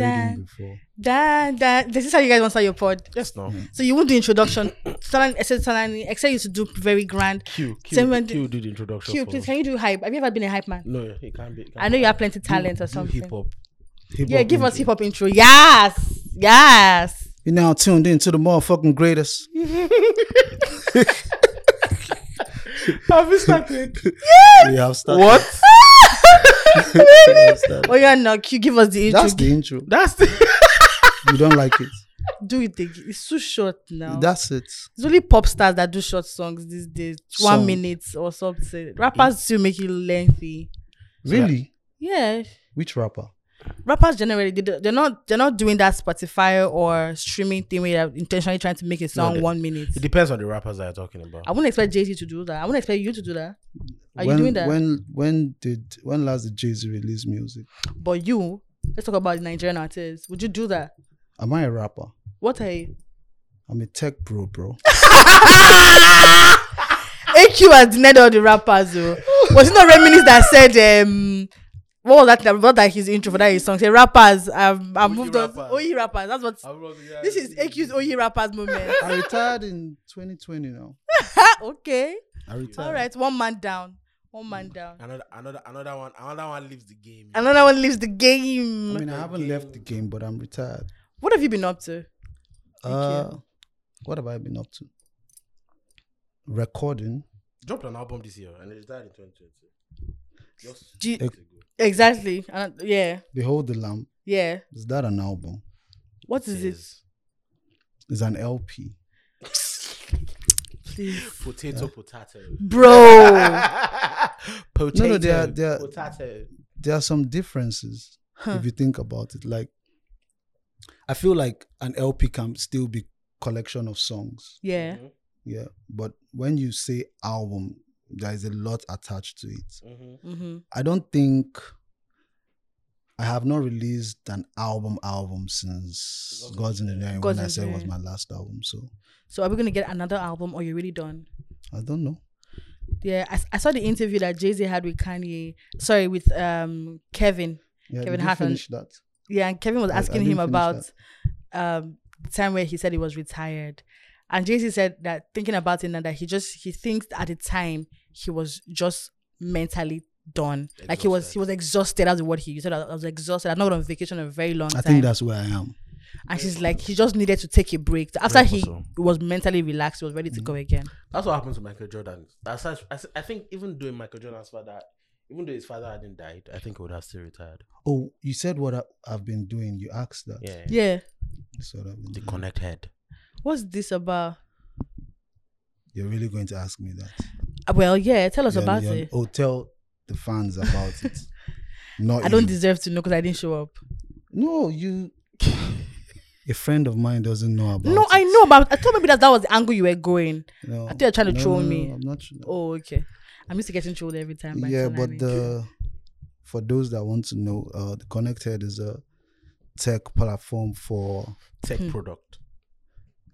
before. That that this is how you guys want to start your pod. Yes, no. So you won't do introduction. Salani, except Salani, except you to do very grand. Q, Same Q, when- Q do the introduction. Q, for please us. can you do hype? Have you ever been a hype man? No, it can't be. It can't I know you have plenty talent or something. Hip hop. Yeah, give us hip hop intro. Yes, yes. You're now tuned in to the motherfucking greatest. Have you started? We have started. what? We have started. Oh yeah, no. Q, give us the intro. That's the intro. That's the. You don't like it. do it again. It's too short now. That's it. it's only pop stars that do short songs these days, one Song. minute or something. Rappers still make it lengthy. Really? Yeah, Which rapper? rappers generally they, do- they're not they're not doing that Spotify or streaming thing where they're intentionally trying to make a song they- one minute. It depends on the rappers that you're talking about. I wouldn't expect JT to do that. I wouldn't expect you to do that. Are when, you doing that? When when did when last did Jay Z release music? But you, let's talk about Nigerian artists. Would you do that? Am I a rapper? What are you? I'm a tech bro, bro. AQ has denied all the rappers. Though. Was it not Reminis that said um what was that that brought that his intro for that his song? Say rappers um I Oyi moved on rappers. OE rappers. That's what this is AQ's OE rappers moment. I retired in 2020 now. Ah, okay. I retired. All right, one man down. One man down. Another, another, another one. Another one leaves the game. Another one leaves the I game. mean, I haven't left the game, but I'm retired. What have you been up to? Uh, what have I been up to? Recording. Dropped an album this year and it died in 2020. Just Do you- Ex- exactly. Uh, yeah. Behold the Lamb. Yeah. Is that an album? What is it? is It's an LP. Please. potato, potato. Bro. potato. no, they are- they are- potato. there are some differences if you think about it. Like, I feel like an LP can still be collection of songs, yeah. Mhm, yeah. But when you say album, there is a lot attached to it. mhm. Mm-hmm. I don't think I have not released an album album since God's in the Air God's when I in said the was Air. my last album. So So are we gonna get another album or you really done? I don't know. Yeah, I, s- I saw the interview that Jay Z had with Kanye. Sorry, with um Kevin. Yeah, Kevin did you Hart and- finish that. Yeah, and Kevin was I- I asking didn't him finish about um the time where he said he was retired, and Jay Z said that thinking about it now that he just he thinks at the time he was just mentally done, like he was Exhausted. he was exhausted. That's the word he used. He said, I was exhausted. I've not been on vacation in a very long I time. think that's where I am. and she's like he just needed to take a break. So after Break he also. was mentally relaxed, he was Mm-hmm. ready to go again. That's what happened to Michael Jordan. That's such, I, s- I think even doing Michael Jordan's father, even though his father hadn't died, I think he would have still retired. Oh, you said what I, I've been doing. You asked that. Yeah. Yeah. That's what I've been The doing. connect head. What's this about? You're really going to ask me that. Uh, Well, yeah, tell us Yeah, about yeah. it. Oh, tell the fans about it. Not I don't you. deserve to know because I didn't show up. no, you. A friend of mine doesn't know about. no, it. I know, but I thought maybe that that was the angle you were going. No. I think you're trying to No, troll no, me. I'm not. tr- Oh, okay. I'm used to getting trolled every time. by yeah, but Tolani. the for those that want to know, uh, the Connected is a tech platform for Tech product.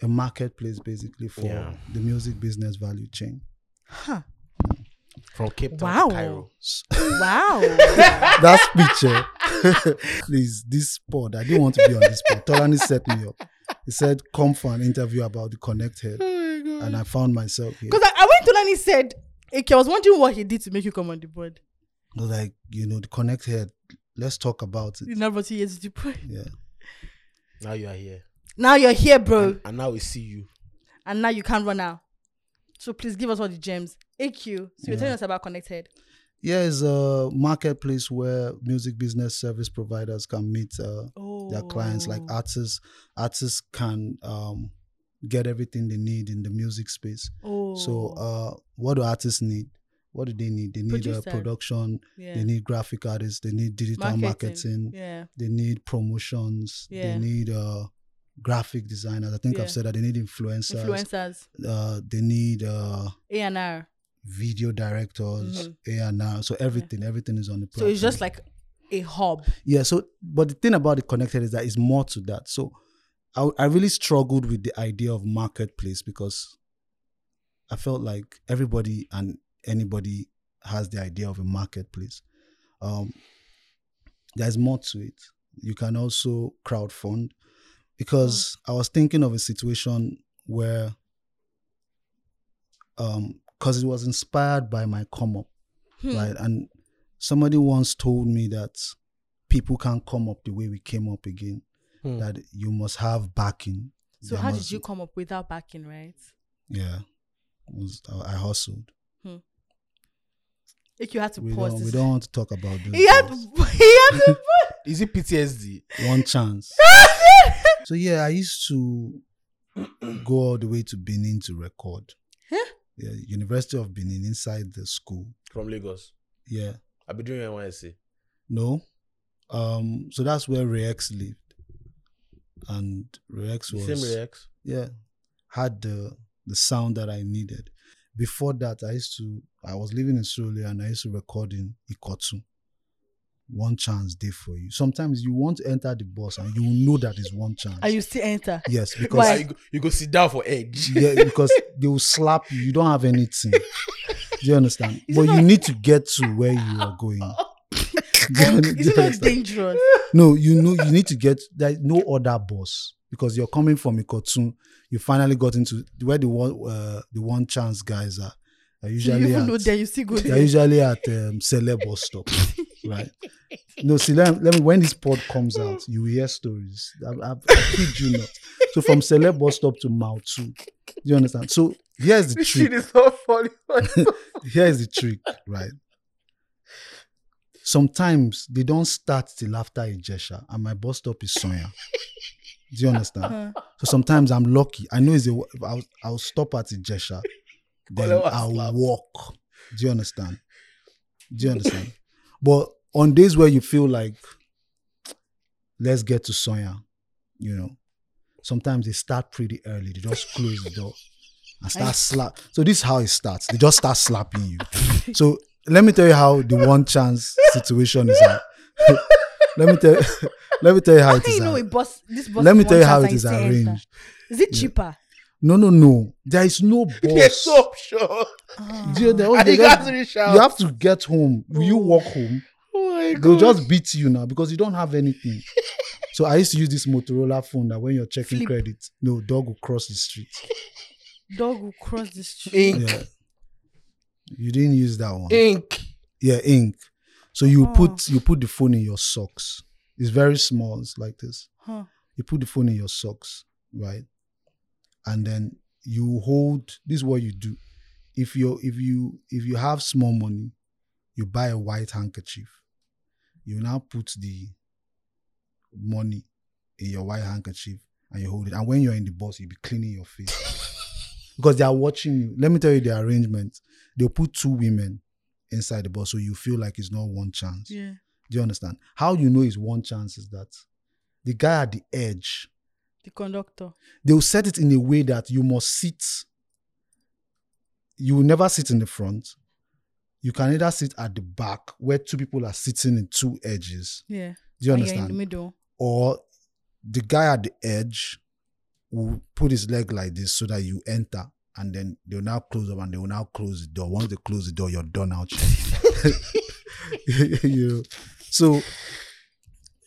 a marketplace, basically for Yeah. the music business value chain. Huh. From Cape Town Wow. to Cairo. Wow. That's picture. eh? Please, this pod. I didn't want to be on this pod. Tolani set me up. He said, "Come for an interview about the Connected," and I found myself here. Because I, I went to Lani said, okay, I was wondering what he did to make you come on the board. I was like, you know, the Connected. Let's talk about You it. know, but years to put. Yeah, Now you are here. Now you're here, bro, and, And, and now we see you. now you can't run out. So please give us all the gems. AQ. So you're telling us about Connected. yeah. It's a marketplace where music business service providers can meet. Uh, Oh. their clients like uh, artists artists can um get everything they need in the music space Oh. so uh what do artists need what do they need they need uh, Producer. production yeah. they need graphic artists they need digital marketing, Yeah. they need promotions Yeah. they need uh graphic designers i think Yeah. i've said that they need influencers Influencers. uh they need uh A and R. video directors Mhm. A&R. so everything everything is on the So platform it's just like a hub. yeah so but the thing about the connected is that it's more to that so I, I really struggled with the idea of marketplace because i felt like everybody and anybody has the idea of a marketplace um there's more to it You can also crowdfund because I was thinking of a situation where, um, because it was inspired by my come up, Hmm. right? And somebody once told me that people can't come up the way we came up again. Hmm. That you must have backing. So There how did must you be- come up without backing, right? Yeah, It was- I I hustled. If you had to We pause don't, this. we don't want to talk about this. He had, he had to Is it PTSD? one chance. so yeah, I used to go all the way to Benin to record. Huh? Yeah, University of Benin inside the school. From Lagos. Yeah. I'll be doing NYSC. No. Um, so that's where Rex lived. And Rex The was same reacts. yeah, had the the sound that I needed. Before that, I used to I was living in Surulere and I used to record in Ikotsu. One chance day for you. Sometimes you want to enter the bus and you know that is one chance. Are you still enter? Yes, because Why? You, go, you go sit down for edge. yeah, because they will slap you. You don't have anything. Do you understand? Is but it you not- need to get to where you are going. Do you un- do Is you it not understand? dangerous? no, you know you need to get there is no other bus because you're coming from Ikotun. You finally got into where the one uh, the one chance guys are. Are Do usually you even at, know there you still go they're there? usually at um, celeb bus stop, right? No, see, let, let me. When this pod comes out, you will hear stories. I, I, I kid you not. So from celeb bus stop to Mao Do you understand? So here's the This trick. shit is so funny. here's the trick, right? Sometimes they don't start till after Ijesha, and my bus stop is Sonya. Do you understand? Uh, So sometimes I'm lucky. I know it's a, I'll, I'll stop at Ijesha, then Follow us, I'll love. walk. Do you understand? Do you understand? but on days where you feel like, let's get to Sonya, you know, sometimes they start pretty early. They just close the door and I- start slap. So this is how it starts. They just start slapping you. So let me tell you how the one chance situation is at. let me tell let me tell you how how it can is you know a at. bus? This bus. Let me one tell you how chance it and is still enter? arranged. Is it Yeah. cheaper? No, no, no. There is no Yes, boss. so sure. Ah. They- they- And they you just- got to reach you out. have to get home. You walk home. Oh my They'll God. just beat you now because you don't have anything. so I used to use this Motorola phone that when you're checking Flip. credit, no dog will cross the street. Dog will cross the street. ink. Yeah. You didn't use that one. Ink. yeah ink so you Oh. put you put the phone in your socks it's very small it's like this Huh. you put the phone in your socks right and then you hold this is what you do if you if you if you have small money you buy a white handkerchief you now put the money in your white handkerchief and you hold it and when you're in the bus you'll be cleaning your face because they are watching you let me tell you the arrangement they'll put two women inside the bus so you feel like it's not one chance Yeah. do you understand? How you know it's one chance is that the guy at the edge, The conductor. they'll set it in a way that you must sit. You will never sit in the front. You can either sit at the back where two people are sitting in two edges. Yeah. Do you And you're in the understand? middle. Or the guy at the edge will put his leg like this so that you enter and then they'll now close up and they will now close the door. Once they close the door, you're done out. you know? So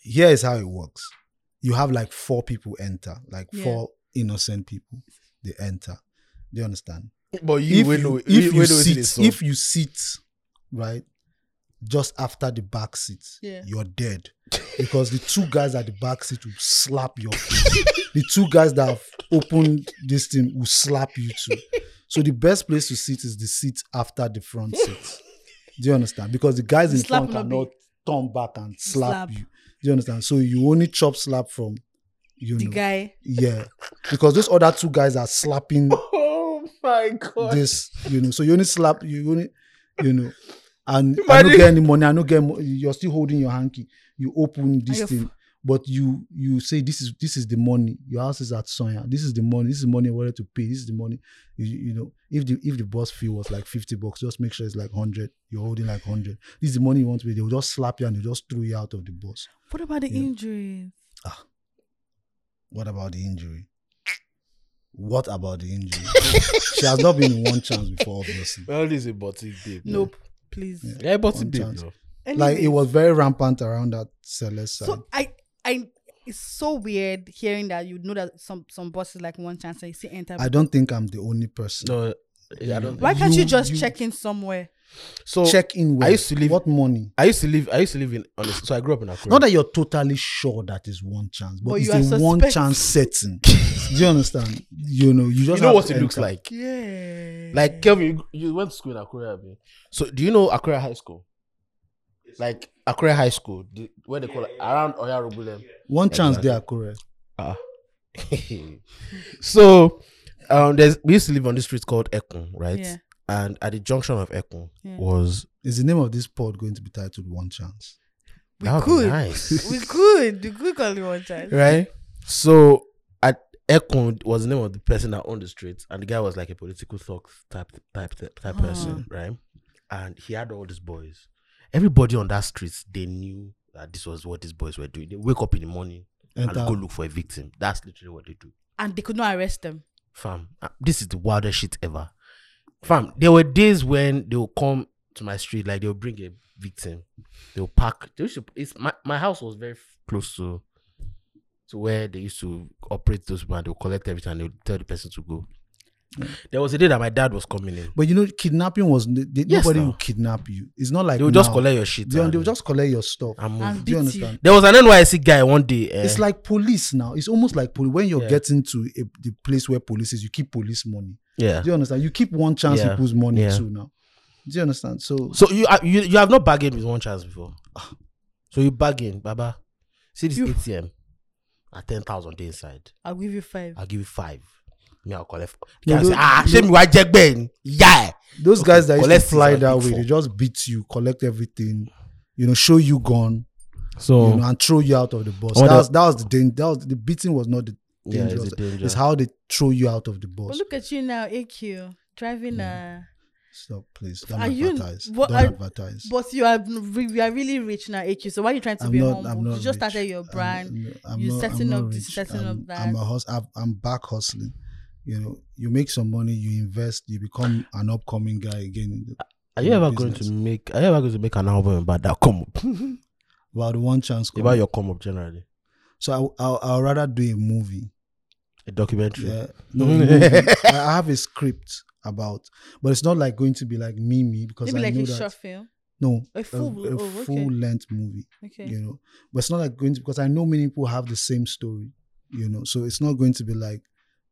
here is how it works. You have like four people enter, like Yeah. four innocent people. They enter. Do you understand? But you if will you, know. if you will know it is so. sit, if you sit, right, just after the back seat, Yeah. you're dead because the two guys at the back seat will slap your face. the two guys that have opened this thing will slap you too. So the best place to sit is the seat after the front seat. Do you understand? Because the guys The in slap front will not cannot turn back and slap, Slap. you. Do you understand? So you only chop slap from you The know. guy. Yeah. Because those other two guys are slapping oh my God. this, you know. So you only slap, you only, you know, and I Imagine- don't get any money. I don't get. Mo- you're still holding your hanky. You open this you're thing, but you you say this is this is the money. Your house is at Sonya. This is the money. This is the money I wanted to pay. This is the money. You, you know, if the if the bus fee was like fifty bucks, just make sure it's like hundred. You're holding like hundred. This is the money you want to pay. They will just slap you and they just throw you out of the bus. What about the Yeah. injuries? What about the injury? What about the injury? she has not been in one chance before, obviously. Well, this is a butty babe. Nope. Please. Yeah. Yeah, butty One babe. chance. yo. like it Anyways. was very rampant around that Celeste side. So I I it's so weird hearing that you know that some some bosses like one chance and you see enter. I don't think I'm the only person. No, I don't. Why can't you, You- just you- check in somewhere? So Check in where? I used to live- What money? I used to live. I used to live in. On a, so I grew up in Accra. Not that you're totally sure that is one chance, but, But it's you a are one suspect. chance setting. Do you understand? You know, you just you know have what to it looks enter. like. Yeah. Like Kevin, you, you went to school in Accra, abi? So do you know Accra High School? Like Accra High School, the, where they call it, around Oyarobulem. One chance Exactly. they are correct. Ah. so um there's we used to live on this street called Ekun, right? Yeah. And at the junction of Ekun Yeah. was Is the name of this pod going to be titled One Chance? we that would be could. nice. we could. We could call it one chance. right? So at Ekun was the name of the person that owned the street, and the guy was like a political thug type type type Huh. person, right? And he had all these boys. Everybody on that street, they knew that this was what these boys were doing. They wake up in the morning and Enter. go look for a victim. That's literally what they do. And they could not arrest them. Fam, uh, this is the wildest shit ever. Fam, there were days when they would come to my street, like they would bring a victim. They would park. They used to, it's, my, my house was very f- close to to where they used to operate those man. They would collect everything and they would tell the person to go. There was a day that my dad was coming in. But you know, kidnapping was n- they, Yes, nobody now. will kidnap you. It's not like They would just now. collect your shit. They, and- they will just collect your stuff. and move. And Do you beat you. understand? there was an NYC guy one day. eh, It's like police now. It's almost like poli- when you're Yeah. getting to a, the place where police is, you keep police money. yeah. Do you understand? You keep one chance Yeah. people's money Yeah. too now. Do you understand? So So you, are- you you have not bargained with one chance before. So you bargain, Baba. See this You- ATM at ten thousand day inside. I'll give you five. I'll give you five. Me, I'll collect. four. The No, guy will say, no, ah, no. shame you why Jack Ben. Yeah. those Okay, guys that used to collect fly is that like way, four. they just beat you, collect everything, you know, show you gun, So you know, and throw you out of the bus. I wonder- That was, that was the dang, that was the beating was not the Yeah, it's dangerous. the danger. It's how they throw you out of the But bus. look at you now, AQ, driving a. Stop, please. Don't Are you- advertise. what don't are- advertise. But you are re- you are really rich now, AQ. So why are you trying to I'm be not, humble? I'm not you just rich. started your I'm- brand. I'm, I'm You're not- setting I'm up not this, rich. setting I'm, up that. I'm a hus- I've- I'm back hustling. You know, you make some money, you invest, you become an upcoming guy again. are you ever business. Hmm. going to make? Are you ever going to make an album about that come up? About the one chance. come. about your come up generally, So I, I, I'll rather do a movie. a documentary. Yeah. No, movie. I I have a script about, but it's not like going to be like Mimi because Maybe I like know a that short film. no A full- oh, okay. full length movie. Okay. You know, but it's not like going to because I know many people have the same story. You know, so it's not going to be like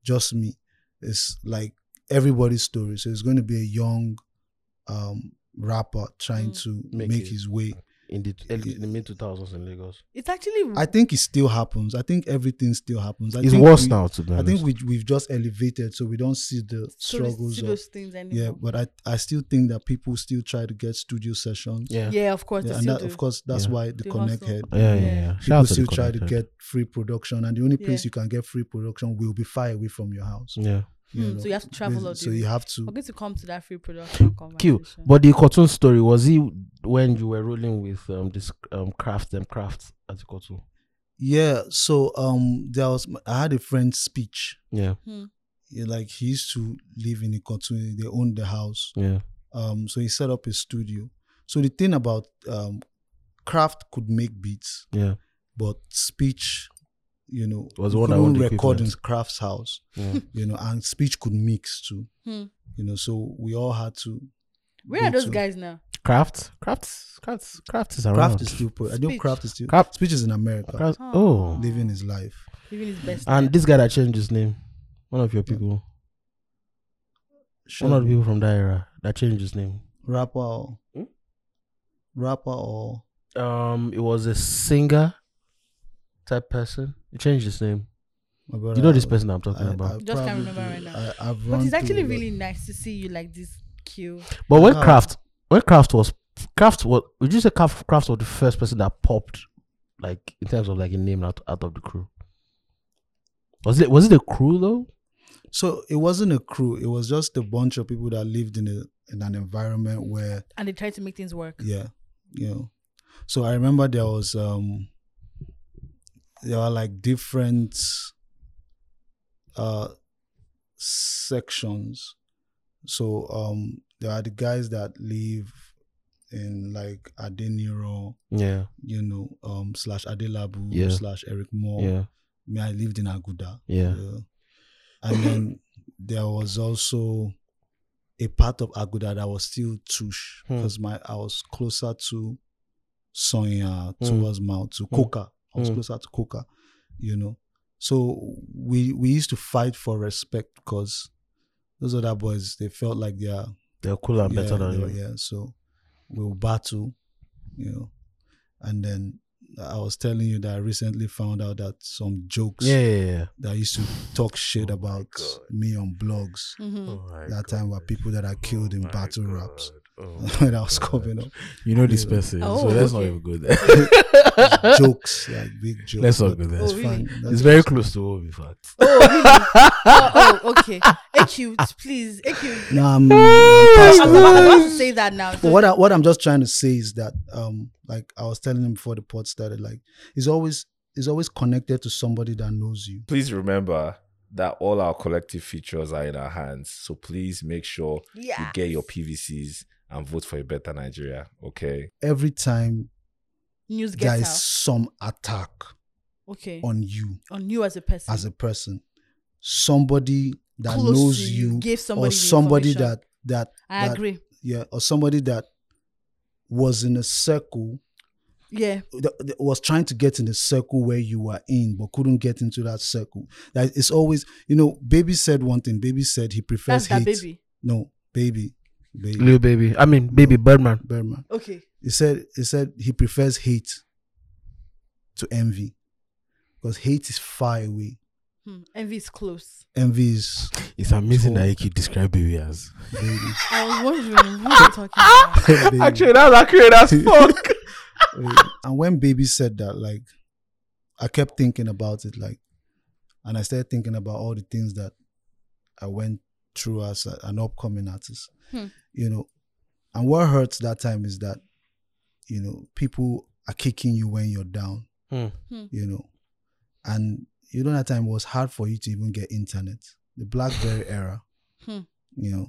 just me. It's like everybody's story. So it's going to be a young um rapper trying Mm. to Make make, it. his way. In the early, in the mid two thousands in Lagos, It's actually I think it still happens. I think everything still happens. I it's think worse we- now. To be I honest. think we we've just elevated, so we don't see the so we struggles. see of, those things anymore. Yeah, but I, I still think that people still try to get studio sessions. yeah. Yeah, of course. Yeah, they and still that, do. of course that's Yeah. why the They Connect hustle. Head Yeah, yeah, Yeah. yeah. Shout people out to the still try to connected. get free production, and the only place Yeah. you can get free production will be far away from your house. Yeah. you Hmm, know. so you have to travel all Basi- the So way. you have to. We're going to come to that free production Q, conversation. but the cartoon story was he when you were rolling with um this um craft them crafts at the cartoon? Yeah. So um, there was I had a friend's speech. Yeah, Yeah, Like he used to live in a country. They owned the house. yeah, Um, so he set up a studio. So the thing about um, Kraft could make beats. yeah. but speech you know Was we one that couldn't owned the record in equipment. Kraft's house yeah. you know and speech could mix too Hmm. you know so we all had to Where are go those to- guys now? Crafts, crafts, crafts, crafts is around. Kraft is still pro- I know Speech. Kraft is still Kraft- speech is in America Kraft- Aw. oh, living his life Living his best. and life. this guy that changed his name, one of your people, sure one of the people from that era that changed his name. rapper or, Hmm? rapper or Um, it was a singer type person. He changed his name. my brother, You know this person I'm talking I- about. I Just can't probably- remember right now. I, I've but run it's through actually a lot. really nice to see you like this, Q. But when Ah. Kraft, when Kraft was Kraft was, would you say Kraft, Kraft was the first person that popped, like in terms of like a name out, out of the crew? Was it was it the crew though? so it wasn't a crew it was just a bunch of people that lived in a in an environment where And they try to make things work. Yeah, you know. So I remember there was um there were like different uh sections. So um there are the guys that live in like Adeniro, Yeah. you know, um, slash Adelabu, Yeah. slash Eric Moore. Yeah. Me, I lived in Aguda. Yeah. Yeah. And then there was also a part of Aguda that was still Tush Hmm. because my I was closer to Sonya Hmm. towards Mao to Coca. I was Hmm. closer to Coca, you know. So we we used to fight for respect because those other boys they felt like they are They're cooler and yeah, better than they you. were- yeah. So we'll battle, you know. And then I was telling you that I recently found out that some jokes Yeah. yeah, yeah. that used to talk shit Oh my about God. me on blogs Mhm. Oh my that time were God. people that I killed Oh in my battle God. raps Oh my when I was God. coming up. You know this Yeah. person, so Oh, let's not okay. even go there. jokes, like big jokes. Let's not but go there. It's Oh, fine. really? That's It's very close to what we thought. oh, oh, okay. AQ, please. AQ. No, I'm, I'm past I'm that. about, I'm about to say that now. But So, what I, what I'm just trying to say is that um like I was telling him before the pod started, like it's always it's always connected to somebody that knows you. Please remember that all our collective features are in our hands. So please make sure you yeah. get your PVCs and vote for a better Nigeria. Okay. Every time News there gets is out. some attack Okay. On, on you you as a person. as a person, somebody that Close knows to you, Give somebody or the somebody information. that that I that- agree. yeah or somebody that was in a circle Yeah. that, that was trying to get in the circle where you were in but couldn't get into that circle that it's always you know baby said one thing baby said he prefers That's that hate baby. no baby baby Little baby. I mean, baby Birdman. Berman. Okay. he said he said he prefers hate to envy because hate is far away Hmm. Envy is close. envy is It's amazing So- that Iki described baby as. baby, I was wondering who you're talking about. Baby. that's accurate as fuck. Wait, and when baby said that like i kept thinking about it like and i started thinking about all the things that i went through as a- an upcoming artist Hmm. you know and what hurts that time is that you know people are kicking you when you're down Hmm. Hmm. you know and you know that time it was hard for you to even get internet the blackberry era Hmm. you know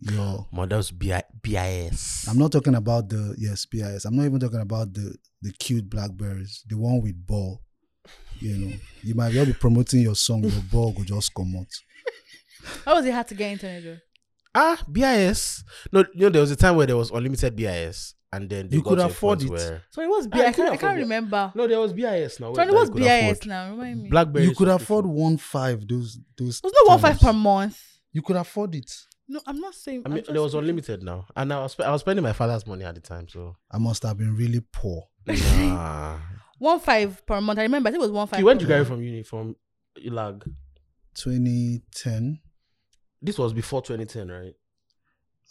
your Mother's B- BIS. I'm not talking about the yes PIS. I'm not even talking about the the cute blackberries, the one with ball. You know, you might well be promoting your song, your ball will just come out. How was it hard to get internet? though? Ah, BIS. No, you know, there was a time where there was unlimited BIS, and then they You got could to a afford point it. Where... So it was B. I I, couldn't can't, I afford can't it. remember. No, there was BIS now. So it was that you could BIS afford. now. Remind me. Blackberry. You could subscription. afford one five those those. It was not one five times. per month. You could afford it. No, I'm not saying. I I'm mean, just there was thinking. unlimited now, and I was spe- I was spending my father's money at the time, so. I must have been really poor. Nah. One five per month. I remember. I think it was one five. he went per to Gary month. from uni from Ilag. 2010. This was before 2010, right?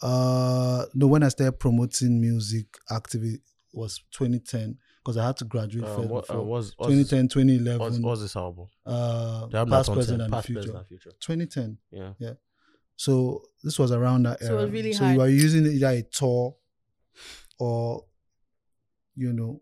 Uh no, when I started promoting music activity was 2010 because I had to graduate Uh, first what, uh, before was, was, 2010, was, 2011, was this album? uh, The album past, that on present, 10, and past, future. present, and future. 2010. Yeah. So this was around that So it era. was really so hard. you are using either a tour or you know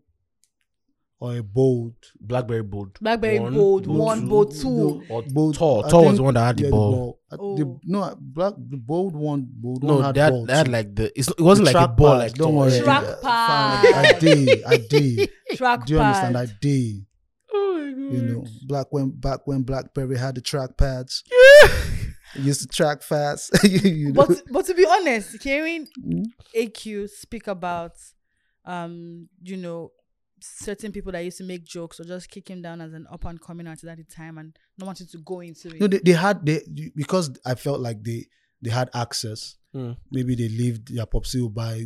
or a bold. Blackberry Bold. Blackberry One, Bold Bold one, Two, Bold no, two. Or Bold- Tor. I Tor was think- the one that had yeah, the ball. the ball. Uh, the- Oh. no, black the bold one, bold one No, had that ball that too. like the it's, it wasn't The like a track ball pad, like don't Tor. worry. Track Yeah, pad. fine, I did, I did. Track Do you understand? I pad. did. Oh my You know, Mm. black when back when BlackBerry had the track pads. It used to track fast. you know? But but to be honest, hearing Mm. AQ speak about, um, you know, certain people that used to make jokes or just kick him down as an up and coming artist at the time and not wanting to go into it. No, they, they had they because I felt like they they had access. Mm. Maybe they lived their popsy would buy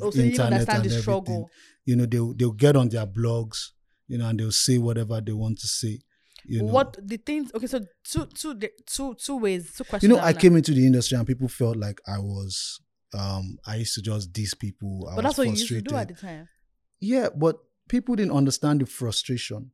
also, Hmm. Oh, you didn't internet understand and the everything. struggle. You know, they'll they'll get on their blogs, you know, and they'll say whatever they want to say. You know What the things? Okay, so two two the- two two ways two you questions. know, I'm I like- came into the industry and people felt like I was um I used to just diss people. but I was that's what you used to frustrated. do at the time. yeah, but people didn't understand the frustration.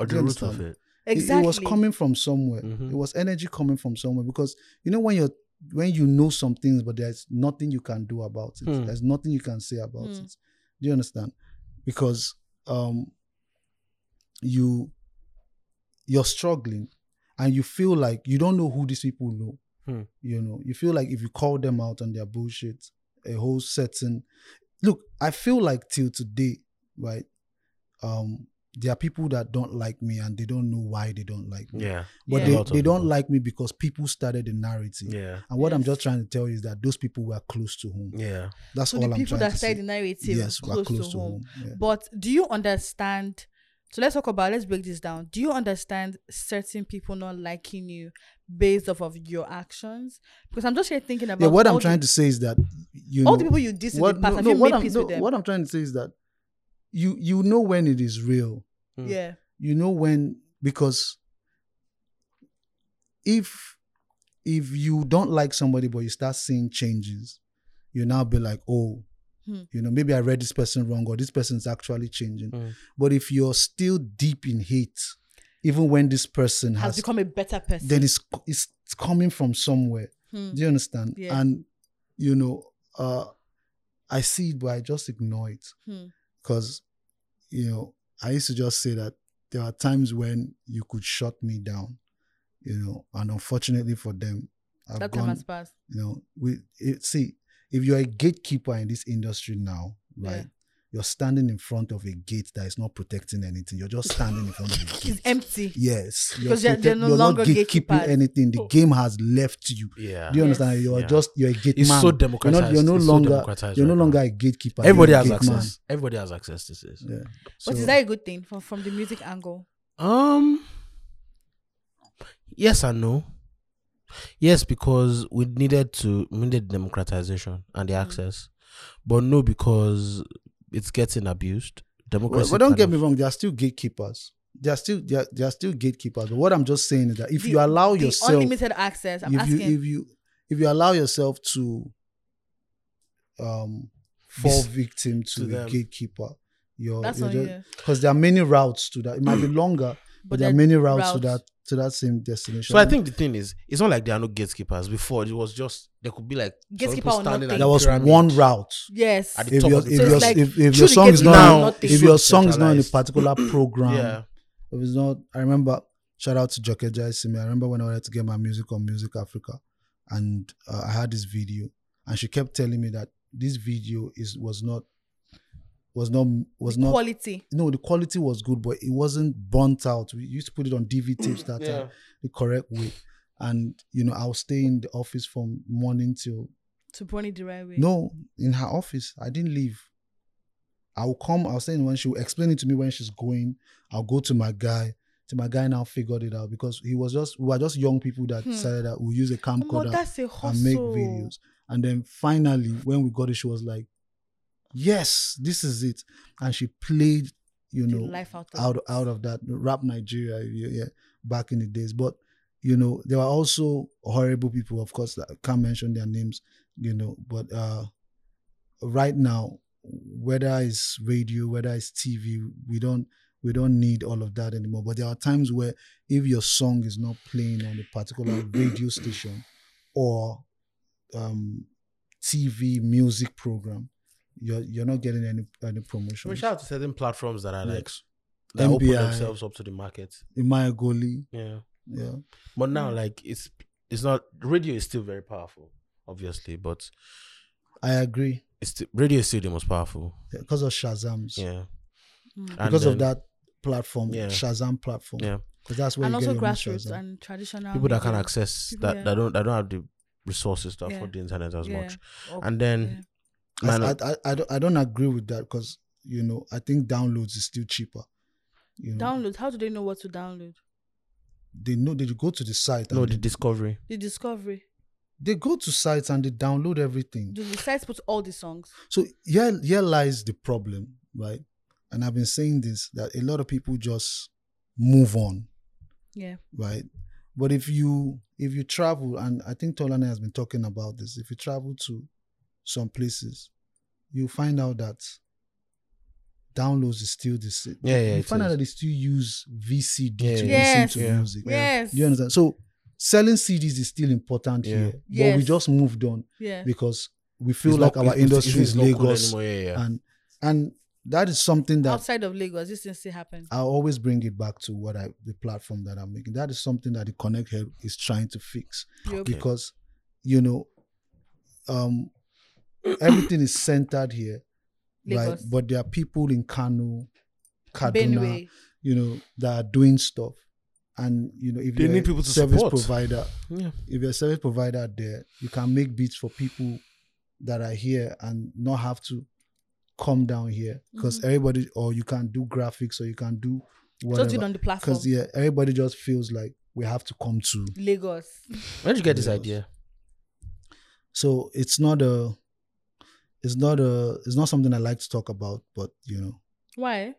Or Do the you root of understand? it. It- Exactly. It, was coming from somewhere. Mhm. It was energy coming from somewhere because you know when you're when you know some things, but there's nothing you can do about it. Hmm. There's nothing you can say about Hmm. it. Do you understand? Because um you you're struggling and you feel like you don't know who these people know. Hmm. You know, you feel like if you call them out on their bullshit, a whole certain look, I feel like till today, right? Um, there are people that don't like me and they don't know why they don't like me. Yeah. But Yeah. A lot they, of they don't people. like me because people started the narrative. Yeah. And what I'm Yes. just trying to tell you is that those people were close to home. Yeah. That's So all the I'm people trying that to say. said the narrative yes, were close, to, home. Yeah. But do you understand? So let's talk about let's break this down. Do you understand certain people not liking you based off of your actions? Because I'm just here thinking about Yeah, what I'm all trying the, to say is that you all know, the people you dissed what, in the past. no, have no, you what made I'm, peace no, with them? what I'm trying to say is that you you know when it is real. Mm. yeah, You know when because if if you don't like somebody but you start seeing changes, you now be like, oh, Hmm. you know, maybe I read this person wrong or this person's actually changing. Mm. But if you're still deep in hate, even when this person has Mm. has, become a better person. then it's it's coming from somewhere. Hmm. Do you understand? Yeah. And you know, uh I see it, but I just ignore it Hmm. because you know I used to just say that there are times when you could shut me down, you know, and unfortunately for them, I've That time gone. has passed. You know, we it, see if you're a gatekeeper in this industry now, right? Yeah. You're standing in front of a gate that is not protecting anything. You're just standing in front of a It's gate. empty. Yes, you're, Because they're- they're protect- no you're not longer gatekeeping gatekeepers. Oh. anything. The game has left you. Yeah. Do you Yes. understand? You're Yeah. just you're a gate It's man. so you're democratized. not. You're no It's so longer. democratized you're no right now. longer a gatekeeper. Everybody you're a has gate man. access. Everybody has access to this. Yeah. But So- is that a good thing from, from the music angle? Um. Yes and no. Yes, because we needed to we needed democratization and the access, but no because it's getting abused. Well, Democracy. but don't kind get me of- wrong, they are still gatekeepers. They are still they are, they are still gatekeepers. But what I'm just saying is that if The- you allow the yourself, if unlimited access. I'm you asking. if you if you allow yourself to um fall This- victim to, to the them. gatekeeper, you're that's on you. because there are many routes to that. It might be longer, but, there are then many routes to that routes- to that same destination. So I think the thing is, it's not like there are no gatekeepers. Before it was just there could be like some people Gatekeeper or standing at nothing. the there was pyramid. one route. Yes. At the If top your of if the So it's your pyramid. like, if, if through your the song is gatekeeper, not nothing. if your song is not in a Centralized. particular program, yeah, It was not. I remember. Shout out to Joke Jaisimi. I remember when I wanted to get my music on Music Africa, and uh, I had this video, and she kept telling me that this video is was not, was not, was not. quality. no, the quality was good, but it wasn't burnt out. We used to put it on DV tapes that yeah, time, the correct way. And you know, I'll stay in the office from morning till To burn it the right way. no, in her office. I didn't leave. I'll come, I'll send when she will explain it to me when she's going. I'll go to my guy. To my guy now figured it out because he was just we were just young people that Hmm. decided that we'll use a Omo, camcorder Oh, that's a hustle. and make videos. And then finally, when we got it, she was like, Yes, this is it. And she played, you The know, life out of out it. out of that rap Nigeria, yeah, yeah, back in the days. But you know, there were also horrible people, of course, that I can't mention their names, you know. But uh, right now, whether it's radio, whether it's TV, we don't we don't need all of that anymore. But there are times where if your song is not playing on a particular radio station or um, TV music program, you're you're not getting any any promotion. we shout out to certain platforms that are Yeah. like that open NBI. themselves up to the market. Imaya Goli, Yeah. yeah. But now, Mm. like, it's it's not radio is still very powerful, obviously, but I agree it's still, radio is still the most powerful. because of Shazam's, Yeah, Mm. And because of then that platform, Yeah. Shazam platform, Yeah. because that's where And you get also your main grassroots Shazam. and traditional People that can media. access People, that yeah. that don't that don't have the resources to afford Yeah. the internet as Yeah. Oh, much. Or- And then, I, man, I, I, I don't, I don't agree with that because you know I think downloads is still cheaper. You know, download. How do they know what to download? they know they go to the site. no, and the they, discovery. The discovery. they go to sites and they download everything. Do the sites put all the songs? So here, here lies the problem, right? And I've been saying this that a lot of people just move on. Yeah. right? But if you if you travel, and I think Tolani has been talking about this, if you travel to some places, you find out that downloads is still the same. Yeah, yeah, You it find out is. that they still use VCD Yeah, to yeah, Yes. listen to yeah. music. Yes. Do you understand? So selling CDs is still important Yeah. here, but we Yes. just moved on Yeah. because we feel It's like not- our it's- it's- industry it's is not cool Lagos, anymore. Yeah, yeah. and and that is something that Ah, Outside of Lagos, this thing still happens. I always bring it back to what I the platform that I'm making. That is something that the Connect Help is trying to fix Europe. Okay. because you know um everything is centered here Lagos. right? But there are people in Kano, Kaduna, Benue. you know, that are doing stuff. And you know, if They you're need a people to service support. provider, Yeah. if you're a service provider there, you can make beats for people that are here and not have to come down here because Mhm. everybody, or you can do graphics or you can do Just do it whatever. on the platform. Because yeah, everybody just feels like we have to come to. Lagos. Where did you get this Yes. idea? So it's not a, it's not a, it's not something I like to talk about. But you know, Why?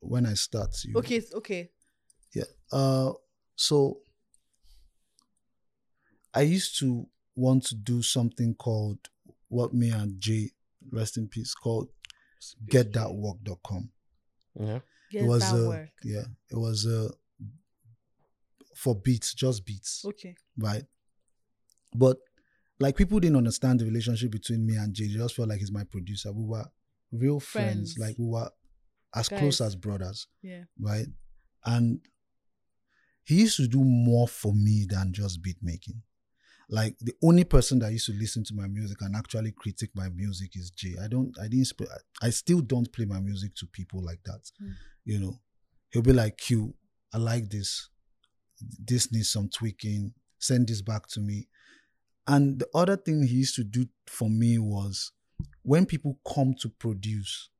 when I start, you Okay, it's okay. Uh, so I used to want to do something called what me and Jay, rest in peace, called getthatwork.com. Yeah. Yes, it was that uh, work. yeah, Mm-hmm. it was uh, for beats, just beats, Okay. right? But like people didn't understand the relationship between me and Jay. They just felt like he's my producer. We were real friends, Friends. like we were as Guys. close as brothers Yeah. right? And he used to do more for me than just beat making. Like the only person that used to listen to my music and actually critique my music is Jay. I don't, I didn't, sp- I still don't play my music to people like that. Mm. You know, he'll be like, "Q, I like this. This needs some tweaking. Send this back to me." And the other thing he used to do for me was when people come to produce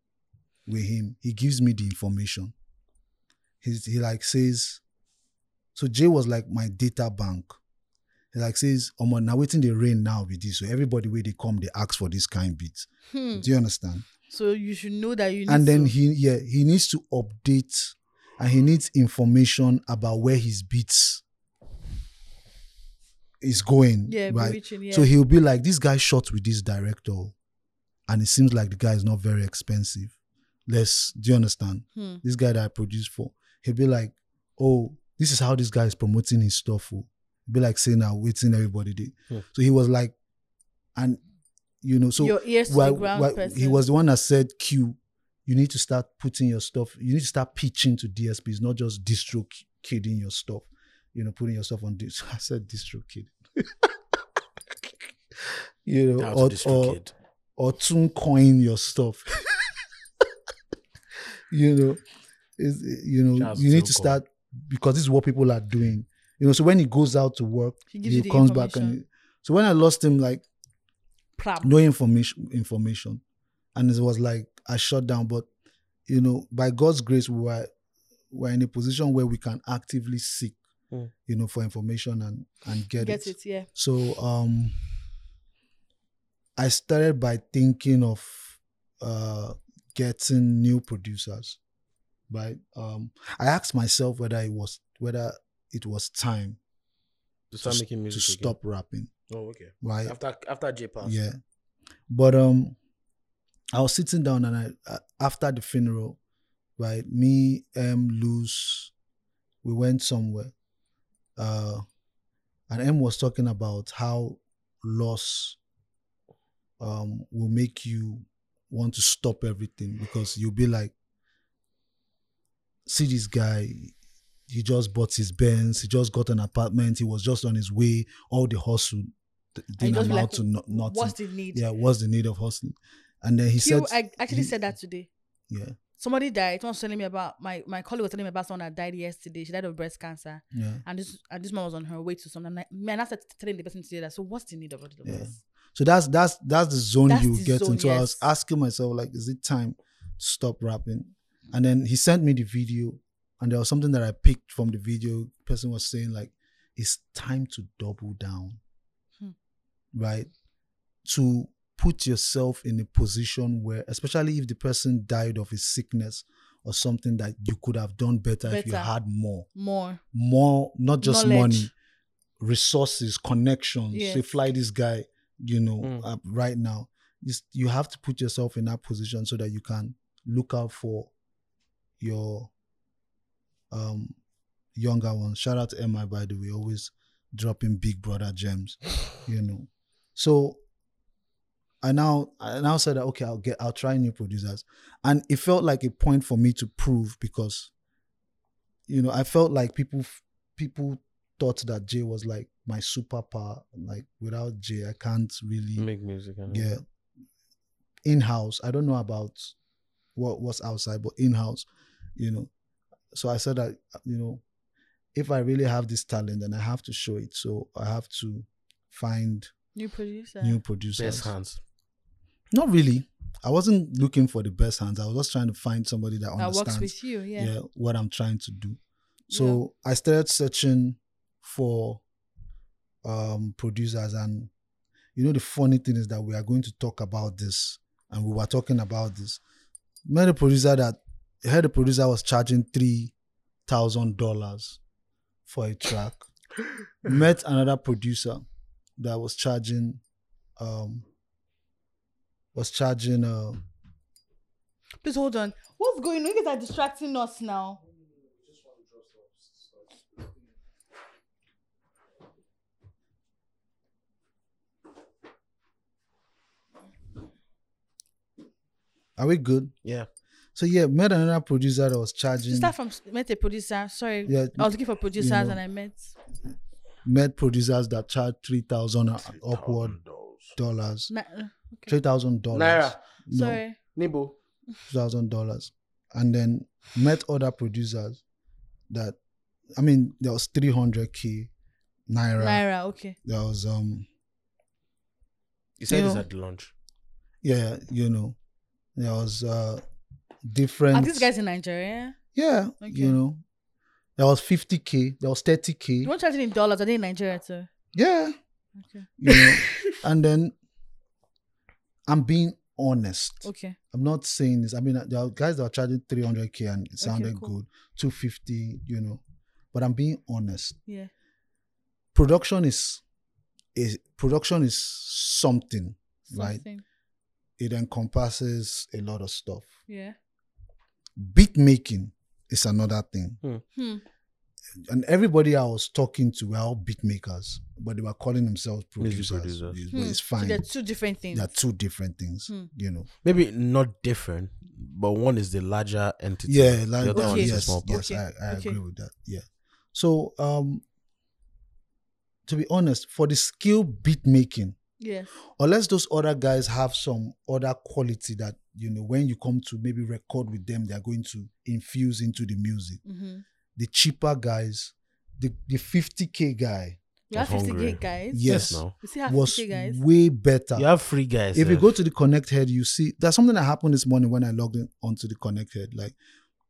with him, he gives me the information he's, he like says, so Jay was like my data bank. He like says, I'm now waiting the rain now with this. So everybody where they come, they ask for this kind beat. Hmm. Do you understand? So you should know that you need and then to- he yeah, he needs to update and he needs information about where his beats is going. yeah, be right. reaching, yeah. So he'll be like, this guy shot with this director, and it seems like the guy is not very expensive. Let's do you understand? Hmm. this guy that I produced for, he'll be like, oh, this is how this guy is promoting his stuff. Oh. Be like saying now, waiting everybody did. Hmm. So he was like, and you know, so Your ears to why- the ground why- person. he was the one that said, Q, you need to start putting your stuff, you need to start pitching to DSPs, not just distro ki- kidding your stuff, you know, putting yourself on this. I said distro kid. you know, That or, was or, kid. or tune coin your stuff. you know, is you know, Shouts you to need to Tunecoin. start because this is what people are doing. You know, so when he goes out to work, He gives he you the comes back and information. he- so when I lost him, like Plap. no information, information, and it was like I shut down. But you know, by God's grace, we were we're in a position where we can actively seek, Mm. you know, for information and and get, Get it, yeah. so um I started by thinking of uh getting new producers. Right. Um I asked myself whether it was whether it was time To start s- making to music. again. stop rapping. Oh, okay. Right. After after J passed. Yeah. But um I was sitting down and I uh, after the funeral, right, me, M, Luz, we went somewhere. Uh and M was talking about how loss um will make you want to stop everything because you'll be like, see this guy, he just bought his Benz, he just got an apartment, he was just on his way, all the hustle d- And didn't just be amount like, to no- nothing. What's the need? Yeah, what's the need of hustling? And then he Q, said, I actually he- said that today. Yeah, Somebody died. Someone was telling me about my, my colleague was telling me about someone that died yesterday. She died of breast cancer. yeah. And this and this mom was on her way to something. I'm like, man, I started telling the person today that. So what's the need of all of Yeah. this? So that's that's that's the zone That's you the get zone, into. I was yes. asking myself, like, is it time to stop rapping? And then he sent me the video, and there was something that I picked from the video. Person was saying, like, it's time to double down. Hmm. Right? To put yourself in a position where, especially if the person died of a sickness or something that you could have done better, if you Better. had more. More. more not just Knowledge. money resources connections Yes. They fly this guy you know Mm. up right now you, s- you have to put yourself in that position so that you can look out for your um younger ones shout out to mi by the way always dropping big brother gems you know so i now i now said that okay i'll get i'll try new producers and it felt like a point for me to prove because you know, I felt like people people thought that Jay was like my superpower. Like without Jay, I can't really Make music. I know. yeah in house. I don't know about what was outside, but in house, you know. So I said that you know, if I really have this talent, then I have to show it. So I have to find New producer. new producers. Best hands. Not really. I wasn't looking for the best hands. I was just trying to find somebody that, that understands works with you. Yeah. yeah, what I'm trying to do. So I started searching for um producers and you know the funny thing is that we are going to talk about this and we were talking about this. Met a producer that heard the producer was charging three thousand dollars for a track. Met another producer that was charging um was charging uh Please hold on. What's going on? You guys are distracting us now. are we good? Yeah. So yeah, met another producer that was charging To start from, met a producer. Sorry, Yeah, I was looking for producers know. and I met. met producers that charge three thousand upward dollars, Ma- uh, three thousand dollars, Naira. no, Sorry, Nibo. two thousand dollars, and then met other producers that, I mean, there was three hundred k naira. Naira. Okay. There was um, You said this Yeah. at the lunch. yeah, you know, there was uh, Are different. these guys in Nigeria? yeah, Okay. you know, there was fifty k, there was thirty k, You want charging in dollars? Are they in Nigeria too? yeah, Okay. you know, and then I'm being honest. Okay. I'm not saying this. I mean, uh, there are guys that are charging 300k and it sounded cool. good, 250, you know. But I'm being honest. Yeah. Production is, is production is something, right? Something. It encompasses a lot of stuff. Yeah. Beat making is another thing. Hmm. And everybody I was talking to were all beat makers, but they were calling themselves Music producers. producers. It's, hmm. it's So fine. they're two different things. They're two different things, Hmm. you know. Maybe not different, but one is the larger entity. Yeah, the like other Okay. one that. is a Yes, small part. yes, Okay, I, I okay. agree with that. Yeah. So, um, to be honest, for the skill beat making, Yes. unless those other guys have some other quality that you know, when you come to maybe record with them, they are going to infuse into the music. Mm-hmm. The cheaper guys, the the fifty k guy, You have I'm 50 hungry. gig guys. Yeah. Yes. Yes, no. You still have was 50 guys. way better. You have three guys. if you eh? go to the connect head you see there's something that happened this morning when i logged in onto the connect head like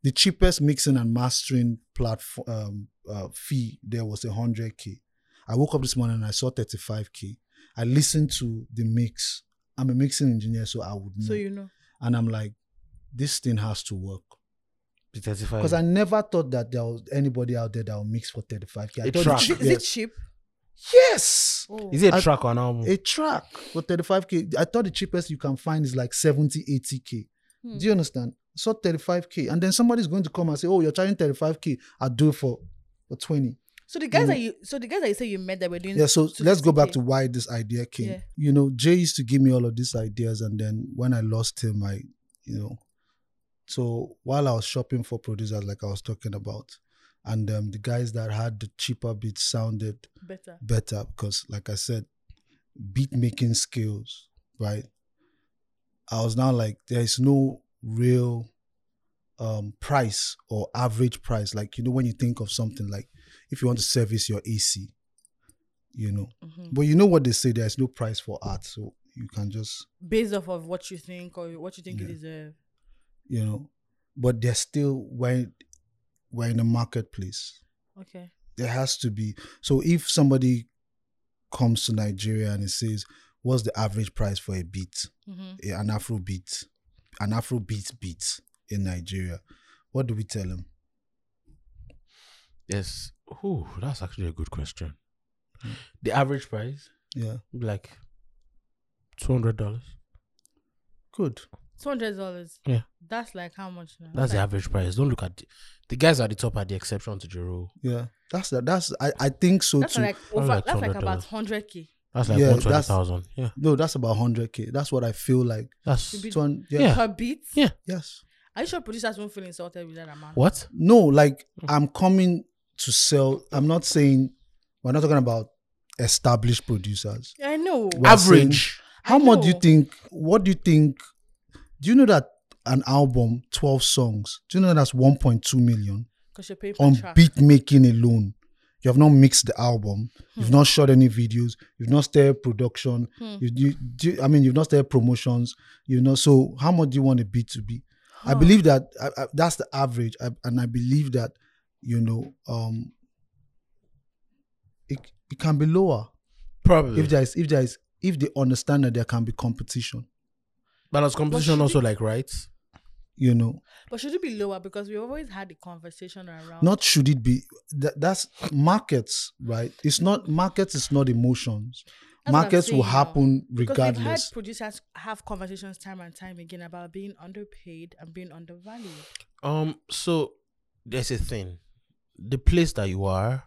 the cheapest mixing and mastering platform um, uh, fee there was 100k i woke up this morning and i saw 35k i listened to the mix i'm a mixing engineer so i would know So you know. and i'm like this thing has to work The 35. because i never thought that there was anybody out there that will mix for 35k I thought A the track. Is, cheap- it- is it yes. cheap? yes Oh. is it a I- track or an album? a track for 35k i thought the cheapest you can find is like 70 80k Hmm. do you understand so 35k and then somebody's going to come and say oh you're charging 35k i'll do it for for 20 So the guys Mm. that you so the guys that you say you met that were doing yeah so let's go back 250K. to why this idea came Yeah. you know jay used to give me all of these ideas and then when i lost him i you know so while i was shopping for producers like i was talking about and um, the guys that had the cheaper beats sounded better. better because like i said beat making skills right i was now like there is no real um price or average price like you know when you think of something like if you want to service your ac you know Mhm. but you know what they say there is no price for art so you can just Based off of what you think or what you think you Yeah. deserve. you know but there's still when we're in the marketplace Okay. there has to be so if somebody comes to nigeria and it says what's the average price for a beat Mm-hmm. a- an afro beat an afro beat beat in nigeria what do we tell him Yes. Oh, that's actually a good question. The average price, yeah be like $200. good Two hundred dollars. Yeah. That's like how much now? That's the like, average price. Don't look at the, the guys at the top are the exception to the rule. yeah that's that that's i, I think so that's too like over like that's like about $200. hundred K. That's like Yeah, one that's- twenty thousand. Yeah, no that's about 100k that's what i feel like that's Should be- Two hun- yeah, Yeah. Per beat. Yeah. yes Are you sure producers won't feel insulted with that amount? what. no like i'm coming to sell i'm not saying we're not talking about established producers I know. Well, We're Average. How I much do you know. think? What do you think Do you know that an album, 12 songs, do you know that's 1.2 million Because you're paying per on track. beat making alone? You have not mixed the album. You've not shot any videos. You've not started production. Hmm. You, you, do you- I mean, you've not started promotions. You know, so how much do you want a beat to be? I Huh. believe that I, I, that's the average, I, and I believe that you know, um, it, it can be lower Probably. if there is if there is if they understand that there can be competition. but there's competition should also like rights. You know, But should it be lower? Because we've always had the conversation around. not should it be that, that's markets right it's not markets is not emotions That's what I'm markets saying will now. happen Because we've had regardless producers have conversations time and time again about being underpaid and being undervalued. Um, so there's a thing. The place that you are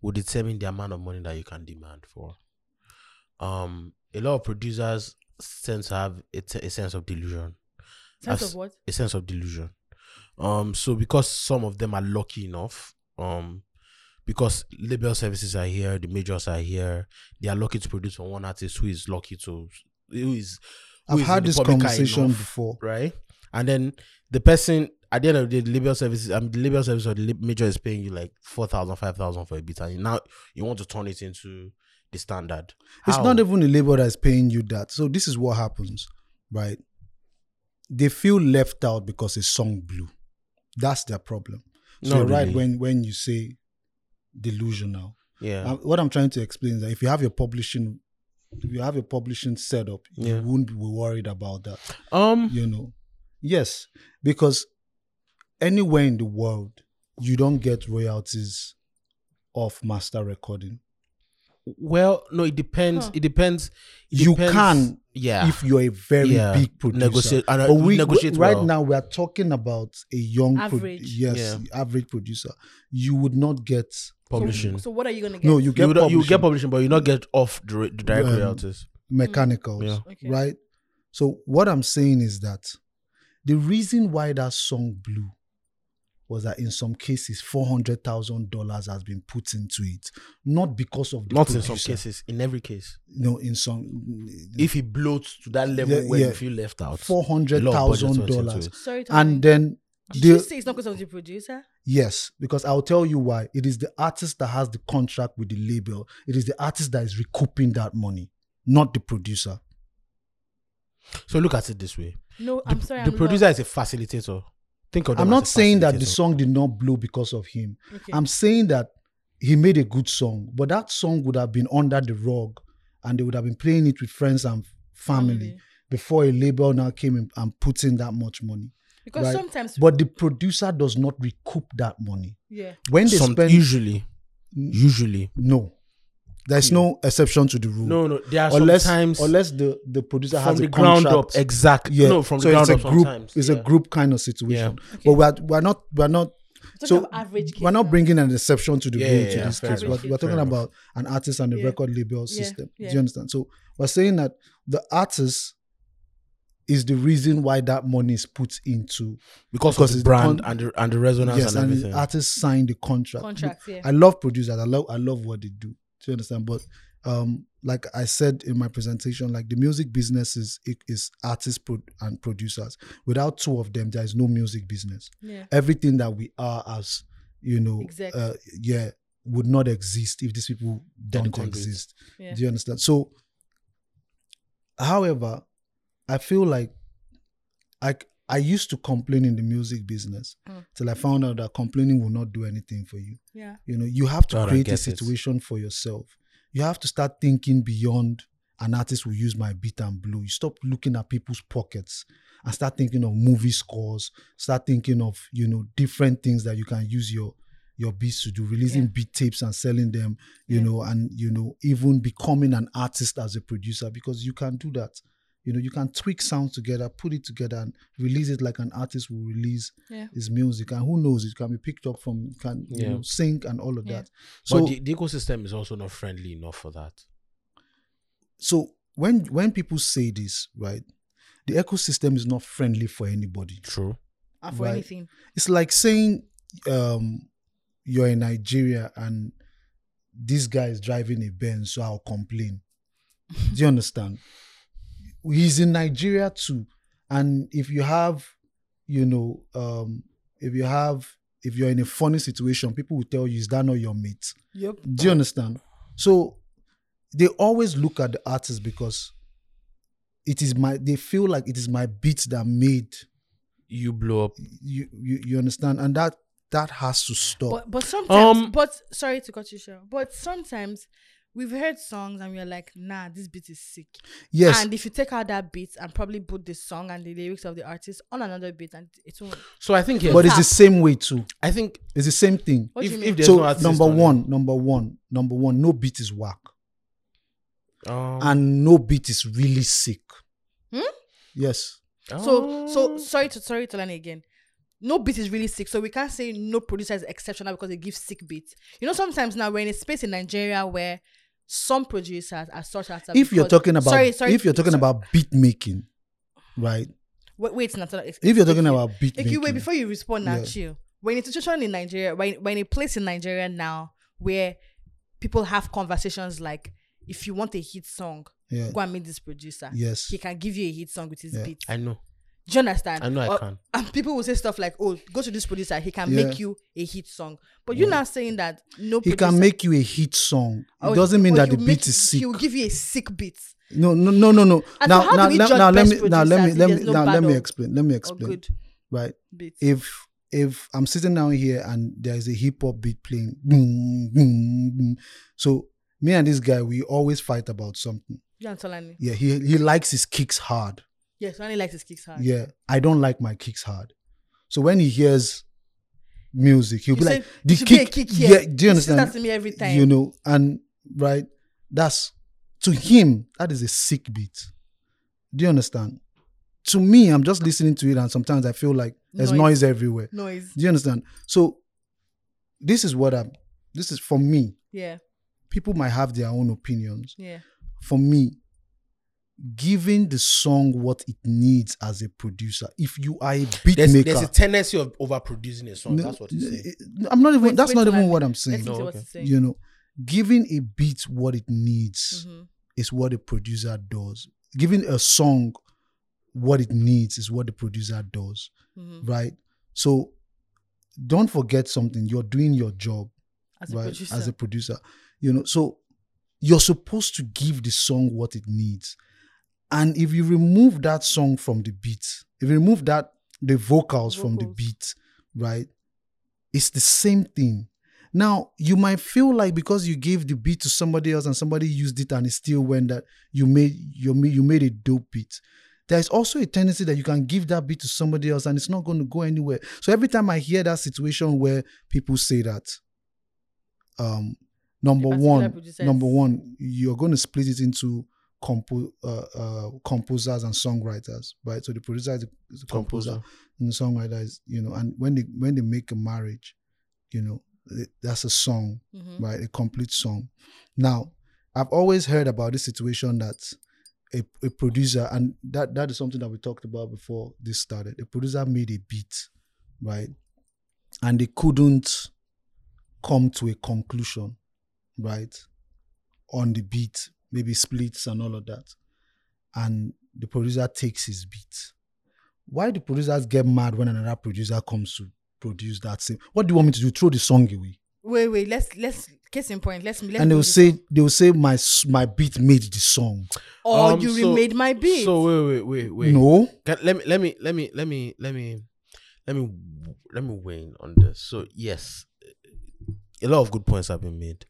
will determine the amount of money that you can demand for. Um, a lot of producers tend to have a, t- a sense of delusion. Sense As- of what? a sense of delusion. Um, so because some of them are lucky enough, um, because label services are here, the majors are here, they are lucky to produce for one artist who is lucky to who is. who i've is in had the this public eye conversation enough before right? And then the person at the end of the day, the label services, um, the label service or the lab- major is paying you like 4,000, 5,000 for a beat, and now you want to turn it into the standard. it's How? not even the labor that's paying you that so this is what happens right they feel left out because a song blew that's their problem so Not you're right really. when when you say delusional yeah, Um, what i'm trying to explain is that if you have your publishing if you have your publishing setup Yeah. you won't be worried about that um, you know yes because anywhere in the world you don't get royalties off master recording well, no, it depends, Huh. it depends, it You depends- can yeah, if you're a very Yeah. big producer Negotiate- and, uh, but we negotiate right well. now we are talking about a young pro- Average. yes average producer you would not get publishing. So what are you gonna get? no you you, get would- you publishing, get publishing, but you not get off the, ra- the direct Um, royalties. mechanicals Yeah. Mm. Okay. right so what i'm saying is that the reason why that song blew was that in some cases four hundred thousand dollars has been put into it, not because of the Not in some producer. cases, in every case. No, in some If it blows to that level Yeah, where yeah. you feel left out, four hundred a lot of budget thousand went into dollars, it. Sorry, Tommy. and then did the- you say it's not because of the producer? yes, because I'll tell you why. It is the artist that has the contract with the label. It is the artist that is recouping that money, not the producer. So look at it this way: No, the, I'm sorry. the I'm producer is a facilitator. Think of them I'm as not a saying that the facilitator. song did not blow because of him. lost. Okay. I'm saying that he made a good song, but that song would have been under the rug and they would have been playing it with friends and family Family. before a label now came in and put in that much money. because right. sometimes But the producer does not recoup that money. yeah. When they Some- spend Mm. usually, usually. no. There's no exception to the rule. No, no. There are Unless sometimes unless the, the producer from has the a contract. ground up. Exactly. Yeah. No, from so the ground it's a up. group sometimes. it's yeah. a group kind of situation. Yeah. But we're we're not we're not Talking so about average we're case not now. bringing an exception to the Yeah, rule yeah, to yeah, this fair case. enough, We're, we're talking fair enough. about an artist and a Yeah. record label Yeah, system. Do yeah. you understand? So we're saying that the artist is the reason why that money is put into because, because of it's the the brand con- and the and the resonance yes, and and everything. the artist signed the contract. Contracts, yeah. I love producers. I love I love what they do. Do you understand? But um, like I said in my presentation, like the music business is it is artists pro- and producers. Without two of them, there is no music business Yeah. everything that we are as you know Exactly. uh, yeah would not exist if these people Didn't don't contribute. exist Yeah. do you understand so however i feel like i i used to complain in the music business Mm. till i found out that complaining will not do anything for you Yeah. you know you have to God, I create a get it. situation for yourself you have to start thinking beyond an artist will use my beat and blow you stop looking at people's pockets and start thinking of movie scores start thinking of you know different things that you can use your your beats to do releasing Yeah. beat tapes and selling them you Yeah. know and you know even becoming an artist as a producer because you can do that you know you can tweak sounds together put it together and release it like an artist will release Yeah. his music and who knows it can be picked up from can you Yeah. know sync and all of Yeah. that so but the, the ecosystem is also not friendly enough for that. so when when people say this right the ecosystem is not friendly for anybody True. And for Right. anything. it's like saying um you're in nigeria and this guy is driving a benz so i'll complain do you understand he's in nigeria too and if you have you know um if you have if you're in a funny situation people will tell you is that not your mate Yep. do you understand so they always look at the artist because it is my they feel like it is my beat that made You blow up. you you, you understand and that that has to stop But but sometimes Um, but sorry to cut you short. But sometimes we've heard songs and we're like, nah, this beat is sick. yes And if you take out that beat and probably put the song and the lyrics of the artist on another beat and it won't So I think yeah, but it's the same way too I think it's the same thing What do if, you mean? if there's so no artist number on it, one number one number one no beat is whack um, and no beat is really sick Hmm? yes oh, So Oh. so sorry to sorry to learn again. No beat is really sick, so we can't say no producer is exceptional because they give sick beats. You know, sometimes now we're in a space in Nigeria where some producers are sought after. if you're because- talking about sorry, sorry, if you're talking sorry. about beat making right wait, wait, Natana, ex- if you're talking Eki- about beat Eki, making wait before you respond now, Yeah. chill. We're in a situation in Nigeria, we're in, we're in a place in Nigeria now where people have conversations like, if you want a hit song, yeah go and meet this producer. yes He can give you a hit song with his Yeah. beats. I know. Do you understand? I know I Or- can. And people will say stuff like, "Oh, go to this producer; he can Yeah. make you a hit song." But you're not saying that no. he producer- can make you a hit song or- it doesn't mean or that the he'll beat make- is sick He will give you a sick beat. no no no no no And so now how do now we now, judge now let best me now let me producers if let me there's no now bad let me or- explain let me Or explain good right beat. if if I'm sitting down here and there's a hip hop beat playing, boom, boom, boom. so me and this guy we always fight about something. You know, Tolani. Yeah, he he likes his kicks hard. Yeah, Tolani likes his kicks hard. Yeah, I don't like my kicks hard. So when he hears music, he'll You be say, like, "The "It should be a kick, kick here." yeah." Do you He says that understand? to me every time. You know, and right, that's to him that is a sick beat. Do you understand? To me, I'm just listening to it, and sometimes I feel like there's Noise. noise everywhere. Noise. Do you understand? So this is what I'm this is for me. Yeah, People might have their own opinions. yeah. For me, giving the song what it needs as a producer, if you are a beat There's, maker. there's a tendency of overproducing a song. No, That's what you say. I'm not even Wait, that's wait not till even I- what I'm Let's saying. No, see what okay. he's saying. You know, giving a beat what it needs Mhm. is what a producer does. Giving a song what it needs is what the producer does. Mhm. Right? So don't forget something. You're doing your job. As a right, producer. as a producer you know so you're supposed to give the song what it needs and if you remove that song from the beat if you remove that the vocals, from the Vocals. beat right it's the same thing now you might feel like because you gave the beat to somebody else and somebody used it and it still went that you made you made you made a dope beat there's also a tendency that you can give that beat to somebody else and it's not going to go anywhere so every time i hear that situation where people say that um number particular one producer number is- one you're going to split it into compo- uh, uh, composers and songwriters right so the producer is the, is the composer, Composer. and the songwriter is you know and when they when they make a marriage you know th- that's a song Mhm. right a complete song now i've always heard about this situation that a, a producer and that that is something that we talked about before this started the producer made a beat right and they couldn't come to a conclusion right on the beat maybe splits and all of that and the producer takes his beat why do producers get mad when another producer comes to produce that same what do you want me to do throw the song away Wait, wait. Let's let's case in point. Let's let's. and they do will this. say they will say my s- my beat made the song. or Um, Oh, you so- remade my beat. So wait, wait, wait, wait. No, Can- let me let me let me let me let me let me let me weigh in on this. So yes, a lot of good points have been made.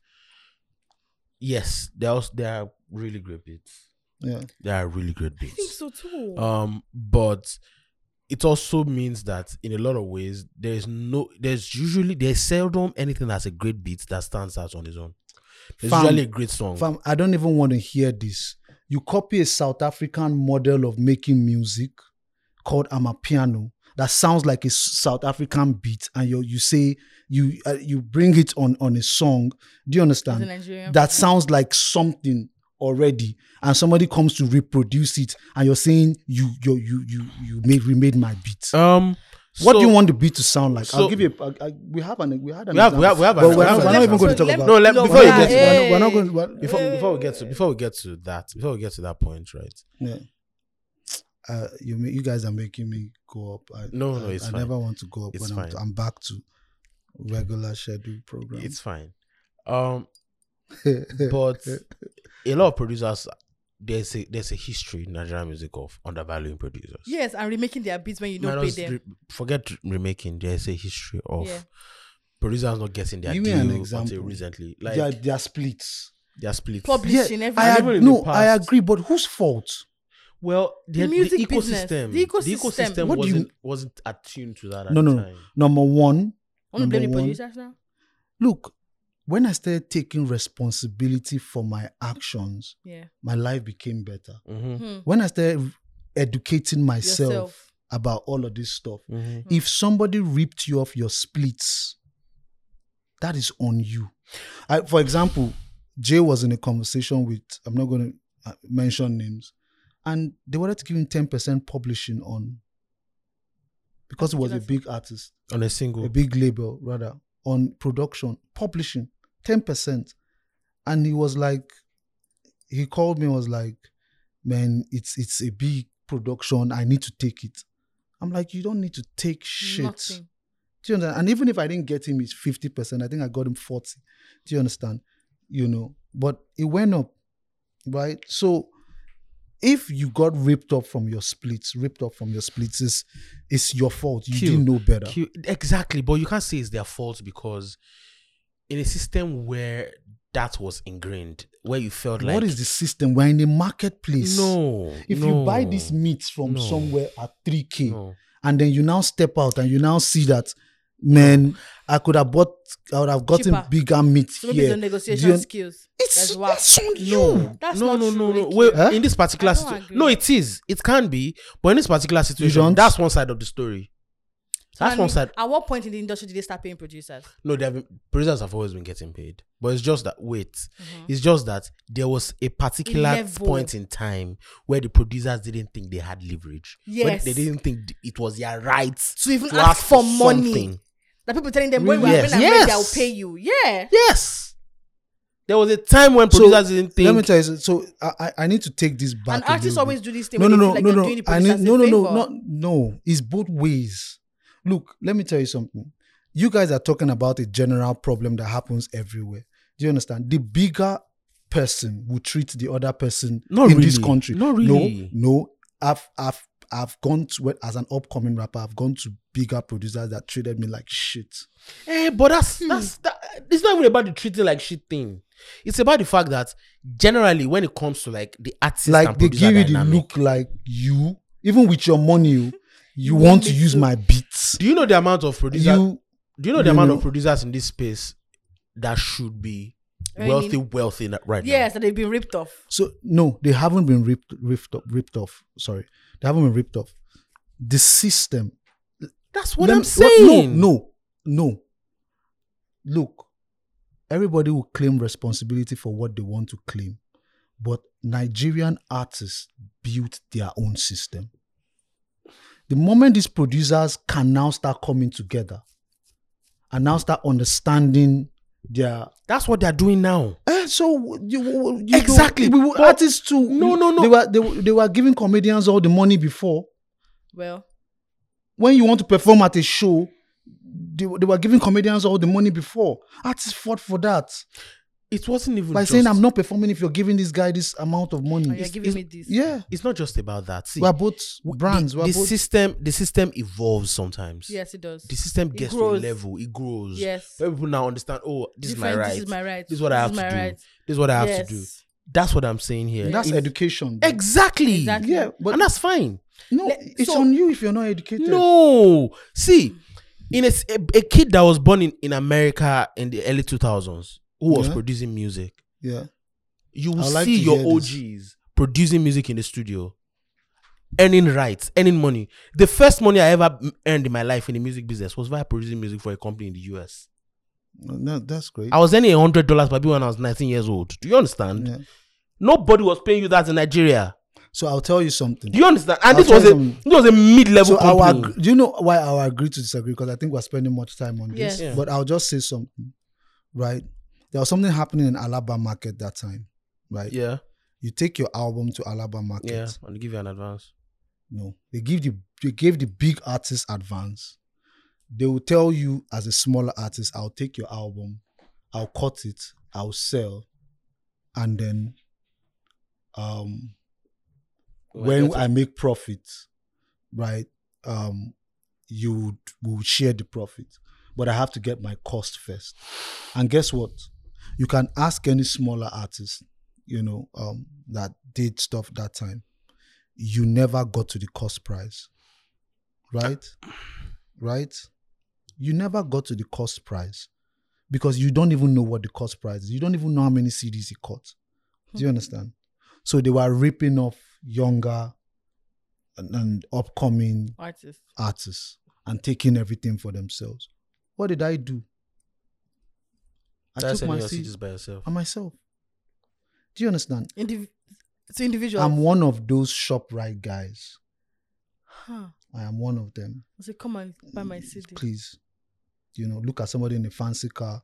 Yes, there are also, there are really great beats. yeah, There are really great I think beats. so too. uh, Um, but it also means that in a lot of ways, there's no, there's usually, there's seldom anything that's a great beat that stands out on its own. It's Fam, usually a great song. fam, I don't even want to hear this. You copy a South African model of making music called amapiano that sounds like a s- South African beat, and you you say you uh, you bring it on on a song. Do As a you understand? Nigerian That sounds like something already, and somebody comes to reproduce it, and you're saying you you you you you made remade my beat. Um, What do so- you want the beat to sound like? so- I'll give you. A, I, I, we have an. We had an. We have- we have- we example, have an- but we're we have not, an we're not even example. going to talk Let- about. No, let- no, before you nah, get to that, eh. we're not going. before before we get to before we get to that before we get to that point, right? yeah. uh, you ma- you guys are making me go up. I, No, I, no, it's I fine. never want to go up It's when I'm, fine. I'm back to regular scheduled program. It's fine. Um, Eh, but a lot of producers there's a there's a history in Nigerian music of undervaluing producers. Yes, and remaking their beats when you don't Minus pay them. re- forget remaking. There's a history of Yeah. producers not getting their Give me due an until example. recently. Like they, are, they are splits. their splits. Publishing Yeah, everything. I Even ag- in the no, I past. agree, but whose fault? Well, the, music the business, ecosystem, the the ecosystem. ecosystem What do you- wasn't wasn't attuned to that. At No, the no, no. time. Number one, I want to blame the Number one. producers now. look, when I started taking responsibility for my actions, Yeah. my life became better. Mhm, Hmm. When I started educating myself Yourself. about all of this stuff, mhm. if somebody ripped you off your splits, that is on you. I, for example, Jay was in a conversation with, I'm not going to mention names, and they wanted to give him 10% publishing on, because he was a Particular big artist On a single, a big label rather on production publishing 10% and he was like he called me and was like man it's it's a big production i need to take it i'm like you don't need to take shit Nothing. do you understand? And even if I didn't get him his 50%, I think I got him 40. Do you understand? You know, but it went up, right? So if you got ripped up from your splits, ripped up from your splits, it's, it's your fault. You Q, didn't know better. Q- exactly, but you can't say it's their fault because in a system where that was ingrained, where you felt like what is the system? We're in a marketplace. No, If you no, buy this meat from No. somewhere at 3K no. and then you now step out and you now see that, man, I could have bought, I would have gotten Cheaper. bigger meat So maybe it's here. your Do negotiation you- skills. It's, That's why. it's on you. No, That's no, not no, true, no, no. Ricky. Well, Huh? in this particular I don't situation, agree. no, it is, it can be, but in this particular situation, don't? that's one side of the story. So that's I one mean, side. At what point in the industry did they start paying producers? No, they have been, producers have always been getting paid, but it's just that wait, it's just that there was a particular Mm-hmm. Level. point in time where the producers didn't think they had leverage. When Yes. they didn't think th- it was their right To even ask for money. The people telling them when we are Yes. when I'm ready, I'll Yes. pay you. Yeah. Yes, there was a time when So, producers didn't Let me think. tell you. So I, I- I need to take this back. And a artists little always bit. do this thing. no when no they "Oh, no feel like no they're no. doing the I need, producers no a no no favor. not no. It's both ways. Look, let me tell you something. You guys are talking about a general problem that happens everywhere. Do you understand? The bigger person will treat the other person Not in this really. country. Not really. No, no. I've I've I've gone to as an upcoming rapper. I've gone to bigger producers that treated me like shit. Eh, but that's Hmm. that's that, it's not even about the treating like shit thing. It's about the fact that generally when it comes to like the artist like and they producer give you the dynamic, look like you even with your money you, you want want to me use to- my beats Do you know the amount of producers? you do you know the you amount of know- producers in this space that should be Earning. wealthy, wealthy na- right now? Yes, that they've been ripped off. so no they haven't been ripped ripped off ripped off sorry they haven't been ripped off the system that's what Lem- I'm well, saying. no no no look everybody will claim responsibility for what they want to claim but nigerian artists built their own system the moment these producers can now start coming together and now start understanding their that's what they're doing now. Eh, so you, you- you- Exactly, we were but- artists too No, no, no. they were they, were- they were giving comedians all the money before Well, oh, when you want to perform at a show they, were- they were giving comedians all the money before artists fought for that It wasn't even by just, saying i'm not performing if you're giving this guy this amount of money and Oh, you're giving me this. yeah It's not just about that. See, we're both w- brands The, we're the both system, the system evolves sometimes. Yes, it does. The system It gets grows. to a level. It grows. Yes. Where people now understand. Oh, this is my Different, right. This is my right. This is what I have is to my do. right. This is what I have yes. to do. That's what I'm saying here. that's It's- education bro. exactly. Exactly. yeah but and that's fine. no let- it's so- on you if you're not educated No, see, in a, s- a- a kid that was born in, in America in the early 2000s who was Yeah. producing music, yeah you will I'd like see to your hear OGs this. producing music in the studio, earning rights, earning money. The first money I ever m- earned in my life in the music business was by producing music for a company in the US. no, that's great I was earning hundred dollars per when I was 19 years old. Do you understand? Yeah. Nobody was paying you that in Nigeria. so i'll tell you something Do you understand? And I'll this was tell a you something. this was a mid-level so our company. ag- do you know why I agree to disagree? Because I think we're spending much time on Yes. this. Yeah. But I'll just say something, right? There was something happening in Alaba Market that time, right? yeah, You take your album to Alaba Market, yeah. I'll give you an advance. No, they give the they gave the big artist advance. They will tell you as a smaller artist, I'll take your album, I'll cut it, I'll sell, and then um when I make profit, right, um, you would, we would share the profit. But I have to get my cost first. And guess what? You can ask any smaller artist, you know, um, that did stuff that time. You never got to the cost price, right? Right? You never got to the cost price because you don't even know what the cost price is. You don't even know how many CDs he cut. Do you understand? So they were ripping off younger and, and upcoming Artist. artists and taking everything for themselves. What did I do? I That's took selling my your seat CDs by yourself. and myself. Do you understand? Indiv- it's individual. I'm one of those ShopRite guys. huh. I am one of them. I said, come and buy my CD. Please, you know, look at somebody in a fancy car.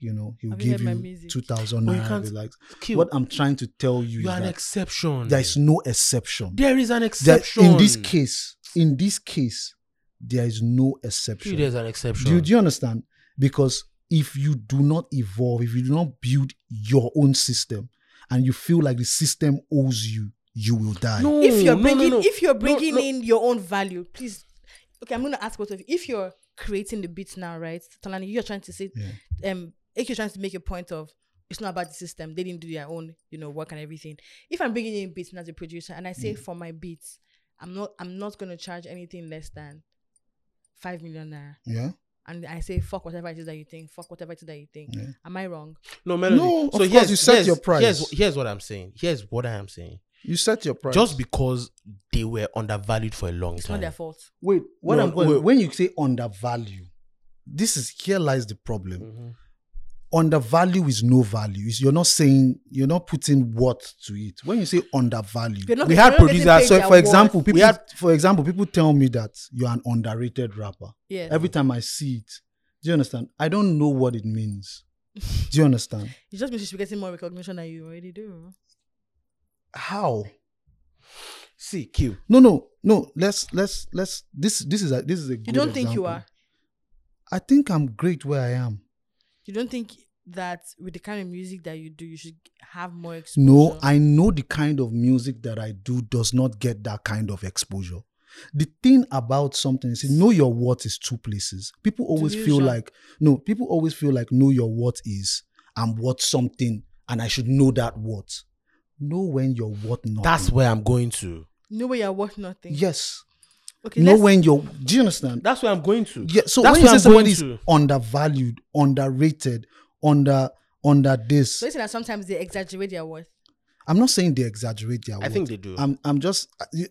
You know, he'll Have you give heard my you music? two thousand But Oh, you naira. can't- they Like, Kill. what I'm trying to tell you, you is are an that exception. there is no exception. There is an There- exception. in this case, in this case, there is no exception. Surely there's an exception. Do you, do you understand? Because if you do not evolve, if you do not build your own system, and you feel like the system owes you, you will die. no, if you're Oh, no, bringing no, no. if you're No, bringing no. in your own value please okay i'm gonna ask both of you if you're creating the beats now right Talani, you're trying to say um if you're trying to make a point of it's not about the system they didn't do their own you know work and everything if i'm bringing in beats as a producer and i say Mm. for my beats i'm not i'm not gonna charge anything less than five million naira Yeah. and i say fuck whatever it is that you think fuck whatever it is that you think Yeah. am i wrong no, Melody. No, of so course, here's, you set here's- your price. Here's, here's what I'm saying. Here's what I am saying. You set your price. Just because they were undervalued for a long it's time. not their fault wait. What No, I'm going wait. when you say undervalue, this is here lies the problem. Mm-hmm. Mhm. Undervalue is no value. It's- you're not saying you're not putting worth to it. When you say undervalue, You're not- we you're had not getting producers. paid So their for example, worth. people We had- for example, people tell me that you're an underrated rapper. yeah Every time I see it, do you understand? I don't know what it means. Do you understand? it just means you should be getting more recognition than you already do How? See, Q. No, no, no. Let's let's let's. This this is a this is a. Good you don't think you example. are I think I'm great where I am. you don't think that with the kind of music that you do, you should have more exposure? No, I know the kind of music that I do does not get that kind of exposure. The thing about something is know your what is two places. People always feel Delusion. like no, people always feel like know your what is and what something and I should know that what. Know when your what not. That's where I'm going to. no way you're worth nothing. yes. Okay, Know let's, when your do you understand? That's where I'm going to. Yeah, so That's when you where say I'm somebody going is to. undervalued, underrated, under under this, so you saying that sometimes they exaggerate their worth. I'm not saying they exaggerate their. I worth. think they do. I'm I'm just I- you,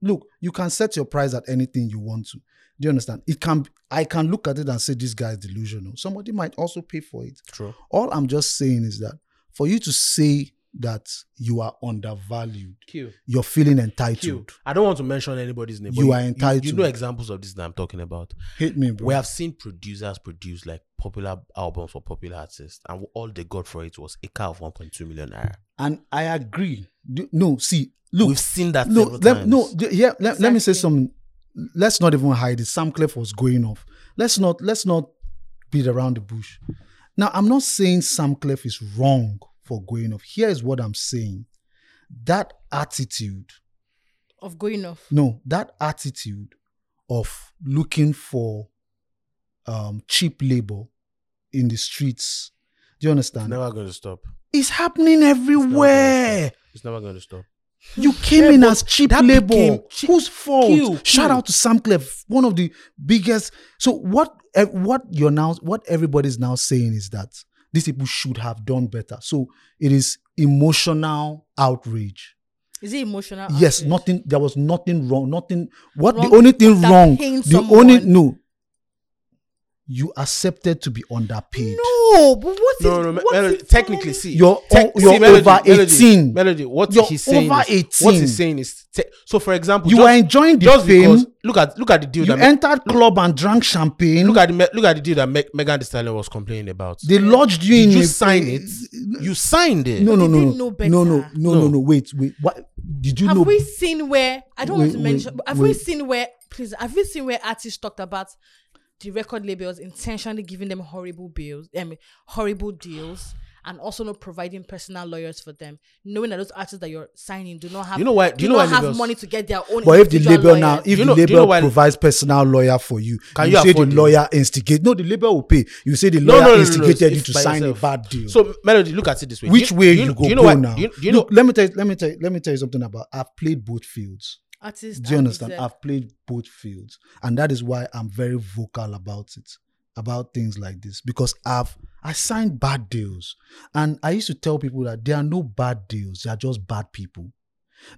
look. You can set your price at anything you want to. Do you understand? It can. I can look at it and say this guy is delusional. Somebody might also pay for it. True. All I'm just saying is that for you to say that you are undervalued, Q. you're feeling Q. entitled. I don't want to mention anybody's name. but You are entitled. You, know examples of this that I'm talking about. Hate me, bro. We have seen producers produce like popular albums for popular artists, and all they got for it was a car of 1.2 million naira. and I agree. Do- No, see, look. We've seen that no, several let, times. no, d- yeah, let, let me say Exactly. something. Let's not even hide it. Sam Clef was going off. Let's not let's not beat around the bush. Now, I'm not saying Sam Clef is wrong for going off. Here is what I'm saying. That attitude, Of going off. no, that attitude of looking for um cheap labor in the streets. Do you It's understand? never going to stop. it's happening everywhere. It's never going to stop. You came in as cheap that labor. became cheap- Whose fault? Q, Shout Q. out to Sam Clef, one of the biggest. So what? eh, What you're now? What everybody's now saying is that these people should have done better. So it is emotional outrage. Is it emotional? Yes, outrage? nothing. There was nothing wrong. Nothing. What Wrong the only thing that wrong? The pains only someone. no. You accepted to be underpaid. No, but what is No, no, me- what Melody, is technically, wrong? see, You're tec- o- you're see, Melody, over Melody, 18. Melody, what You're he's saying, over is, what 18. he's saying is, te- so for example, You just, were enjoying the just because fame. look at look at the deal You that Me- entered club and drank champagne. look at the, Me- look at the deal that Me- Megan Thee Stallion was complaining about. they lodged you Did in. you a- sign it? You signed it. no, no, But no, they no, didn't know no, no, better. no, no, No. no. Wait, wait. What? Did you have know? we seen where I don't want Wait, to wait, mention? but have we wait. seen where? Please, have we seen where artists talked about the record labels intentionally giving them horrible bills, I mean, horrible deals, and also not providing personal lawyers for them, knowing that those artists that you're signing do not have You know why- do you know not why have labels- money to get their own. but if the label individual now, lawyers. if Do you know- the do you know label why- provides personal lawyer for you, Can you, you say the afford it? lawyer instigate? No, the label will pay. You say the No, lawyer no, no, no, no, instigated it's you to by sign yourself. a bad deal. So Melody, look at it this way. which Do way do you, go, do you know go what, now? Do you, do you Look, know? let me tell you, let me tell you, let me tell you something about. I've played both fields. artists, Do you and understand? exec- I've played both fields, and that is why I'm very vocal about it, about things like this, because I've I signed bad deals, and I used to tell people that there are no bad deals; they are just bad people.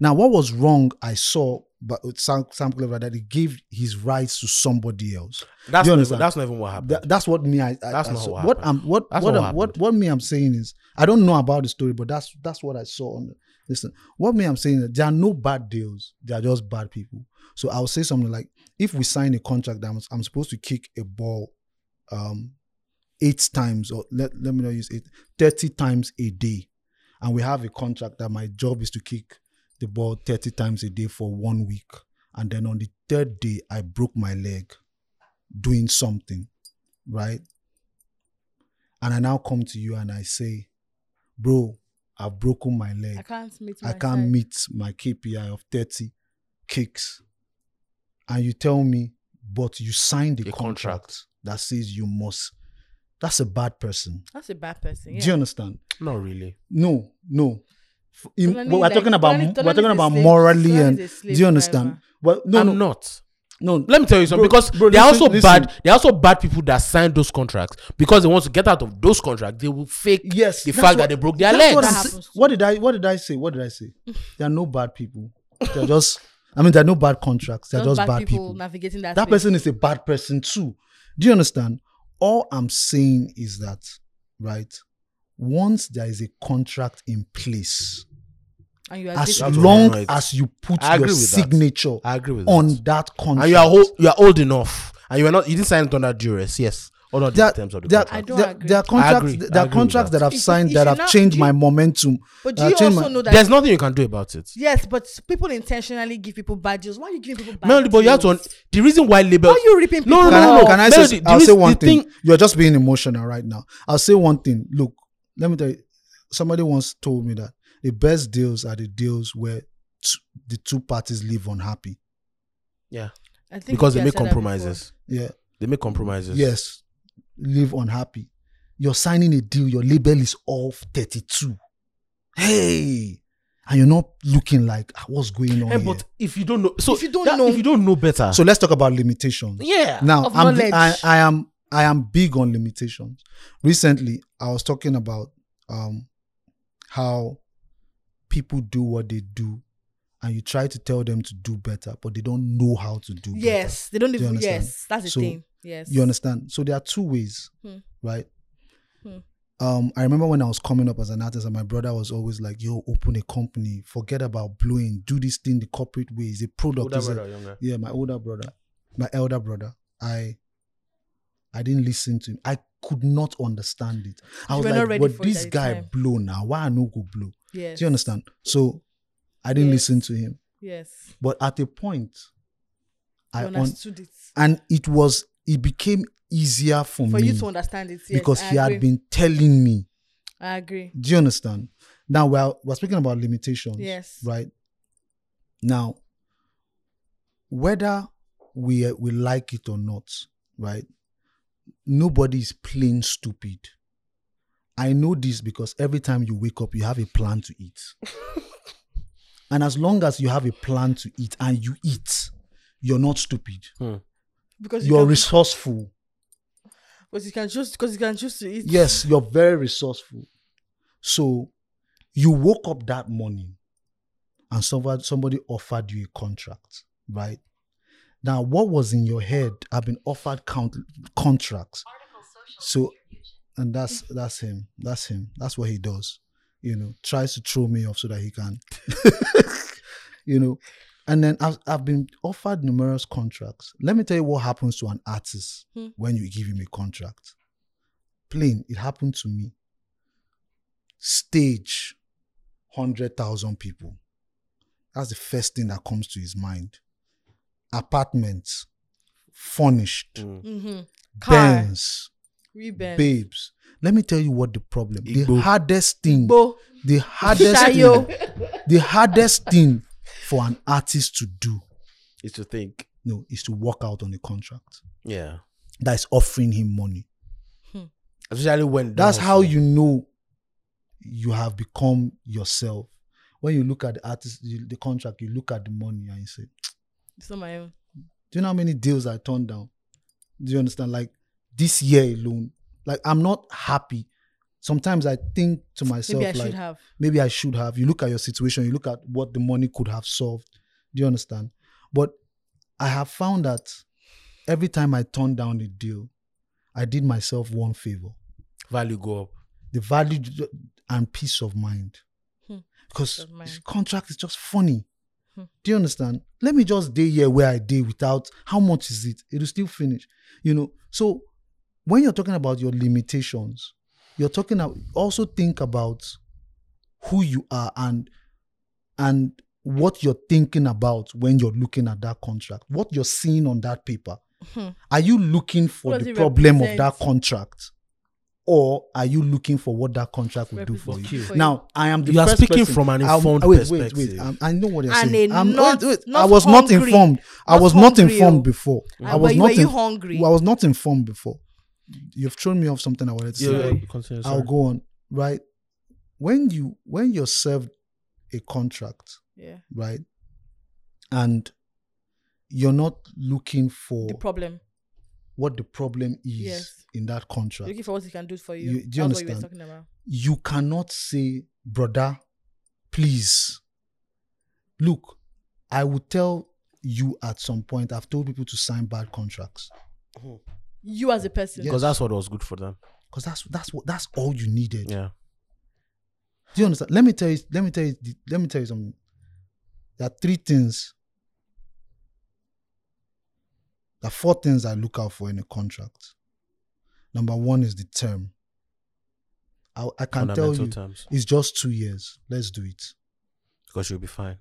Now, what was wrong? I saw, but with Sam, Sam Clever that he gave his rights to somebody else. Do That's you not, even- understand? that's not even what happened. Tha- that's what me. I, I That's I not saw. what what happened. I'm what That's what not I'm- what what happened. what me. I'm saying is I don't know about the story, but that's that's what I saw on the, listen. What me I'm saying is there are no bad deals. They are just bad people. So I'll say something like if we sign a contract that I'm, I'm supposed to kick a ball, um, eight times or let let me not use it thirty times a day, and we have a contract that my job is to kick the ball thirty times a day for one week, and then on the third day I broke my leg doing something, right? And I now come to you and I say, bro, I've broken my leg. I can't meet. I my can't side. meet my KPI of 30 kicks. And you tell me, but you signed a, A contract, contract. that says you must. That's a bad person. That's a bad person. Yeah. Do you understand? not really. No, no. F- in- Tolani, we're like, talking about Tolani- we're Tolani talking is a about slave. morally Tolani and is a do slave you understand? forever. Well, no, I'm no, not. no. Let me tell you something Bro, because bro, they are listen, also listen. bad. They are also bad people that signed those contracts because they want to get out of those contracts. They will fake yes the that's fact what- that they broke their that's legs. what, That I'm happens sa- too. what did i what did i say what did i say there are no bad people they're just i mean there are no bad contracts they're just, bad people, navigating that. that space. person is a bad person too do you understand all i'm saying is that right once there is a contract in place and you as That's what long I'm right. as you put I your agree with that. signature I agree with on that. that contract and you are old, you are old enough, and you are not. You didn't sign it under duress. Yes, all of the there, terms of the there, contract. don't there- agree. there are contracts, agree. I there are agree with contracts that. that I've If you- signed if that you have now- changed you- my momentum. But do uh, you change also my- know that There's nothing you can do about it. Yes, but people intentionally give people bad deals. Why are you giving people bad Melody, deals? but you have to. un- The reason why label. Why you ripping No, no, people no, can no, I, no. Can I Melody, say, the I'll reas- say one the thing. You're just being emotional right now. I'll say one thing. Look, let me tell you. Somebody once told me that the best deals are the deals where t- the two parties live unhappy. Yeah, I think because you guys said that they make before. compromises. Yeah. They make compromises. Yes. Live unhappy. You're signing a deal. Your label is off 32. Hey. And you're not looking like "Ah, what's going on Eh, here. but if you don't know, so If you don't that- know- if you don't know better, so let's talk about limitations. yeah. now Ah. of I'm the- knowledge. I, I am I am big on limitations. Recently, I was talking about um how people do what they do, and you try to tell them to do better, but they don't know how to do. Yes, they don't Do you even. understand? yes, that's the So, thing. Yes, better. you understand. So there are two ways, Hmm. right? Hmm. Um, I remember when I was coming up as an artist, and my brother was always like, "Yo, open a company. Forget about blowing. Do this thing the corporate way. It's a product. Older It's a, brother or younger? yeah my older brother my elder brother i i didn't listen to him i could not understand it i You was were not like ready but for it this at the guy time." blow now why i no go blow Yes. do you understand so i didn't Yes. listen to him Yes, but at a point i you un- understood it. and it was it became easier for, For me you to understand it, yes, because I he agree. had been telling me I agree. do you understand now we're, we're speaking about limitations Yes. right now whether we uh, we like it or not right nobody is plain stupid i know this because every time you wake up you have a plan to eat and as long as you have a plan to eat and you eat you're not stupid Because you you're can, resourceful because you can choose. Because you can choose to eat. Yes, you're very resourceful. So you woke up that morning and somebody, somebody offered you a contract, right? Now, what was in your head? I've been offered count contracts. So, and that's that's him. That's him. That's what he does. You know, tries to throw me off so that he can. you know, and then I've, I've been offered numerous contracts. Let me tell you what happens to an artist Hmm. when you give him a contract. Plain, it happened to me. Stage, 100,000 people. That's the first thing that comes to his mind. Apartments, furnished, Mm. Mm-hmm. Car, Benz, ribbon, babes. Let me tell you what the problem. The Igbo. hardest thing, bo, the hardest shayo. thing, the hardest thing for an artist to do, Is to think. no, is to work out on a contract Yeah. that is offering him money. Especially when That's don't how hustle. you know you have become yourself. When you look at the artist, you- the contract, you look at the money and you say, It's not my own. Do you know how many deals I turned down? Do you understand? Like this year alone, like I'm not happy. Sometimes I think to myself, Maybe I like should have. maybe I should have. You look at your situation, you look at what the money could have solved. Do you understand? But I have found that every time I turned down a deal, I did myself one favor value go up. the value ju- and peace of mind. Hmm. Because Peace of this mind. contract is just funny. Hmm. Do you understand? Let me just day here where I day without how much is it? It will still finish. You know, so when you're talking about your limitations, you're talking about also think about who you are and and what you're thinking about when you're looking at that contract, what you're seeing on that paper. Hmm. Are you looking for What the does it problem of that represent? contract? Or are you looking for what that contract will do for Represent you? for you. Now, I am the You are first speaking person- from an I'm- informed wait, Wait, wait, perspective. I'm- I know what you're And saying. a I'm, not- wait, wait, not I was not hungry. informed. I Not was not hungry, informed oh. before. I And was were, not were you in- hungry? I was not informed before. You've thrown me off something I wanted to say. Yeah, Sorry. continue, I'll sorry. go on. Right. When you when you're served a contract, yeah. right, and you're not looking for The problem. what the problem is Yes. in that You're contract. looking for what you can do for you. You- do you That's understand? what you were talking about. you cannot say, brother, please. Look, I will tell you at some point, I've told people to sign bad contracts. You as a person. Yeah. Because that's what was good for them. Because that's that's what that's all you needed. Yeah. Do you understand? Let me tell you, let me tell you, the- let me tell you something. There are three things. There are four things I look out for in a contract. Number one is the term. I, I can tell Fundamental you terms. it's just two years. Let's do it. Because you'll be fine.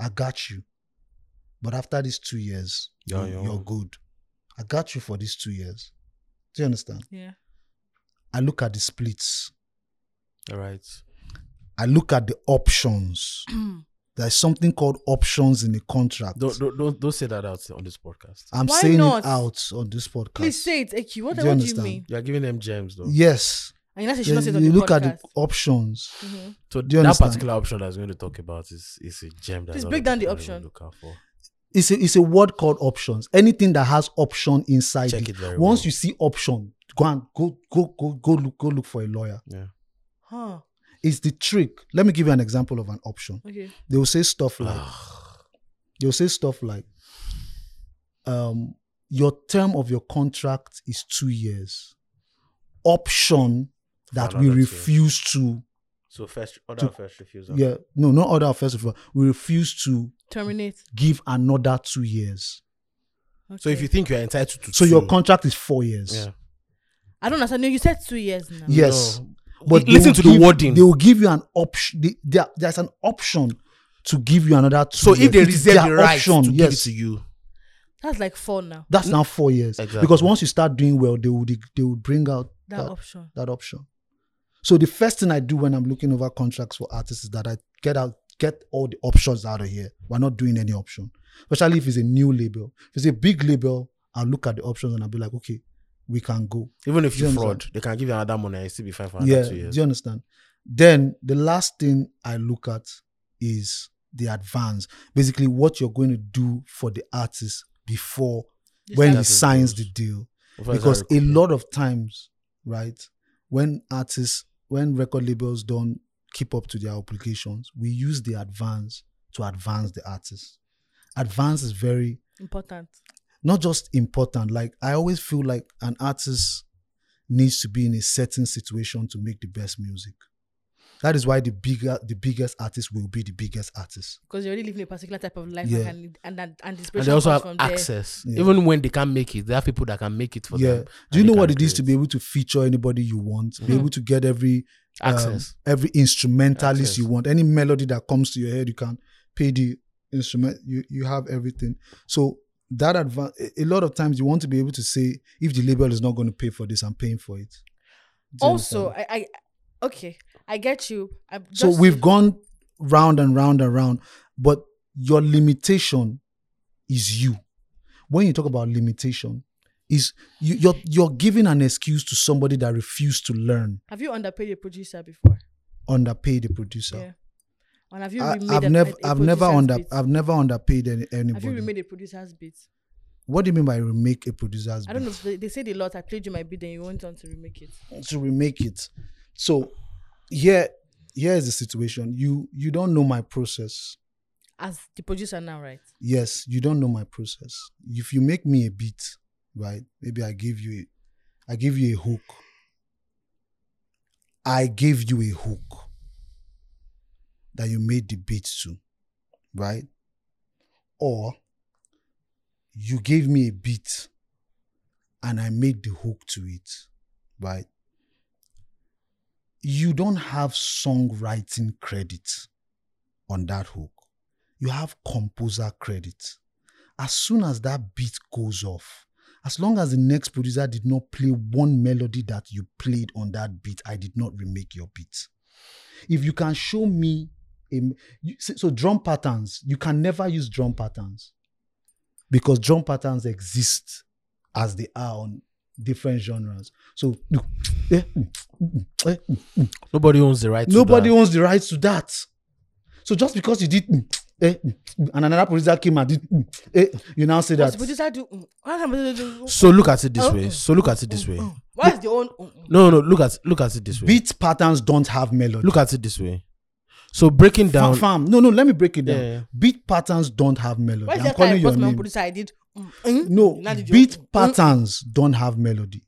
I got you. But after these two years, You're on you- your you're own. good. I got you for these two years. Do you understand? Yeah. I look at the splits. All right. I look at the options. There's something called options in the contract. Don't, don't don't don't say that out on this podcast. I'm Why saying not? it out on this podcast. Please say it, AQ. What Do do, you what do you understand? mean? You are giving them gems though. Yes. And that's Then should not say it on you the look podcast. at the options. Mhm. So Do you that understand? particular option that's going to talk about is is a gem. that Please a lot break of down the people don't even option. Look out for. It's a, it's a word called options. Anything that has option inside Check it. it very Once well. you see option, go and go go go go look go look for a lawyer. Yeah. Huh. It's the trick. Let me give you an example of an option. Okay. they will say stuff like Ah. they'll say stuff like um your term of your contract is two years option that we Another two. refuse to So first other To- first refusal. yeah no not order of first of all we refuse to Terminate. give another two years So if Okay. you think you're entitled to so your two, contract is four years yeah. I don't understand. No, you said two years now. yes No. but they Li- listen will to the give- wording. they will give you an option they, there- there's an option to give you another two so years. if they It is reserve their the right option, to yes. give it to you, That's like four now. That's now four years. Exactly. Because once you start doing well, they would they would bring out That that, that, option. option. So the first thing I do when I'm looking over contracts for artists is that I get out get all the options out of here. We're not doing any option, especially if it's a new label. If it's a big label, I'll look at the options and I'll be like, okay, we can go. even if Do you you understand? fraud, they can give you another money and you still be fine for another Yeah, two do years. you understand? Then the last thing I look at is the advance. Basically, what you're going to do for the artist before You when said- he Artist signs the goes. deal. Before you start because a recruiting. lot of times right when artists when record labels don't keep up to their obligations we use the advance to advance the artist advance is very important. not just important like i always feel like an artist needs to be in a certain situation to make the best music that is why the bigger the biggest artist will be the biggest artist Because you're already living a particular type of life Yeah. and, and, and, and and inspiration they also comes have from there. access. Yeah. Even when they can't make it, they have people that can make it for yeah them. do you and know they what can it is to create Hmm. be able to feature anybody you want be Mhm. able to get every um, access? every instrumentalist Access. you want, any melody that comes to your head, you can pay the instrument. You you have everything. So that advan- a- a lot of times you want to be able to say if the label is not going to pay for this, I'm paying for it. Do you also, understand? I, I okay, I get you. I'm so just- we've gone round and round and round, but your limitation is you. When you talk about limitation, is you, you're you're giving an excuse to somebody that refused to learn, have you underpaid a producer before? underpaid the producer. Yeah. And have you I, remade have a- never, a I've never producer's under, beat? I've never underpaid any, Have you anybody. remade a producer's beat? what do you mean by remake a producer's? I don't know. If they, they said a lot. I played you my beat, then you went on to remake it. beat? to remake it. So, here, here is the situation. You, you don't know my process. As the producer now, right? Yes, you don't know my process. If you make me a beat, right? Maybe I give you, a, I give you a hook. I gave you a hook that you made the beat to, right? Or you gave me a beat and I made the hook to it, right? You don't have songwriting credit on that hook. You have composer credit. As soon as that beat goes off, as long as the next producer did not play one melody that you played on that beat, I did not remake your beat. If you can show me a m- you- so so drum patterns, you can never use drum patterns because drum patterns exist as they are on different genres. So eh, Nobody owns the right. Nobody To that. owns the rights to that. So just because you did, mm, eh, mm, mm, and another producer came and did, mm, eh, you now say Does the that. producer do? mm, Why can't the producer do? mm, So look at it this Oh, way. mm, So look at it this way. Why is the own? mm, mm? No, no. Look at look at it this way. Beat patterns don't have melody. Look at it this way. So breaking Fa- down. fam, no, no, let me break it down. Yeah, yeah. Beat patterns don't have melody. Why is I'm that time I calling your brought my own name. producer? I did. mm, mm, No, now did your beat mm, mm. patterns don't have melody.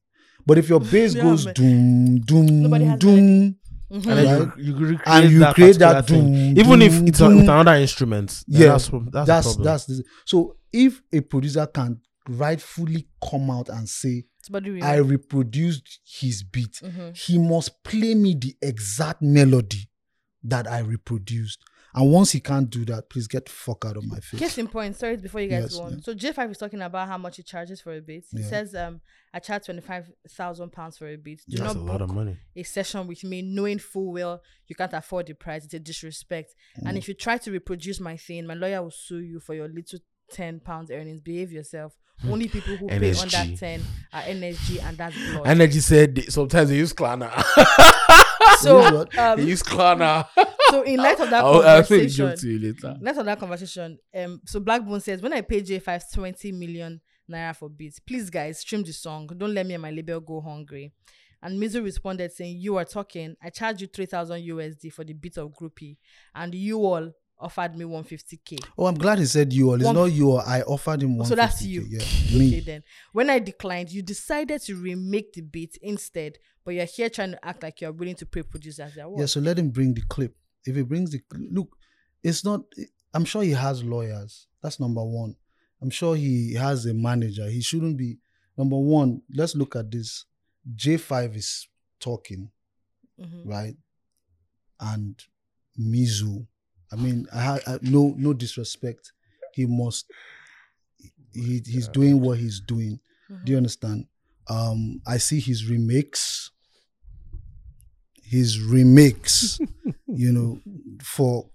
But if your bass Yeah, goes man. doom, doom, Nobody has doom, and then Right. you, you recreate And you that create that particular thing. doom, even if doom, it's a, with doom. another instrument. then Yeah, that's prob- that's that's, that's problem. that's, the so. If a producer can rightfully come out and say, mm. Somebody remade. I reproduced his beat. Mhm. He must play me the exact melody that I reproduced. And once he can't do that, please get the fuck out of my face. Case in point, sorry before you guys Yes, go on. yeah. So J5 is talking about how much he charges for a beat. He Yeah. says, um, I charge twenty five thousand pounds for a beat. Do That's not a lot of book money. a session with me knowing full well you can't afford the price. It's a disrespect. Mm. And if you try to reproduce my thing, my lawyer will sue you for your little ten pounds earnings. Behave yourself. Hmm. Only people who pay NSG. under ten are NSG and that's blood. Energy said they- sometimes they use Klarna. You Oh, know so what? they um, use Klarna. so in light of that I'll, I'll say the conversation, joke to Oh, you later. Let's have that conversation. Um, so Blackbone says, when I pay J5 20 million naira for beats, please guys, stream the song. Don't let me and my label go hungry. And Mizu responded saying, you are talking. I charge you 3,000 USD for the beat of Groupie. And you all offered me 150K. Oh, I'm glad he said you all. It's One- not you all. I offered him one. So that's you. Yeah, Okay me. then. When I declined, you decided to remake the beat instead, but you're here trying to act like you're willing to pay producers. They're what? Yeah, so let him bring the clip. If he brings the cl- look, it's not. I'm sure he has lawyers. That's number one. I'm sure he has a manager. He shouldn't be number one. Let's look at this. J5 is talking. Mhm. right? And Mizu, I mean, I, ha- I no no disrespect. He must. He, he's doing what he's doing. Do you understand? Um, I see his remakes. His remakes, you know, for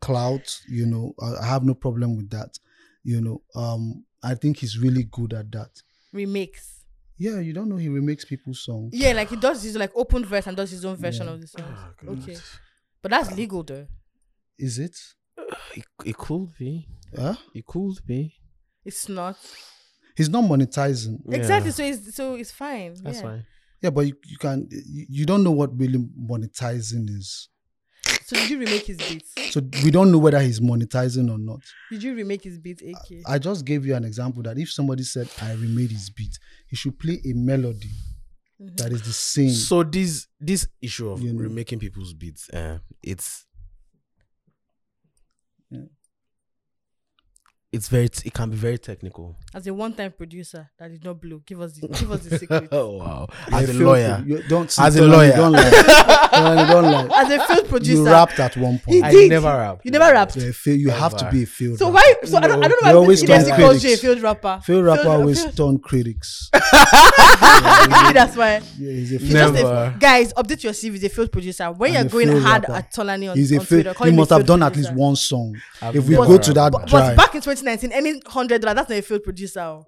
clout. You know, I, I have no problem with that. You know, um, I think he's really good at that. mm-hmm. Remakes. Yeah, you don't know he remakes people's songs. Yeah, like he does his like open verse and does his own version Yeah. of the songs. Ah, okay. But that's legal though. Is it? It, it could be. Huh? It could be. It's not He's not monetizing. exactly. So it's so it's fine. That's yeah. fine. Yeah, but you, you can you, you don't know what really monetizing is. So did you remake his beats? So we don't know whether he's monetizing or not. Did you remake his beats, AK? I just gave you an example that if somebody said I remade his beat, he should play a melody Mm-hmm. that is the same. So this this issue of You know. remaking people's beats, um, uh, it's it's very it can be very technical. As a one-time producer that did not blow, give us the give us the secret. Oh, wow. As a You're lawyer. filthy. You don't As a Tolani, lawyer. Don't lie. Tolani, don't lie. As a field producer, You rapped at one point. I did. never rap. You never rapped. You're a fail- you have to Ever. be a failed so rapper. why? So I don't, I don't They know why always Idris turn calls you a critics. field rapper. Failed rapper Field- always field- turn critics. Maybe that's why. Yeah, he's a He's failed just Never. a, guys, update your CV. He's a field producer. When And a you're going field hard rapper. at Tolani on, He's a on Twitter, fail. call He him a must have field done at producer. least one song. I've If we never go to rapped. that But, but drive, back in 2019, any hundred dollar that's not a field producer. oh.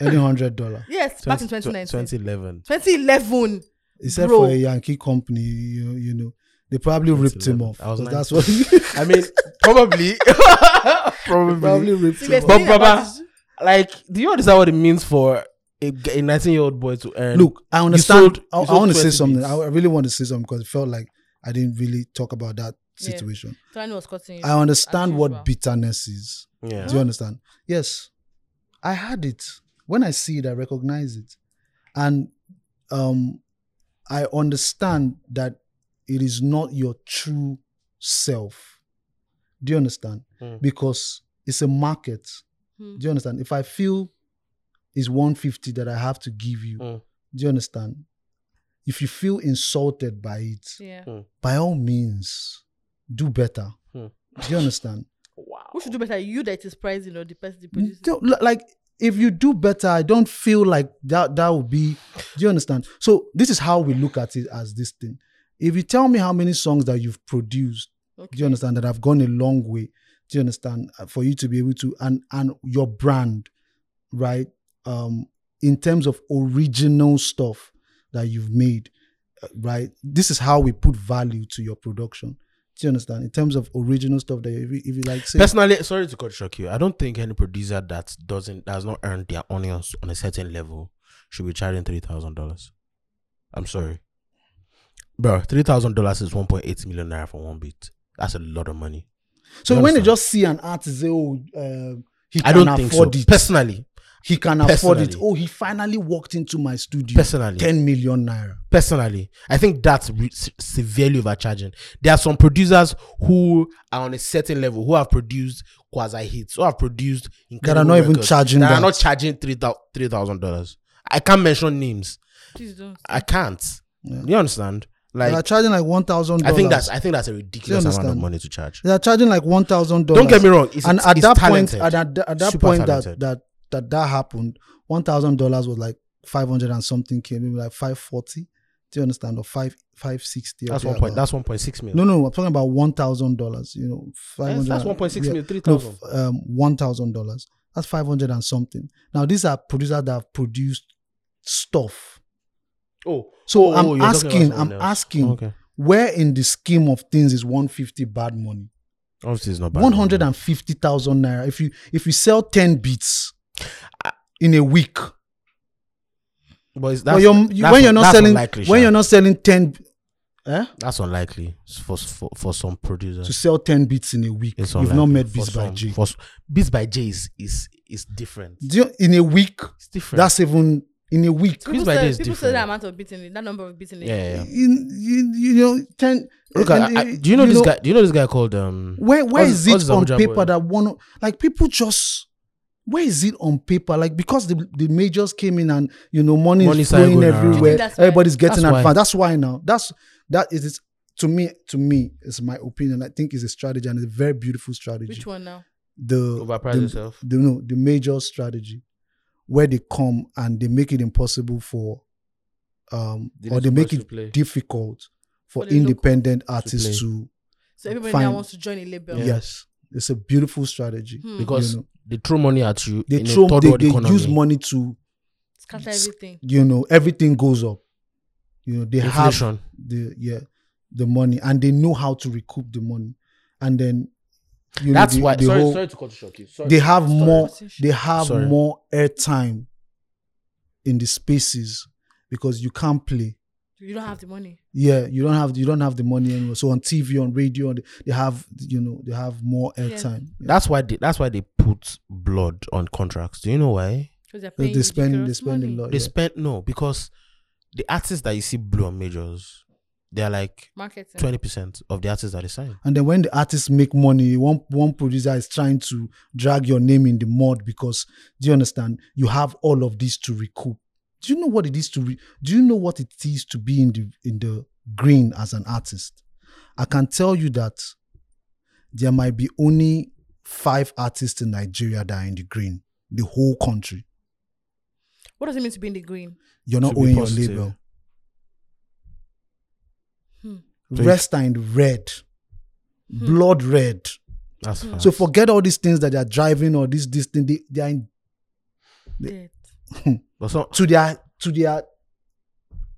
any hundred dollar. Yes, back in 2019, 2011. 2011. Except Bro. for a Yankee company, you you know, they probably ripped him off. I was 'cause nice. that's what they I mean, probably, probably. probably ripped See, him there's off. But thing about Baba- this- Like, do you understand what it means for a, g- a 19 year old boy to earn? Look, I understand. sold- I, you I want to sold say 20 something. beats. I I really want to say something because it felt like I didn't really talk about that Yeah. situation. Tolani was cutting. you. I understand As what usual. bitterness is. yeah, Do you understand? Yes, I had it. When I see it, I recognize it, and um, I understand that it is not your true self. Do you understand? Mm. Because it's a market. Hmm. Do you understand? If I feel it's one fifty that I have to give you, Mm. do you understand? If you feel insulted by it, Yeah. by all means, do better. Mm. Do you understand? wow. Who should do better? You that is pricing or the person the producer? Don't- li- like if you do better, I don't feel like that that would be. Do you understand? So this is how we look at it as this thing. If you tell me how many songs that you've produced, do you understand that have gone a long way? Do you understand Uh, for you to be able to and and your brand, right? Um, in terms of original stuff that you've made, uh, right? This is how we put value to your production. Do you understand? In terms of original stuff that you, if you- if you like say Personally, sorry to cut short you. I don't think any producer that doesn't that has not earned their onions on a certain level should be charging three thousand dollars. I'm sorry, bro. Three thousand dollars is one point eight million naira for one beat. That's a lot of money. So You when they understand? just see an artist, say, "Oh, uh, he I can don't think so. afford it. Personally, he can afford it. Personally. Oh, he finally walked into my studio. personally, Ten million naira. personally, I think that's re- se- severely overcharging. There are some producers who are on a certain level who have produced quasi hits, who have produced incredible not even records, charging that, that. are not charging three thousand dollars. I can't mention names. Please don't. I can't. Yeah. You understand? They are Like charging like one thousand. I think that's I think that's a ridiculous amount of understand? money to charge. they are charging like one thousand dollars. Don't get me wrong. It's, and it's, at it's that talented. point, at that, at that Super point that, talented. that that that happened, one thousand dollars was like five hundred and something k, maybe like five forty. Do you understand? Or five five sixty. that's one point. That's one point six no, million. no. I'm talking about one thousand dollars. You know, five that's, hundred. that's one point six million. Three no, thousand. f- um, one thousand dollars. That's five hundred and something. Now these are producers that have produced stuff. Oh, So oh, I'm oh, you're asking, talking about someone I'm else. asking, Okay. where in the scheme of things is one fifty bad money? Obviously, it's not bad. One hundred and fifty thousand naira. If you if you sell ten beats in a week, But it's, or that's, you're, that's you- when you're un- not that's selling unlikely, when Sha. you're not selling ten, eh? that's unlikely for for, for some To producers. sell ten beats in a week, It's you've unlikely. not met For beats by some- J. for s- Beats by J is is, is different. Do you- in a week, It's different. that's even in a week. Piece People by day say is people say that different. amount of beating, that number of beating. yeah, yeah. yeah. in, you, you know, ten. Look, and, I, I, uh, do you know this guy? Do you know this guy called um? Where where All is the- all these it on Abuja paper boys. that one like people just where is it on paper? Like because the, the majors came in and you know money, Money is started flowing going around. Do you everywhere. think that's why? Everybody's getting That's why. advanced. That's why now. That's that is it. To me, to me, it's my opinion. I think it's a strategy and it's a very beautiful strategy. Which one now? The Overprice the, yourself. The, no, the major strategy where they come and they make it impossible for um The or they little make boys it to play. difficult for For the local independent artists play. to So everybody Fine. now wants to join a label. Yeah. yes it's a beautiful strategy Hmm. Because you know. they throw money at you. they in throw a third they, world they economy. use money to Scatter S- everything. you know everything goes up you know they have Inflation. the yeah the money and they know how to recoup the money and then you know That's the- why. the sorry, whole- sorry to cut you short. you- Sorry. they have Sorry. more Sorry. they have Sorry. more airtime in the spaces because you can't play You don't have the money. yeah you don't have you don't have the money anymore so on tv on radio on the, they have you know they have more Yeah. airtime That's why they. That's why they put blood on contracts. Do you know why? Because they're They- paying they spend they Oh, ridiculous spend money. a lot They yeah. spent no because the artists that you see blue on majors, they're like Marketing. twenty percent of the artists that they sign. And then when the artists make money, one one producer is trying to drag your name in the mud because do you understand? You have all of this to recoup. Do you know what it is to re- do you know what it is to be in the in the green as an artist? I can tell you that there might be only five artists in Nigeria that are in the green, the whole country. What does it mean to be in the green? You're not To be owing your positive. label. Hmm. Rest are in the red, blood red. That's fine. So forget all these things that they are driving or this this thing. They, they are in, Dead. but some to their to their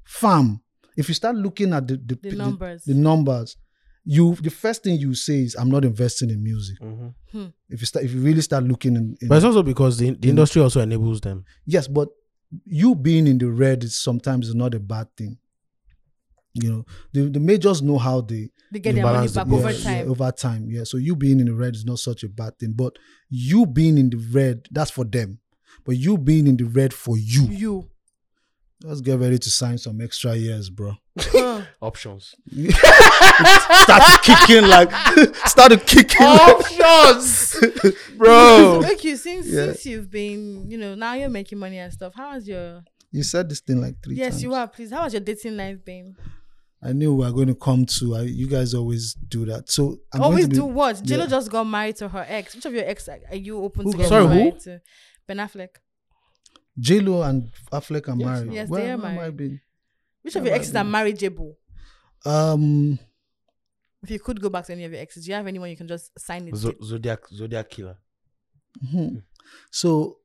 farm. If you start looking at the the, The numbers. the, numbers, you the first thing you say is I'm not investing in music. Mm-hmm. If you start if you really start looking in, in but it's also because the, the industry also enables them. yes, but you being in the red is sometimes not a bad thing. You know, the, the majors know how they They get You their money balance the back books. over Yeah, time. over time, yeah. So you being in the red is not such a bad thing, but you being in the red, that's for them. But you being in the red for you, You. let's get ready to sign some extra years, bro. Huh. Options. Start kicking like, started kicking. like- Options, bro. Look, you since Yeah. since you've been, you know, now you're making money and stuff. How has your you said this thing like three yes, times. you are. Please, how has your dating life been? I knew we were going to come to. I, you guys always do that. So I'm going Always to be- do what? Jillo yeah. just got married to her ex. Which of your ex are are you open Who to got- getting Sorry, who? married to? Ben Affleck. J-Lo and Affleck are married. yes, Where- they are where am I married. being? Which of your exes are marriageable? Um, If you could go back to any of your exes, do you have anyone you can just sign it? Zo- to? Zodiac, Zodiac killer. Mhm. So,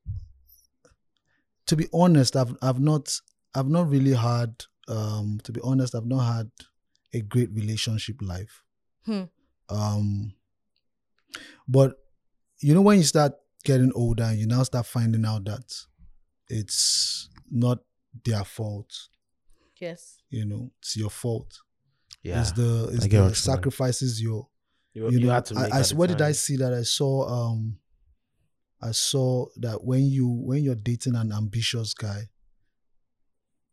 to be honest, I've I've not I've not really had um to be honest I've not had a great relationship life. Hmm. Um, but you know when you start getting older, you now start finding out that it's not their fault. Yes. You know, it's your fault. Yeah, It's the it's I get what you the mean. sacrifices you're you, you you know, had to. I- Make I at s- the what did I time. see that I saw? Um, I saw that when you when you're dating an ambitious guy,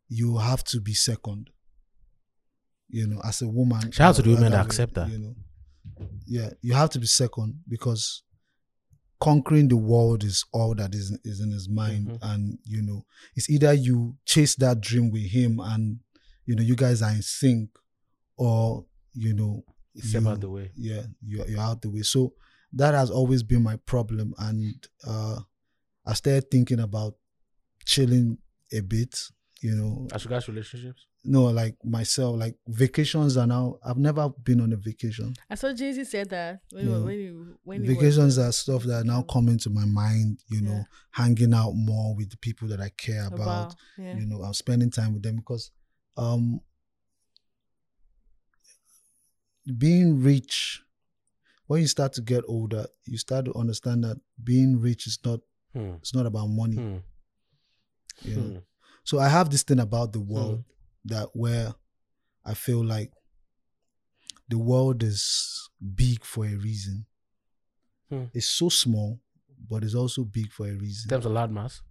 you have to be second. You know, as a woman. Shout out to the uh, women that way, accept that. You know, yeah, you have to be second because conquering the world is all that is is in his mind, Mhm. and you know, it's either you chase that dream with him, and you know, you guys are in sync, or you know, Step you- out the way. yeah you're, you're out the way so that has always been my problem and uh i started thinking about chilling a bit you know As regards relationships, no like myself like vacations are now i've never been on a vacation I saw Jay Z said that when Yeah. you when you when you vacations are stuff that are now come into my mind you know Yeah. Oh, hanging out more with the people that i care about yeah. you know i'm spending time with them because um being rich when you start to get older you start to understand that being rich is not hmm. it's not about money Hmm. you know? Hmm. so i have this thing about the world that where i feel like the world is big for a reason Hmm. it's so small but it's also big for a reason in terms of loud mass.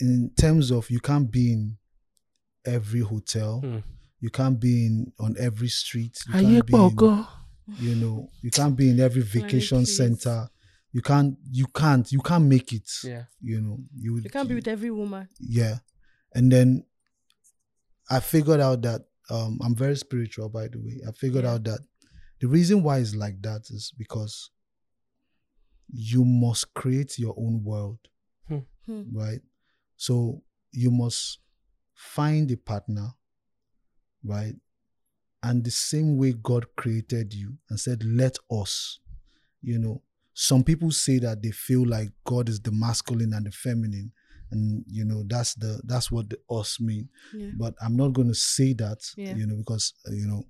in terms of you can't be in every hotel, Hmm. you can't be in on every street, you Ayé can't be pọ̀ in, gan. you know, you can't be in every vacation please. center. You can't, you can't, you can't make it. Yeah. You know, you, You can't be with every woman. yeah. And then I figured out that um, I'm very spiritual, by the way. I figured Yeah. out that the reason why it's like that is because you must create your own world, Hmm. Hmm. right? So you must find a partner, right? And the same way God created you and said, let us, you know. Some people say that they feel like God is the masculine and the feminine, and you know that's the that's what the us mean Yeah. but I'm not going to say that, Yeah. you know, because uh, you know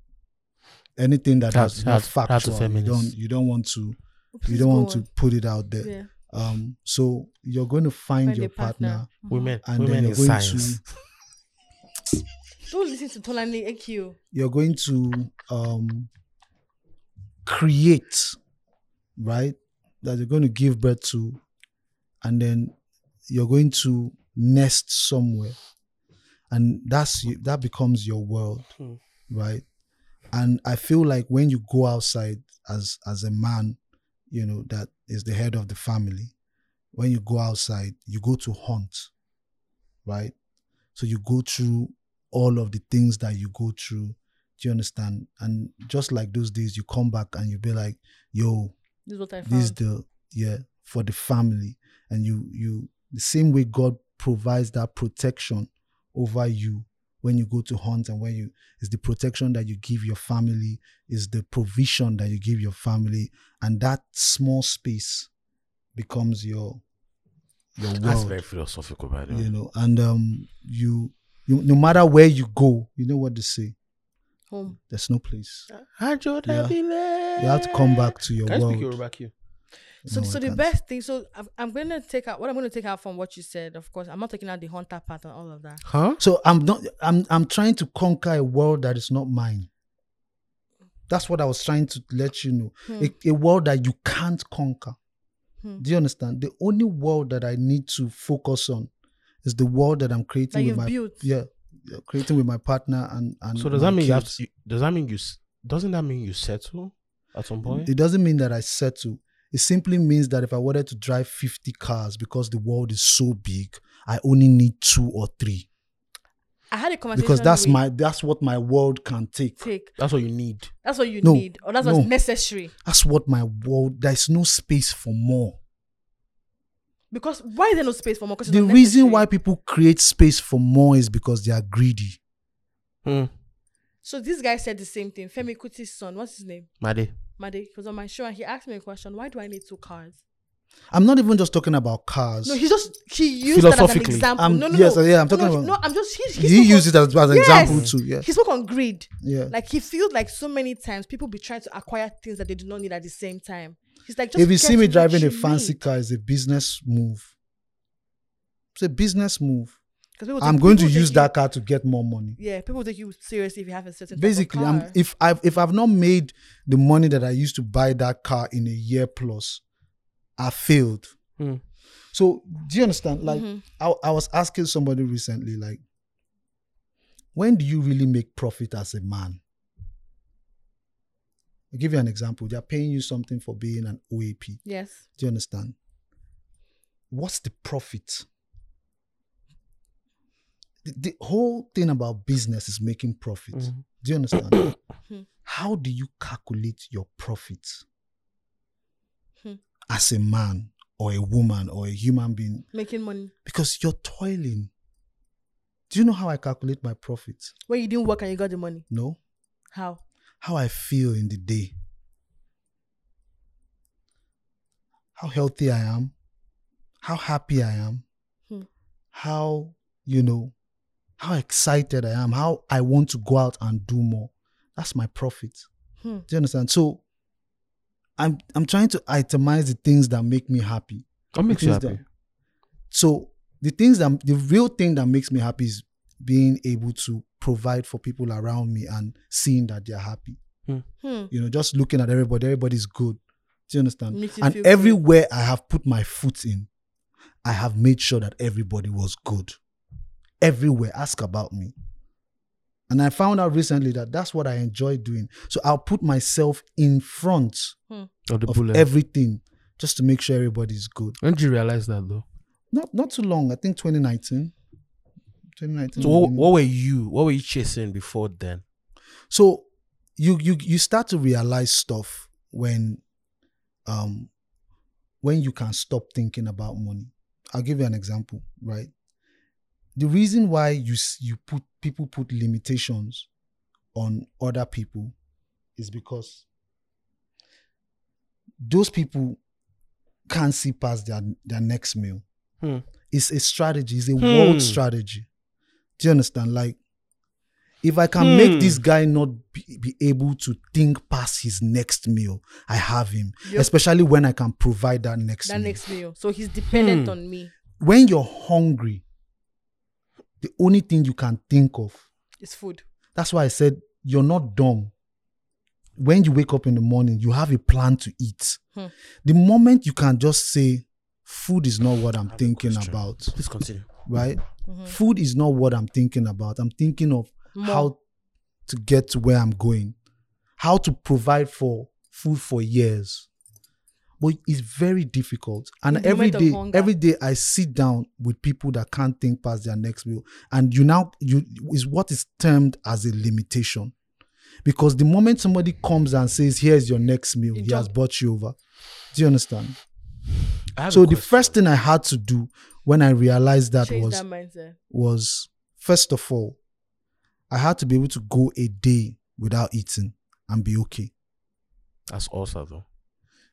anything that That's- is not that's- that's a factual, you feminist. don't you don't want to you Please don't go want on. to put it out there. Yeah. Um, so you're going to find, Find your a partner. partner, Mhm. Hmm. Women, and then women you're in going science. to Don't listen to Tolani AQ. you're going to um create, right? That you're going to give birth to, and then you're going to nest somewhere, and that's that becomes your world, Hmm. right? and i feel like when you go outside as as a man you know that is the head of the family when you go outside you go to hunt right so you go through all of the things that you go through do you understand and just like those days you come back and you be like yo This is what I found. this is the yeah for the family and you you the same way god provides that protection over you when you go to hunt and when you is the protection that you give your family is the provision that you give your family and that small space becomes your your That's world very philosophical, by the way. you know and um you, you no matter where you go you know what they say Home. there's no place Yeah. you You have to come back to your Can I world speak Yoruba Q? So, No, I so the can't. best thing. So I'm, I'm gonna take out what I'm gonna take out from what you said. Of course, I'm not taking out the hunter part and all of that. Huh? So I'm not. I'm. I'm trying to conquer a world that is not mine. That's what I was trying to let you know. A, a world that you can't conquer. Hmm. Do you understand? The only world that I need to focus on is the world that I'm creating That with you've my built. yeah, yeah, creating with my partner and and. So does my that mean you have kids. to, you- does that mean you s- doesn't that mean you settle at some point? It doesn't mean that I settle. It simply means that if I wanted to drive 50 cars because the world is so big, I only need two or three I had a conversation because that's with my that's what my world can take. take. That's what you need. That's what you No, need, or that's what's no. necessary. That's what my world. There's no space for more. Because why is there no space for more? 'Cause it's The not reason necessary. why people create space for more is because they are greedy. Hmm. So this guy said the same thing. Femi Kuti's son, what's his name? Made. Made. He was on my show and he asked me a question. Why do I need two cars? I'm not even just talking about cars. No, he just he used that as an Philosophically. example. Um, no, no, yes, no. yeah, I'm No, talking no, about- No, I'm just he. he he spoke used it on- as, as an Yes. example too. Yeah, He spoke on greed. yeah. Like he feels like so many times people be trying to acquire things that they do not need at the same time. He's like, just if you get see me what driving you a fancy need. car, it's a business move. It's a business move. 'Cause people I'm take- going to Oh, people take use you- that car to get more money. Yeah, people take you seriously if you have a certain. type of Basically, I'm, car. if I've if I've not made the money that I used to buy that car in a year plus, I failed. Hmm. So do you understand? Like Mhm. I, I was asking somebody recently, like, when do you really make profit as a man? I'll give you an example. They're paying you something for being an OAP. Do yes, you understand? What's the profit? The, the whole thing about business is making profit. Mhm. Do you understand? Mhm. How do you calculate your profit Hmm. as a man or a woman or a human being? making money because you're toiling. Do you know how I calculate my profit? when you didn't work and you got the money. No. How? How I feel in the day. How healthy I am. How happy I am. Hmm. How, you know, how excited I am. How I want to go out and do more. That's my profit. Hmm. Do you understand? So I'm I'm trying to itemize the things that make me happy. What makes you things that- happy? So the things that the real thing that makes me happy is being able to provide for people around me and seeing that they're happy. Hmm. You know, just looking at everybody, everybody's good. Do you understand? Makes you and feel good. everywhere I have put my foot in, I have made sure that everybody was good. Everywhere, ask about me. And I found out recently that that's what I enjoy doing. So I'll put myself in front Or the of bullet? everything just to make sure everybody's good. when did you realize that though? not not too long. I think 2019. 2019. So what, what were you? What were you chasing before then? So you you you start to realize stuff when um when you can stop thinking about money. I'll give you an example, right? The reason why you s- you put people put limitations on other people is because those people can't see past their their next meal. Hmm. It's a strategy. It's a Hmm. world strategy. Do you understand? Like, if I can Hmm. make this guy not be, be able to think past his next meal, I have him. Yep. Especially when I can provide that next That meal. next meal. So he's dependent Hmm. on me. when you're hungry, the only thing you can think of It's food. That's why I said you're not dumb. When you wake up in the morning, you have a plan to eat. Hmm. The moment you can just say, food is not what I'm I have a thinking question. about, Please continue. right? Mhm. Food is not what I'm thinking about. I'm thinking of More. how to get to where I'm going. how to provide for food for years. But it's very difficult. And In the every moment of day, hunger. every day I sit down with people that can't think past their next meal. And you now you is what is termed as a limitation. Because the moment somebody comes and says, Here's your next meal, It he has just- bought you over. Do you understand? I have a So the question. first thing I had to do when I realized that Change was that mindset. was first of all, I had to be able to go a day without eating and be okay. that's also though.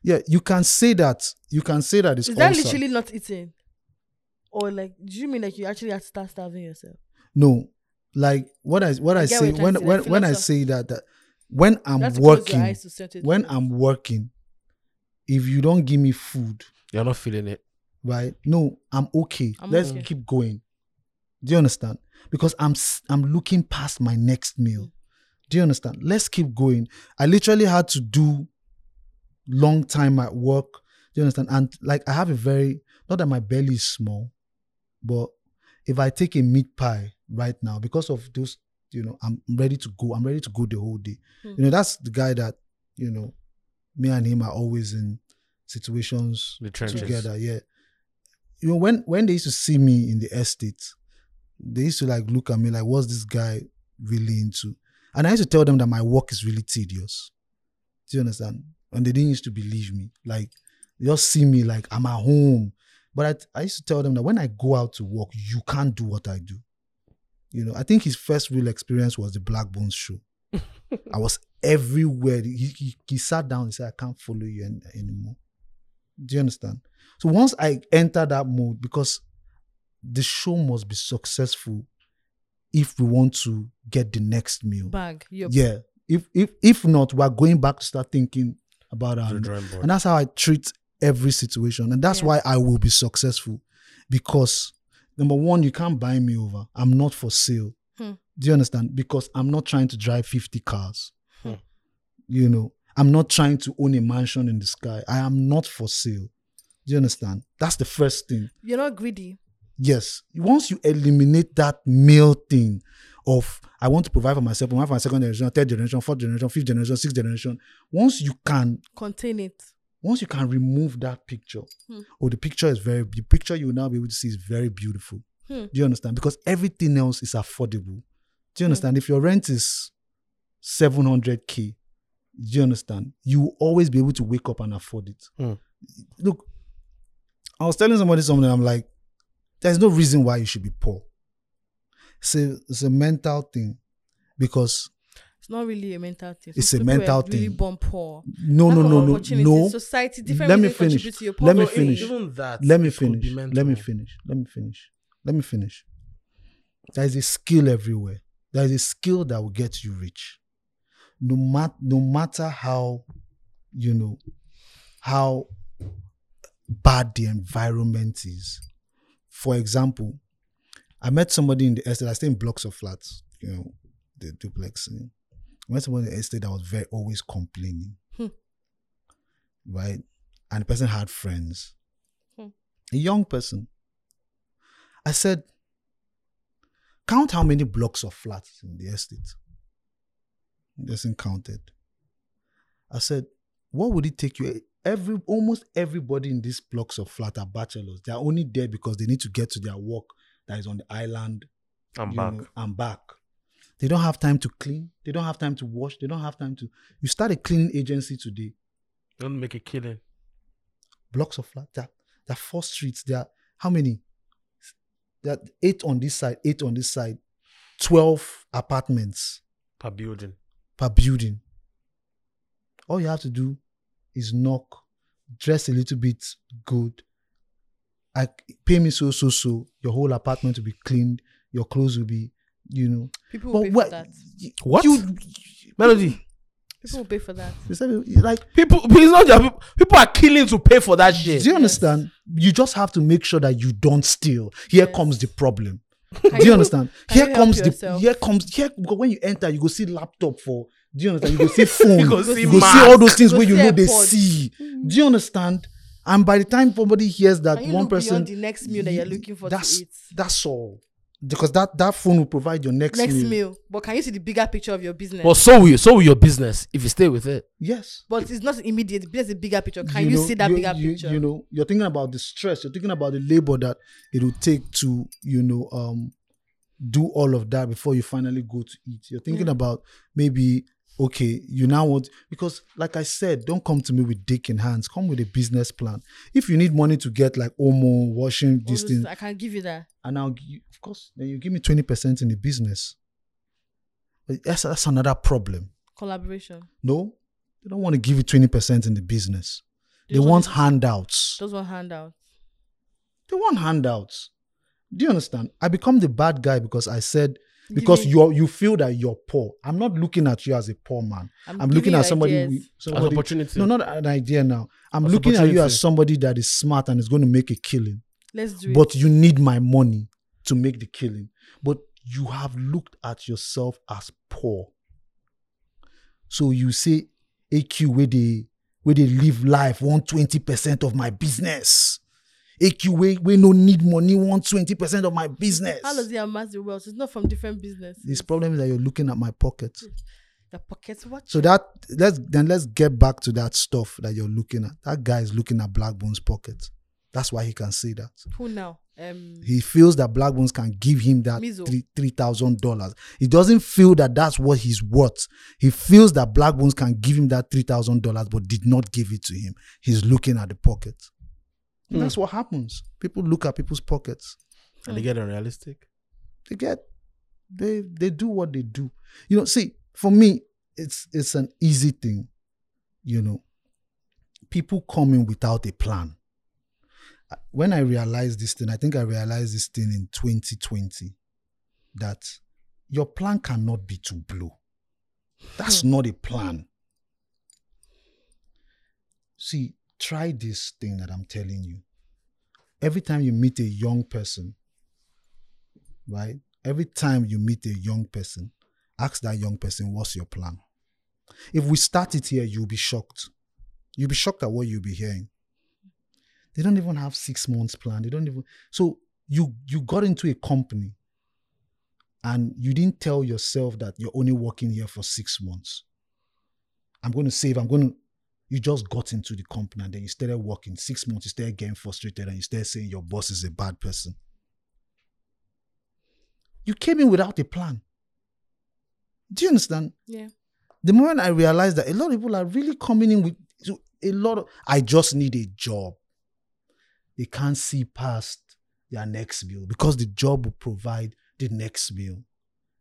Yeah, you can say that. You can say that it's Is that ulcer. literally not eating? Or like, do you mean like you actually have to start starving yourself? no. Like what I what I, I get what say you're trying when to when say, when I philosoph- say that that when I'm That's working to when I'm working, if you don't give me food, You're not feeling it. right? No, I'm okay. I'm Let's okay. keep going. Do you understand? Because I'm s- I'm looking past my next meal. Do you understand? Let's keep going. I literally had to do long time at work. Do you understand? And like I have a very not that my belly is small, but if I take a meat pie right now because of those, you know, I'm ready to go. I'm ready to go the whole day. Hmm. You know, that's the guy that you know, me and him are always in situations The trenches. together. Yeah, you know when when they used to see me in the estate, they used to like look at me like, "What's this guy really into?" And I used to tell them that my work is really tedious. Do you understand? And they didn't used to believe me. Like, they just see me like I'm at home. But I, I used to tell them that when I go out to work, you can't do what I do. You know, I think his first real experience was the Black Bones show. I was everywhere. He, he, he sat down and said, I can't follow you an- anymore. Do you understand? So once I enter that mode, because the show must be successful if we want to get the next meal. bag, you're Yeah. If if if not, we're going back to start thinking about To our the drawing board. and that's how I treat every situation. And that's Yeah. why I will be successful. Because number one, you can't buy me over. I'm not for sale. Hmm. Do you understand? Because I'm not trying to drive 50 cars. Hmm. You know, I'm not trying to own a mansion in the sky. I am not for sale. Do you understand? That's the first thing. you're not greedy. Yes. Once you eliminate that male thing of I want to provide for myself, provide for my second generation, third generation, fourth generation, fifth generation, sixth generation, once you can Contain it. once you can remove that picture, Hmm. oh, the picture is very the picture you will now be able to see is very beautiful. Hmm. Hmm. Do you understand? Because everything else is affordable. Do you understand? If your rent is seven hundred k, do you understand? You will always be able to wake up and afford it. Hmm. Look, I was telling somebody something. I'm like, there's no reason why you should be poor. It's a, it's a mental thing, because It's not really a mental thing. It's Some a people are mental really thing. born poor. no, Lack no, of no, no, opportunities, no. Society, different Let me reasons contribute finish. to your Let me poverty. finish. Even that. let me it could finish. be Let me mental. finish. Let me finish. Let me finish. There is a skill everywhere. There is a skill that will get you rich. No matter no matter how you know how bad the environment is. For example, I met somebody in the estate. I stay in blocks of flats, you know, the duplex. you know. I met somebody in the estate that was very always complaining. Hmm. Right? And the person had friends a young person. I said, Count how many blocks of flats in the estate. It doesn't counted. I said, What would it take you? Every almost everybody in these blocks of flat are bachelors. They are only there because they need to get to their work that is on the island I'm you back. know, I'm back. They don't have time to clean. They don't have time to wash. They don't have time to. You start a cleaning agency today Don't make a killing. blocks of flat. There, there are four streets. There are how many? There are eight on this side, eight on this side, twelve apartments per building. per building. All you have to do is knock, dress a little bit good. I pay me so so so. Your whole apartment will be cleaned. Your clothes will be, you know. People will pay for that. y- What? You, Melody. People will pay for that. you said- like People, it's not their people. People are killing to pay for that shit. Do you understand? You just have to make sure that you don't steal. Here Yes. comes the problem. Can do you you- understand? can Here you help comes the yourself? here comes here because when you enter, you go see laptop for. Do you understand? You go see phone. You you go go see see, Mac. all those things You go where you see know they AirPods. Mm. see. Do you understand? And by the time somebody hears that Can you one look person, beyond the next meal that you're looking for that's to eat? that's all. because that that phone will provide your next, next meal. meal. But can you see the bigger picture of your business? But so will you, so will your business if you stay with it. Yes. but it's not immediate. There's a bigger picture. Can you, know, see that you- bigger you- picture? You know, you're thinking about the stress. You're thinking about the labor that it will take to, you know, um, do all of that before you finally go to eat. You're thinking Mm. about maybe, okay, you now want because, like I said, don't come to me with dick in hands. Come with a business plan. If you need money to get like Omo All washing these those- things, I can give you that. and I'll give you, of course, then you give me twenty percent in the business. But that's that's another problem. Collaboration. No, they don't want to give you twenty percent in the business. They Those want ones- handouts. those one handout. They want handouts. Do you understand? I become the bad guy because I said because Giving- you you feel that you're poor. I'm not looking at you as a poor man. I'm I'm, looking giving at you somebody. ideas. who- As As somebody opportunity. no, not an idea now. I'm As looking at you opportunity. as somebody that is smart and is going to make a killing. Let's do But it. you need my money to make the killing. But you have looked at yourself as poor. So you say AQ where they where they live life want 20% of my business. AQ where, where no need money want 20% of my business. How does he amass the wealth? It's not from different business. This problem is that you're looking at my pocket. Hmm. The pocket watch. So that let's then let's get back to that stuff that you're looking at. That guy is looking at Blackbone's pocket. That's why he can say that. Who now? Um, He feels that Blackbones can give him that Mizo. three three thousand dollars. He doesn't feel that that's what he's worth. He feels that Blackbones can give him that three thousand dollars, but did not give it to him. He's looking at the pocket. And That's what happens. People look at people's pockets. and they get unrealistic. They get they they do what they do. You know, see, for me, it's it's an easy thing. You know, people come in without a plan. Uh, When I realized this thing, I think I realized this thing in 2020 that your plan cannot be to blow. That's not a plan. See, try this thing that I'm telling you. Every time you meet a young person, right? Every time you meet a young person, ask that young person, what's your plan? If we start it here, you'll be shocked. You'll be shocked at what you'll be hearing. They don't even have six months plan. They don't even so you you got into a company and you didn't tell yourself that you're only working here for six months. I'm going to save, I'm going to you just got into the company and then you started working six months, you started getting frustrated and you started saying your boss is a bad person. You came in without a plan. Do you understand? yeah. the moment I realized that a lot of people are really coming in with so a lot of I just need a job. They can't see past their next meal because the job will provide the next meal.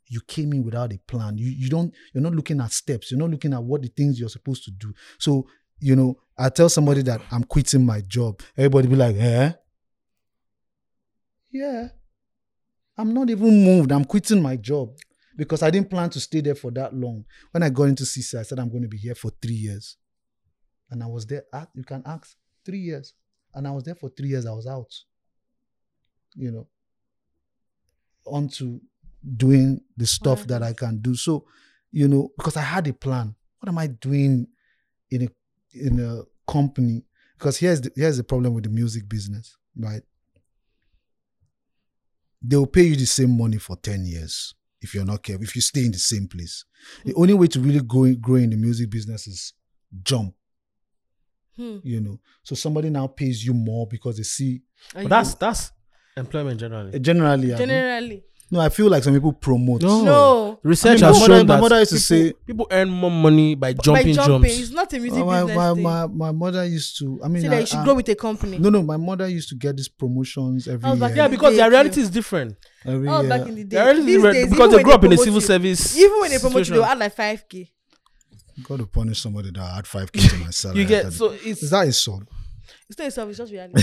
You came in without a plan. You you don't you're not looking at steps. You're not looking at what the things you're supposed to do. So you know I tell somebody that I'm quitting my job. Everybody be like, eh? Yeah. I'm not even moved. I'm quitting my job because I didn't plan to stay there for that long. When I got into CC, I said I'm going to be here for three years, and I was there. At, you can ask three years, and I was there for three years. I was out. You know, onto doing the stuff that I can do. So, you know, because I had a plan. What am I doing in a in a company? Because here's the, here's the problem with the music business, right? they'll pay you the same money for 10 years if you're not careful, if you stay in the same place. The Hmm. only way to really go, grow in the music business is jump, Hmm. you know. So somebody now pays you more because they see Are But you- that's that's employment generally. eh, generally. I mean- generally. no, I feel like some people promote. Oh, No. No. Research I mean, my has mother- shown my that mother used to people, say- people earn more money by By jumping, jumping, it's jumps. not a music Oh, my, business my, thing. my, my mother used to, I mean, so that I- you should I- grow with a company. no, no, my mother used to get these promotions every was year. like, Yeah, because their Thank reality you. is different. every Oh, year. back in the day. Their reality is These different days, because even they when grew up in a promote civil you- service. Even when they promote you, situation. they'll add like 5K. Got to punish somebody that had 5k to my salary. you get after so the- it's is that insult? It's not yourself, it's just reality.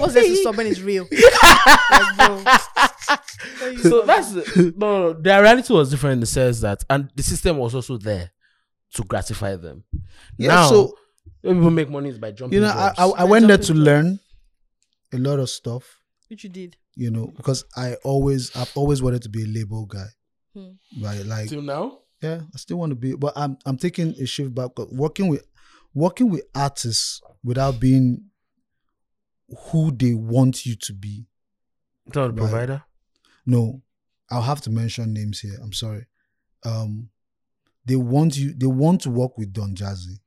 What's there to stop when it's real? Like, bro. Tell you something. so that's no, no their reality was different in the sense that and the system was also there to gratify them Yeah, now so when people make money is by jumping you know, I, jobs. I, I went there to Jumping learn a lot of stuff, Which you did. you know, because I always, I've always wanted to be a label guy, Hmm. right? Like, till now yeah, I still want to be, but I'm, I'm taking a shift back, 'cause working with, working with artists without being who they want you to be. it's not a Right. provider no, I'll have to mention names here. I'm sorry. Um, they want you. They want to work with Don Jazzy,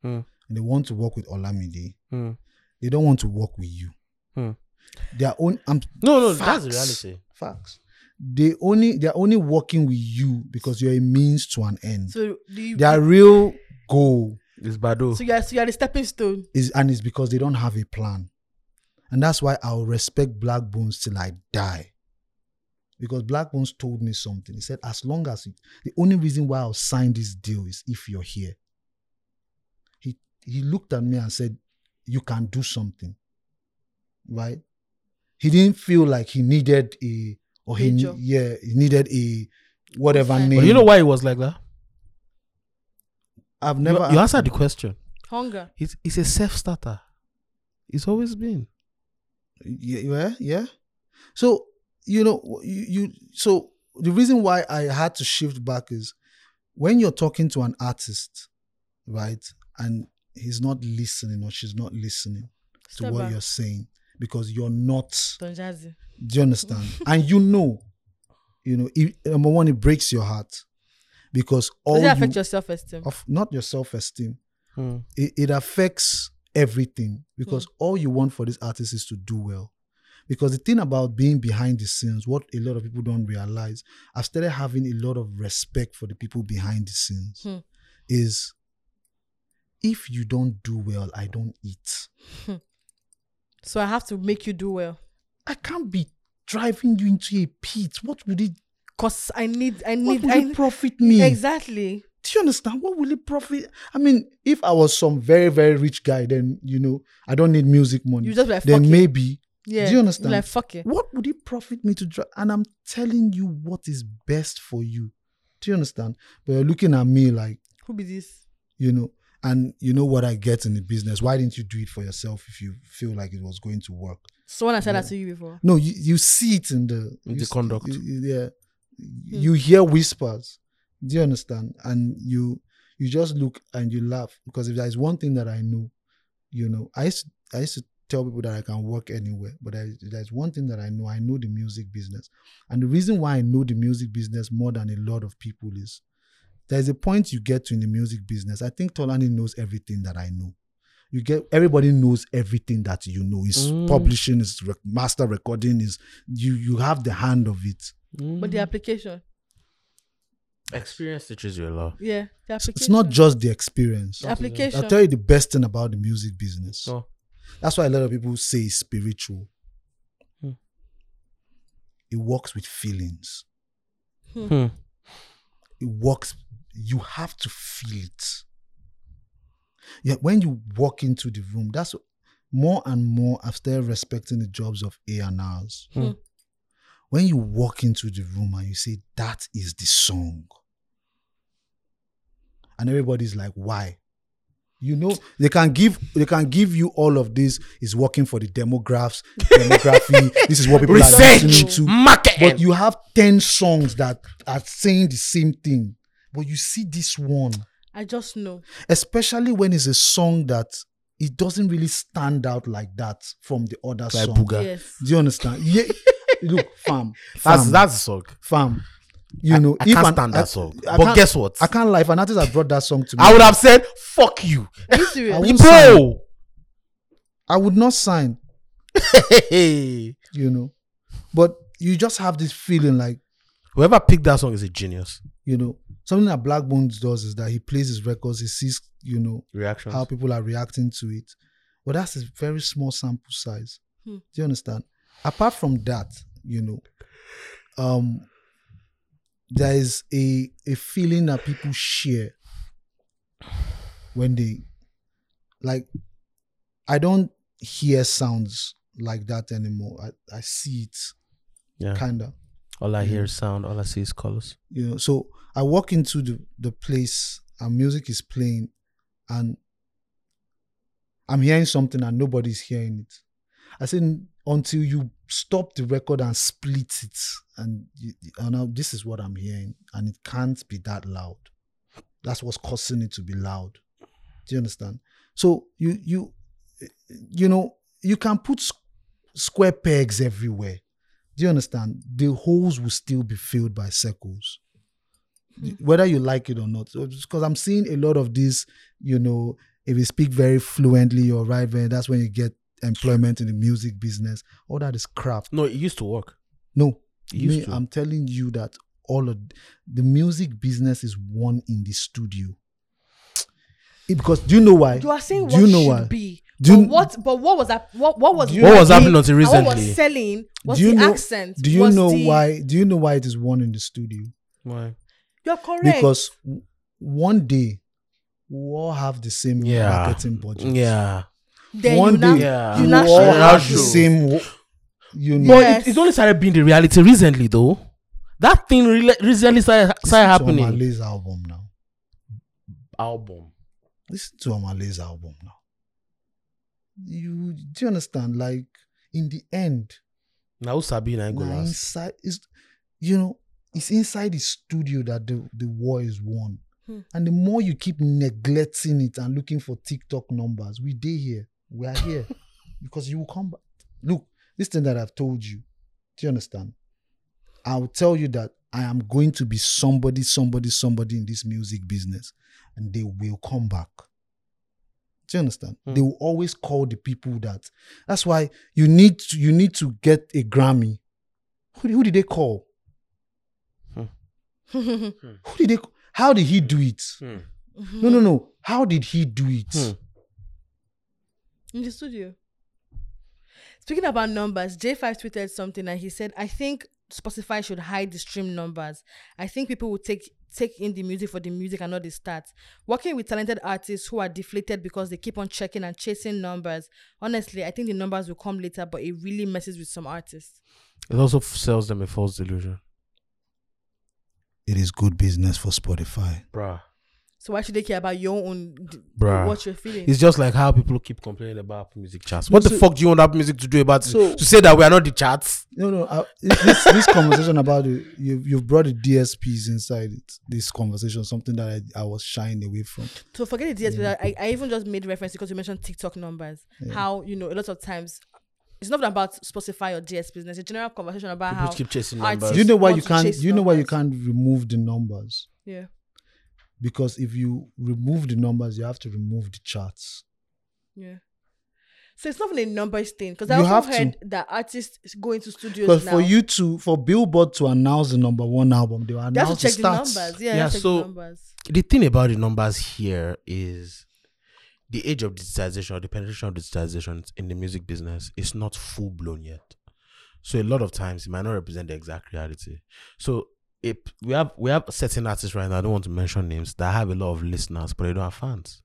Hmm. and they want to work with Olamide. Hmm. They don't want to work with you. Hmm. Their own. I'm, No, no, that's the Facts. reality. facts. They only. They're only working with you because you're a means to an end. So do you? their real goal It's Bado. so you're so you're the stepping stone. is and it's because they don't have a plan. And that's why I'll respect Black Bones till I die. Because Black Bones told me something. He said, as long as it, the only reason why I'll sign this deal is if you're here. He he looked at me and said, You can do something. Right? He didn't feel like he needed a or he ne- Major. yeah, he needed a whatever Sign. name. But you know why it was like that? I've You- never you answered the question. Hunger. It's it's a self starter. It's always been. yeah yeah, yeah. so you know w- you, you so the reason why i had to shift back is when you're talking to an artist right and he's not listening or she's not listening to Step what back. you're saying because you're not Don Jazzy. do you understand? and you know, you know, it, number one, it breaks your heart because all Does it you, affect your self esteem? of not your self-esteem. Mm. It, it affects everything because Hmm. all you want for this artist is to do well. Because the thing about being behind the scenes, what a lot of people don't realize, I've started having a lot of respect for the people behind the scenes. Hmm. Is if you don't do well, I don't eat. So I have to make you do well. I can't be driving you into a pit. What would it Cause I need I what need will I it profit me? exactly. Do you understand? What will it profit? I mean, if I was some very, very rich guy, then you know, I don't need music money. You just be like fuck then it. maybe yeah. do you understand? Like fuck it. what would it profit me to drive? And I'm telling you what is best for you. Do you understand? But you're looking at me like, Who be this? you know, and you know what I get in the business. Why didn't you do it for yourself if you feel like it was going to work? Someone has said that to you before. No, you, you see it in the In you the s- conduct. you- you- yeah, you hear whispers. Do you understand? And you you just look and you laugh because if there is one thing that I know, you know, I used I used to tell people that I can work anywhere, but there is, there is one thing that I know. I know the music business, and the reason why I know the music business more than a lot of people is there is a point you get to in the music business. I think Tolani knows everything that I know. You get everybody knows everything that you know. It's Mm. publishing, it's rec- master recording, is you you have the hand of it. Mm. But the application. experience teaches you a lot. Yeah. The application. It's not just the experience. the application. I'll tell you the best thing about the music business. So That's why a lot of people say it's spiritual. Hmm. It works with feelings. hmm. It works. You have to feel it. Yeah, when you walk into the room, that's more and more I've started respecting the jobs of A and R's. Hmm. When you walk into the room and you say that is the song, and everybody's like, why? You know, they can give they can give you all of this is working for the demographs, demography. this is what people are listening research Hmm. to. market. But you have 10 songs that are saying the same thing. But you see this one, I just know. especially when it's a song that it doesn't really stand out like that from the other like song. Booga. Yes. Do you understand? Yeah. Look, fam. that's fam, that's the song. fam. You know, I can't an- stand I- that song. I but can't- guess what? I can't lie. If an artist had brought that song to me, I would have said, "Fuck you, Are you serious? I bro." won't I would not sign. You know, but you just have this feeling like Whoever picked that song is a genius. you know something that Black Bones does is that he plays his records. He sees you know Reaction. how people are reacting to it. But that's a very small sample size. Hmm. Do you understand? Apart from that, you know, um, there is a a feeling that people share when they like. I don't hear sounds like that anymore. I, I see it Yeah. kind of All I hear is sound. All I see is colors. you know so i walk into the the place and music is playing and i'm hearing something and nobody's hearing it i said until you stop the record and split it and you, and now this is what i'm hearing and it can't be that loud that's what's causing it to be loud do you understand so you you you know you can put s- square pegs everywhere Do you understand? The holes will still be filled by circles, whether you like it or not. Because I'm seeing a lot of this, you know, if you speak very fluently or right, very, that's when you get employment in the music business. All that is crap. No, it used to work. No, It used me, to. I'm telling you that all of the music business is one in the studio. It- because do you know why? You are saying Do what you know should why? be. Do you- but what? But what was that? What? What was? Do you- What was happening working until and What recently? was selling? Was do you the know? accent? Do you was know the- why? Do you know why it is one in the studio? Why? You're correct. Because w- one day we all have the same Yeah. marketing budget. Yeah. then one you now, day- Yeah. you we now all should have have to. the same. wo- You know, But Yes. it, it's only started being the reality recently, though. That thing rela- recently started, started listen to happening. Amale's album now. Album. Listen to Amale's album now. You do you understand? Like in the end, Now Sabina go Nah, last. inside is you know it's inside the studio that the, the war is won Hmm. and the more you keep neglecting it and looking for tiktok numbers we day here we are here because you will come back look this thing that i've told you do you understand i'll tell you that i am going to be somebody somebody somebody in this music business and they will come back do you understand Hmm. they will always call the people that that's why you need to you need to get a grammy who, who did they call? Hmm. Who did they? c- How did he do it? No, no, no. How did he do it? Hmm. in the studio. Speaking about numbers, J5 tweeted something and he said, I think Spotify should hide the stream numbers. I think people will take take in the music for the music and not the stats. Working with talented artists who are deflated because they keep on checking and chasing numbers. Honestly, I think the numbers will come later, but it really messes with some artists. It also f- sells them a false delusion. It is good business for Spotify. Bruh. So why should they care about your own d- Bruh. what you're feeling? It's just like how people keep complaining about Apple music charts. What No, the so- fuck do you want Apple music to do about it? So- to say that we are not the charts? No, no. I, this this conversation about the, you you've brought the DSPs inside it, this conversation. Something that I, I was shying away from. So forget the DSP. that I, I even just made reference because you mentioned TikTok numbers. How you know a lot of times it's not about Spotify or DSPs. It's a general conversation about People how keep chasing artists- numbers. Do you know why want you to can't? chase Do you know why you numbers. can't remove the numbers? yeah Because if you remove the numbers, you have to remove the charts. yeah. So it's not even a numbers thing because You I also have to. heard that artists go into studios Because now. for you to, for Billboard to announce the number one album, they will they have to announce check the the stats. numbers. Yeah, Yeah, yeah check so- the numbers. the thing about the numbers here is the age of digitization or the penetration of digitization in the music business is not full blown yet. So a lot of times it might not represent the exact reality. So it, we have we have certain artists right now, I don't want to mention names, that have a lot of listeners, but they don't have fans.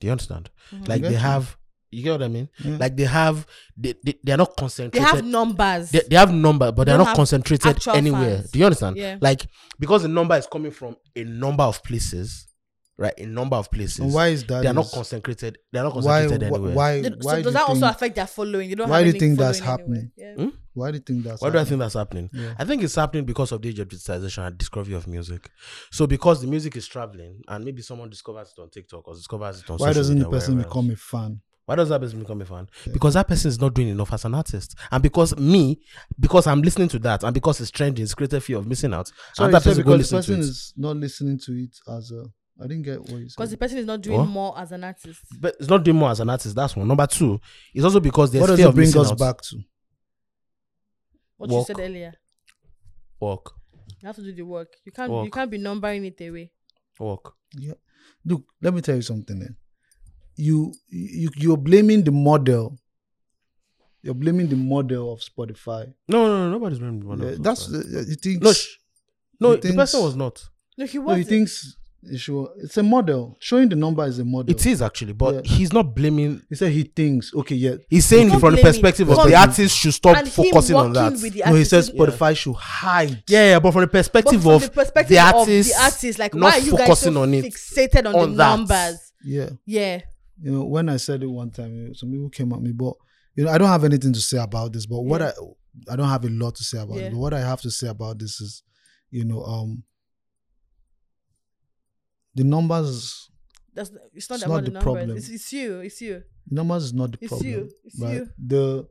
Do you understand? Mm. Like I they get you. have you get what I mean? Yeah. Like they have they, they, they are not They concentrated have numbers. they, they have number, but they're don't not have concentrated actual anywhere. fans. Do you understand? Yeah. Like because the number is coming from a number of places, right? A number of places. And why is that? they're not is- concentrated? They're not why concentrated wh- anywhere. why Th- why so do does you that also think- affect their following? They don't. why have do you any think that's following anywhere. Yeah. happening? why do you think that's Why do I think that's happening? Yeah. I think it's happening because of the age of digitization and discovery of music. So because the music is traveling, and maybe someone discovers it on TikTok or discovers it on why social doesn't the media, person wherever else. become a fan Why does that person become a fan? Yeah. Because that person is not doing enough as an artist, and because me, because I'm listening to that, and because it's trending, it's created fear of missing out. and that you said person go because the listen to person it. is not listening to it as a i didn't get what you Because said the person is not doing What? more as an artist. but it's not doing more as an artist. That's one. Number two, it's also because there's what does fear it of bring missing us out. back to What Work. you said earlier. Work, You have to do the work. You can't. You Work. can't be numbering it away. work. yeah look let me tell you something then you you you're blaming the model you're blaming the model of spotify No, no, no nobody's blaming one Yeah, of that's those. uh, you think no, sh- no. you The think- person was not. No, he no was. you think sure it's a model showing the number is a model It is actually, but Yeah. he's not blaming. he said he thinks okay yeah He's saying He's it not from the blaming. perspective Because- of the artist should stop and him focusing on working that. with the no he artist says is- spotify should hide yeah, yeah, but from the But perspective from of the perspective the of artist, the artist, like not why are you guys focusing so on it, fixated on, on the that. numbers? yeah Yeah, you know, when I said it one time, you know, some people came at me, but you know, I don't have anything to say about this. But what Yeah. I I don't have a lot to say about Yeah. it. But what I have to say about this is, you know, um the numbers that's it's not It's about not the the numbers. problem. It's, it's you. It's you. numbers is not the It's problem. you. It's right? you. The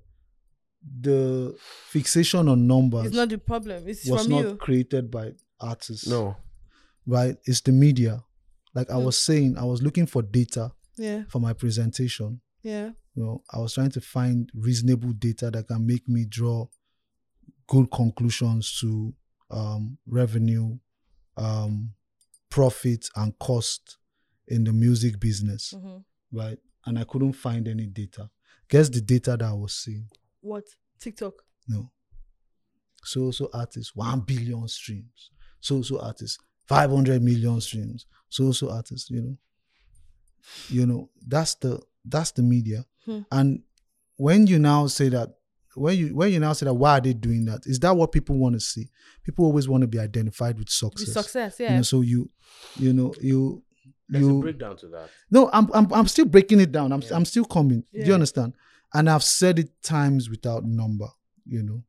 the fixation on numbers It's not the problem. It's was from not you. created by artists. No. Right? It's the media. Like I Hmm. was saying, I was looking for data Yeah, for my presentation. yeah. You know, I was trying to find reasonable data that can make me draw good conclusions to um, revenue, um, profit, and cost in the music business. Mhm. Right? And I couldn't find any data. Guess the data that I was seeing. What TikTok? No. So so artists, one billion streams. So so artists, five hundred million streams. So so artists, you know. You know, that's the that's the media. Hmm. And when you now say that when you when you now say that why are they doing that? Is that what people want to see? People always want to be identified with The success. success, You yeah. know, so you you know you There's a you breakdown to that. no, I'm I'm I'm still breaking it down. I'm Yeah. I'm still coming. Do Yeah. you understand? And I've said it times without number, you know.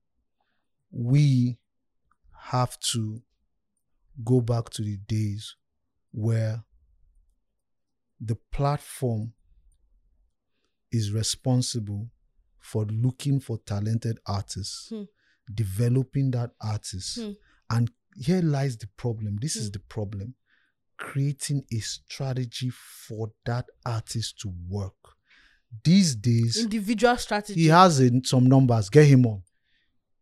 We have to go back to the days where the platform is responsible for looking for talented artists, Hmm. developing that artist. Hmm. And here lies the problem. This is Hmm. the problem creating a strategy for that artist to work. These days, Individual strategy. he has in some numbers. Get him on.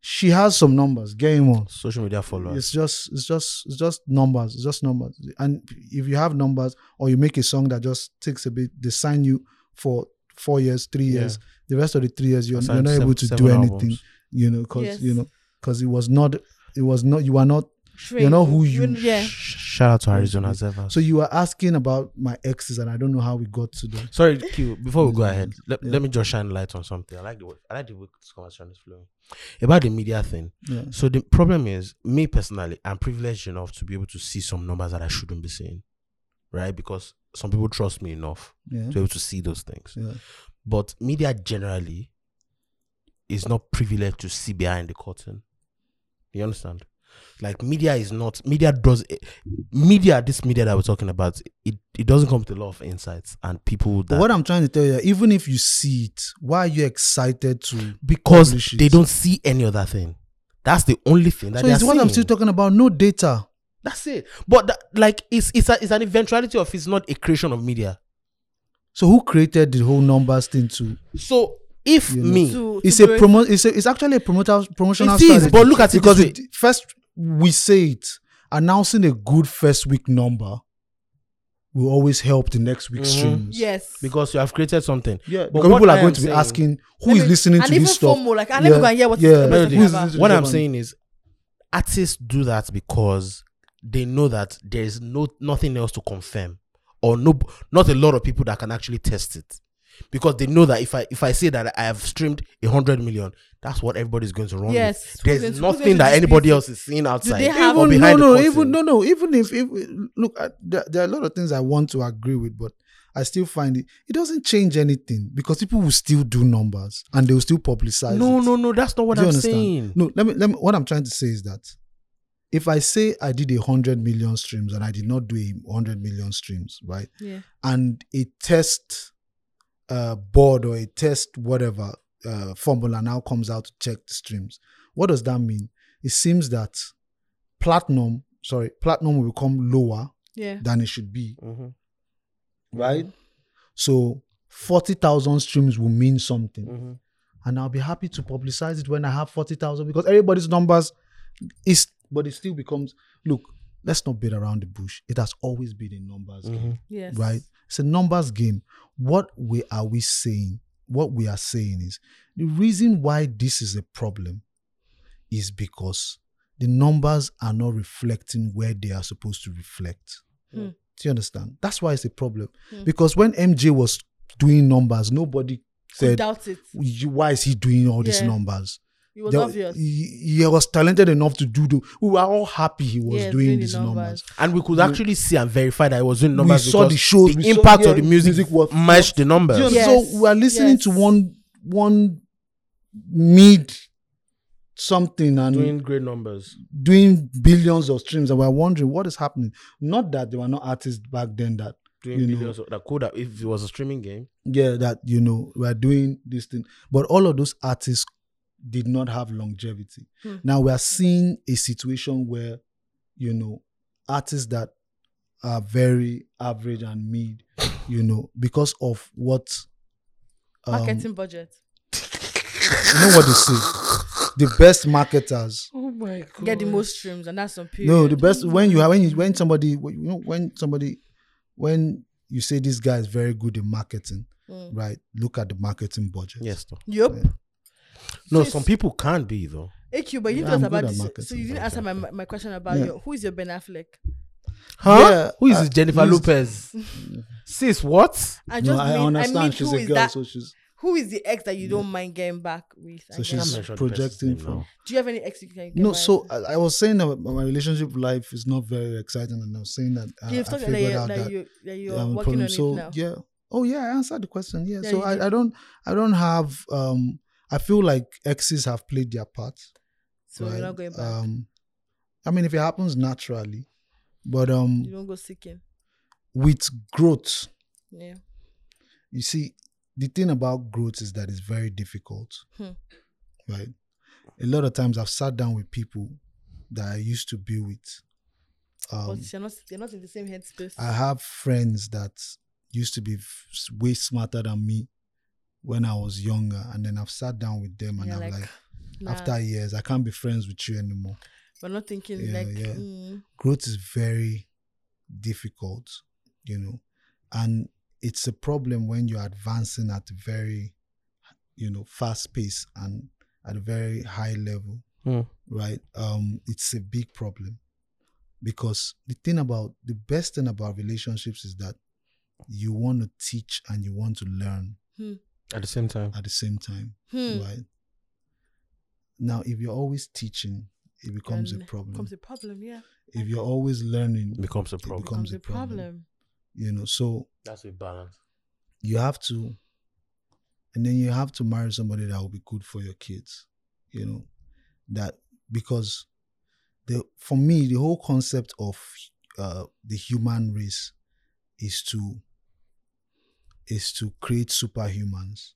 She has some numbers. Get him on. Social media followers. It's just, it's just, it's just numbers. It's just numbers. And if you have numbers, or you make a song that just takes a bit, they sign you for four years, three Yeah. years. The rest of the three years, you're, Aside you're not sev- able to seven do albums. anything. You know, because Yes. you know, because it was not, it was not. You are not. Train. you know who you- Yeah. Sh- Shout out to Arizona Zevas. So you were asking about my exes, and I don't know how we got to them. Sorry, Q. Before we go ahead, let, Yeah. let me just shine light on something. I like the way, I like the way this conversation is flowing about the media thing. Yeah. So the problem is, me personally, I'm privileged enough to be able to see some numbers that I shouldn't be seeing, right? Because some people trust me enough Yeah. to be able to see those things. Yeah. But media generally is not privileged to see behind the curtain. You understand? Like media is not media does media. This media that we're talking about, it, it doesn't come with a lot of insights and people that But what I'm trying to tell you, even if you see it, why are you excited to? because publish it. they don't see any other thing. That's the only thing that so they it's are what I'm still seeing. talking about. No data. That's it. But that, like, it's it's, a, it's an eventuality of it's not a creation of media. So who created the whole numbers thing too? So if You know. me, To, It's to a break- promo. It's a, it's actually a promoter promotional. It is, strategy. but look at it because this first we say it announcing a good first week number will always help the next week's Mhm. streams. Yes. because you have created something, Yeah, because what people I are am going to be saying- asking who Let is me- listening and to even this stuff. FOMO, like, and let me Yeah, go and hear what yeah. this person Melody, talking who is about. listening to what this I'm one? saying is, artists do that because they know that there is no nothing else to confirm, or no, not a lot of people that can actually test it, because they know that if I if I say that I have streamed a hundred million, that's what everybody's going to run. with. Yes. Who's going There's to- who's going nothing to that dispute anybody it? else is seeing outside. they have- or even no behind the no curtain. even no no even if if look I, there, there are a lot of things I want to agree with, but I still find it it doesn't change anything because people will still do numbers and they will still publicize. No, it. no, no. That's not what Do you I'm understand? saying. No, let me let me. What I'm trying to say is that if I say I did a hundred million streams and I did not do a hundred million streams, right, Yeah. and a test uh, board or a test whatever uh, formula now comes out to check the streams, what does that mean? It seems that platinum, sorry, platinum will become lower Yeah. than it should be, Mhm. right? So forty thousand streams will mean something Mhm. and I'll be happy to publicize it when I have 40,000 because everybody's numbers is, but it still becomes, look, let's not beat around the bush. It has always been a numbers game, Yes. right? It's a numbers game. What we are we saying? What we are saying is the reason why this is a problem is because the numbers are not reflecting where they are supposed to reflect. Hmm. Do you understand? That's why it's a problem. Hmm. Because when MJ was doing numbers, nobody said Doubt it. you- why is he doing all these Yeah. numbers? It was There- obvious. He, he was talented enough to do the. We were all happy he was Yes, doing, doing the these numbers. numbers. And we could We- actually see and verify that it was doing numbers. we saw the because shows. the we saw- impact yeah, of the music, was matched the Do numbers. you Yeah. understand? Yes, So we are listening to yes. one one mid something and doing, Doing great numbers. billions of streams, and we are wondering what is happening. Not that there were no artists back then that Doing You know. billions. Of, that could have, if it was a streaming game. yeah that you know we are doing this thing, but all of those artists did not have longevity. Hmm. Now we are seeing a situation where, you know, artists that are very average and mid, you know, because of what um, Marketing budget. You know what they say. The best marketers. Oh my god. Get the most streams, and that's some period. Mm. No, the best when you have when you, when somebody when, you know when somebody when you say this guy is very good in marketing, Mm. right? Look at the marketing budget. Yes. though. Yup. No, Sis. some people can't be though. AQ, but you Yeah, didn't I'm talk good about at this. So marketing, you didn't but answer my, my my question about Yeah. your who is your Ben Affleck? Huh? Yeah, Who is uh, this Jennifer who's- Lopez? Sis, what? I no, just I mean, I, understand mean, she's who a is girl, that? so she's Who is the ex that you don't mind getting back with? I guess? so I'm she's not sure the person's projecting name from. now. Do you have any ex you can get No, back so with? I, I was saying that my relationship life is not very exciting, and I was saying that uh, I You've talked figured that, you, out that, that you, that you're I'm a working problem. on so it now. yeah, oh yeah, I answered the question. Yeah, Yeah, so you did. I, I don't I don't have um I feel like exes have played their part. So you're right? not going back. Um, I mean, if it happens naturally, but um, you don't go seeking. with growth, Yeah. you see, the thing about growth is that it's very difficult, Hmm. right? A lot of times I've sat down with people that I used to be with. Um, but you're not you're not in the same headspace. I have friends that used to be f- way smarter than me when I was younger, and then I've sat down with them, and You're I'm like, like, nah, after years, I can't be friends with you anymore. we're not thinking Yeah, like yeah. mm, growth is very difficult, you know, and it's a problem when you're advancing at a very, you know, fast pace and at a very high level, Hmm. right? Um, it's a big problem because the thing about the best thing about relationships is that you want to teach and you want to learn At the same time. at the same time, hmm, right? Now, if you're always teaching, it becomes a then problem. Becomes a problem, yeah. if you're always learning, Becomes a It problem. becomes a problem. you know so That's a balance. you have to and then you have to marry somebody that will be good for your kids you know that because the for me the whole concept of uh the human race is to is to create superhumans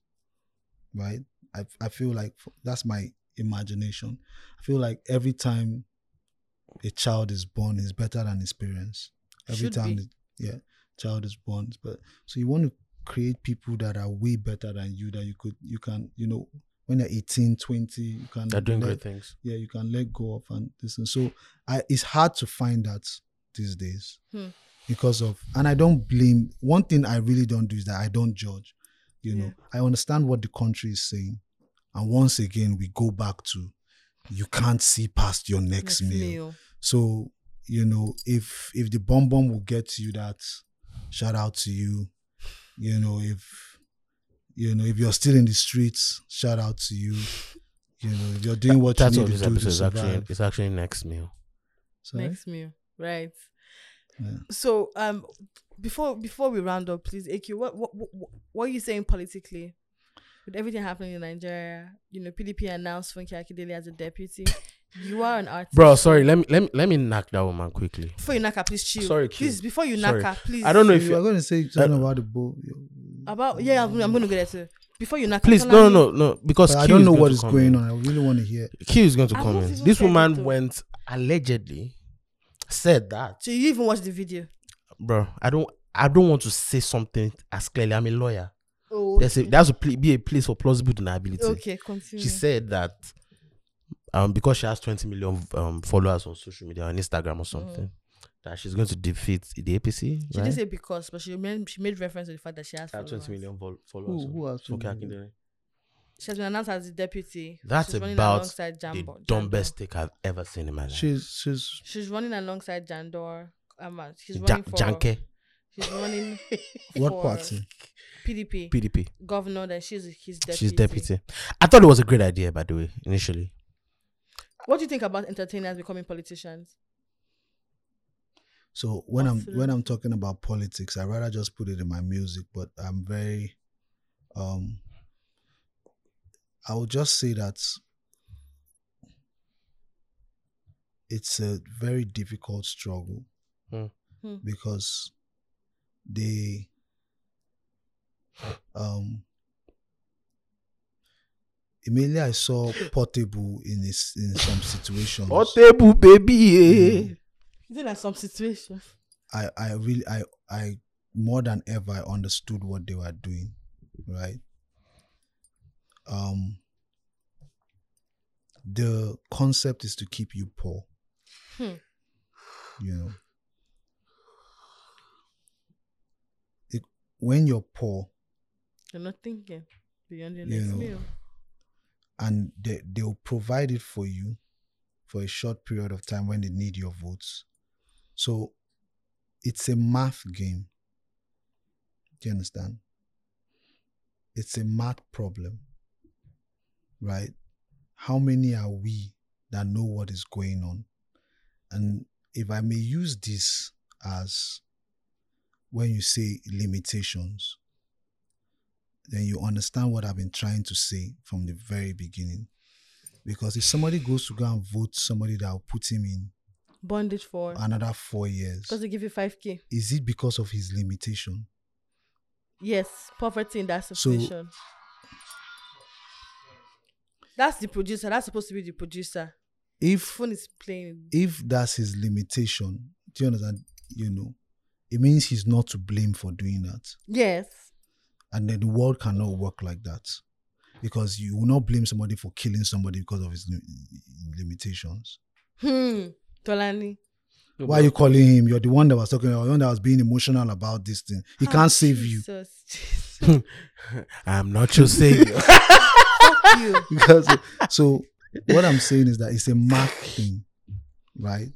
right i, I feel like f- that's my imagination i feel like every time a child is born is better than his parents every Should be. time the, yeah child is born but so you want to create people that are way better than you that you could you can you know when they're 18 20 you can They're doing let- great things. yeah you can let go of and this and so i it's hard to find that these days Hmm. because of and i don't blame one thing i really don't do is that i don't judge you know i understand what the country is saying and once again we go back to you can't see past your next, meal. so you know if if the bomb bomb will get to you that shout out to you you know if you know if you're still in the streets shout out to you you know if you're doing what you That's need what to this do episode to is actually survive it's actually next meal. Sorry? Next meal. Right. Yeah. So um before before we round up, please, AQ, what what what, what are you saying politically? With everything happening in Nigeria, you know, PDP announced Funke Akindele as a deputy. You are an artist. Bro, sorry, let me let me let me knock that woman quickly. Before you knock her, please chill. Sorry, Q. please. Before you knock Sorry. her, please. I don't know So if you you are going to say something about the bow About yeah, I'm, I'm gonna get it. too. Before you knock. her, please tell no her- no no no because but i Q don't is know going what to is come going in. on i really want to hear Q is going to I've come not in. even This said it, woman though. went allegedly said that, So you even watch the video? bro. I don't. I don't want to say something as clearly. I'm a lawyer. Oh. There's a, that's a pl- be a place for plausible deniability. Okay, continue. She said that um because she has 20 million um followers on social media on Instagram or something that she's going to defeat the APC. Mm. She right? didn't say because, but she made she made reference to the fact that she has She has followers. 20 million vol- followers. who, on- who has on to Kaki Dere. She has been announced as the deputy. That's She's running about alongside the Jambo. dumbest Jandor. take I've ever seen in my life. she's she's She's running alongside Jandor. Um, uh, she's Ja- running for. Janke She's running. what for party PDP PDP. governor. That she's his deputy. She's deputy. I thought it was a great idea, by the way, initially. What do you think about entertainers becoming politicians? so when i'm when Absolutely. i'm talking about politics i rather just put it in my music but i'm very um i would just say that it's a very difficult struggle Hmm. Hmm. because they um Immediately I saw portable in his in some situations. Portable baby. eh? Is it like some situation? I I really I I more than ever I understood what they were doing, right? Um the concept is to keep you poor. Hmm. You know. It, when you're poor You're not thinking beyond your You next know. meal. and they, they'll provide it for you for a short period of time when they need your votes. So it's a math game. Do you understand? It's a math problem, right? How many are we that know what is going on? And if I may use this as when you say limitations, then you understand what I've been trying to say from the very beginning. Because if somebody goes to go and vote somebody that will put him in Bondage for another four years, because they give you five k. is it because of his limitation? Yes, poverty in that So- situation. that's the producer. That's supposed to be the producer. If Phone is playing. if that's his limitation, do you understand? You know, it means he's not to blame for doing that. Yes. And then the world cannot work like that. Because you will not blame somebody for killing somebody because of his lim- limitations. Hmm. Tolani. Why are you calling him? You're the one that was talking about, the one that was being emotional about this thing. He Ah, can't save you. Jesus, Jesus. I'm not your savior. Fuck you. because so what I'm saying is that it's a math thing, right?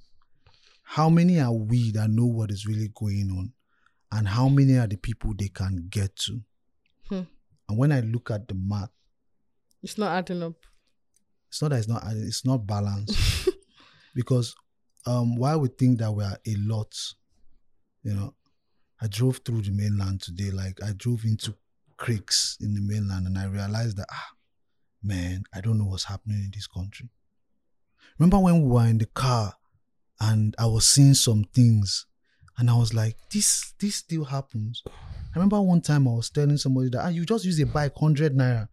How many are we that know what is really going on, and how many are the people they can get to? Hmm. And when I look at the math, It's not adding up. it's not that it's not uh, it's not balanced because um why we think that we are a lot, you know. I drove through the mainland today, like I drove into creeks in the mainland, and I realized that ah, man, I don't know what's happening in this country. Remember when we were in the car and I was seeing some things and I was like, this this still happens. I remember one time I was telling somebody that ah, you just use a bike, 100 naira,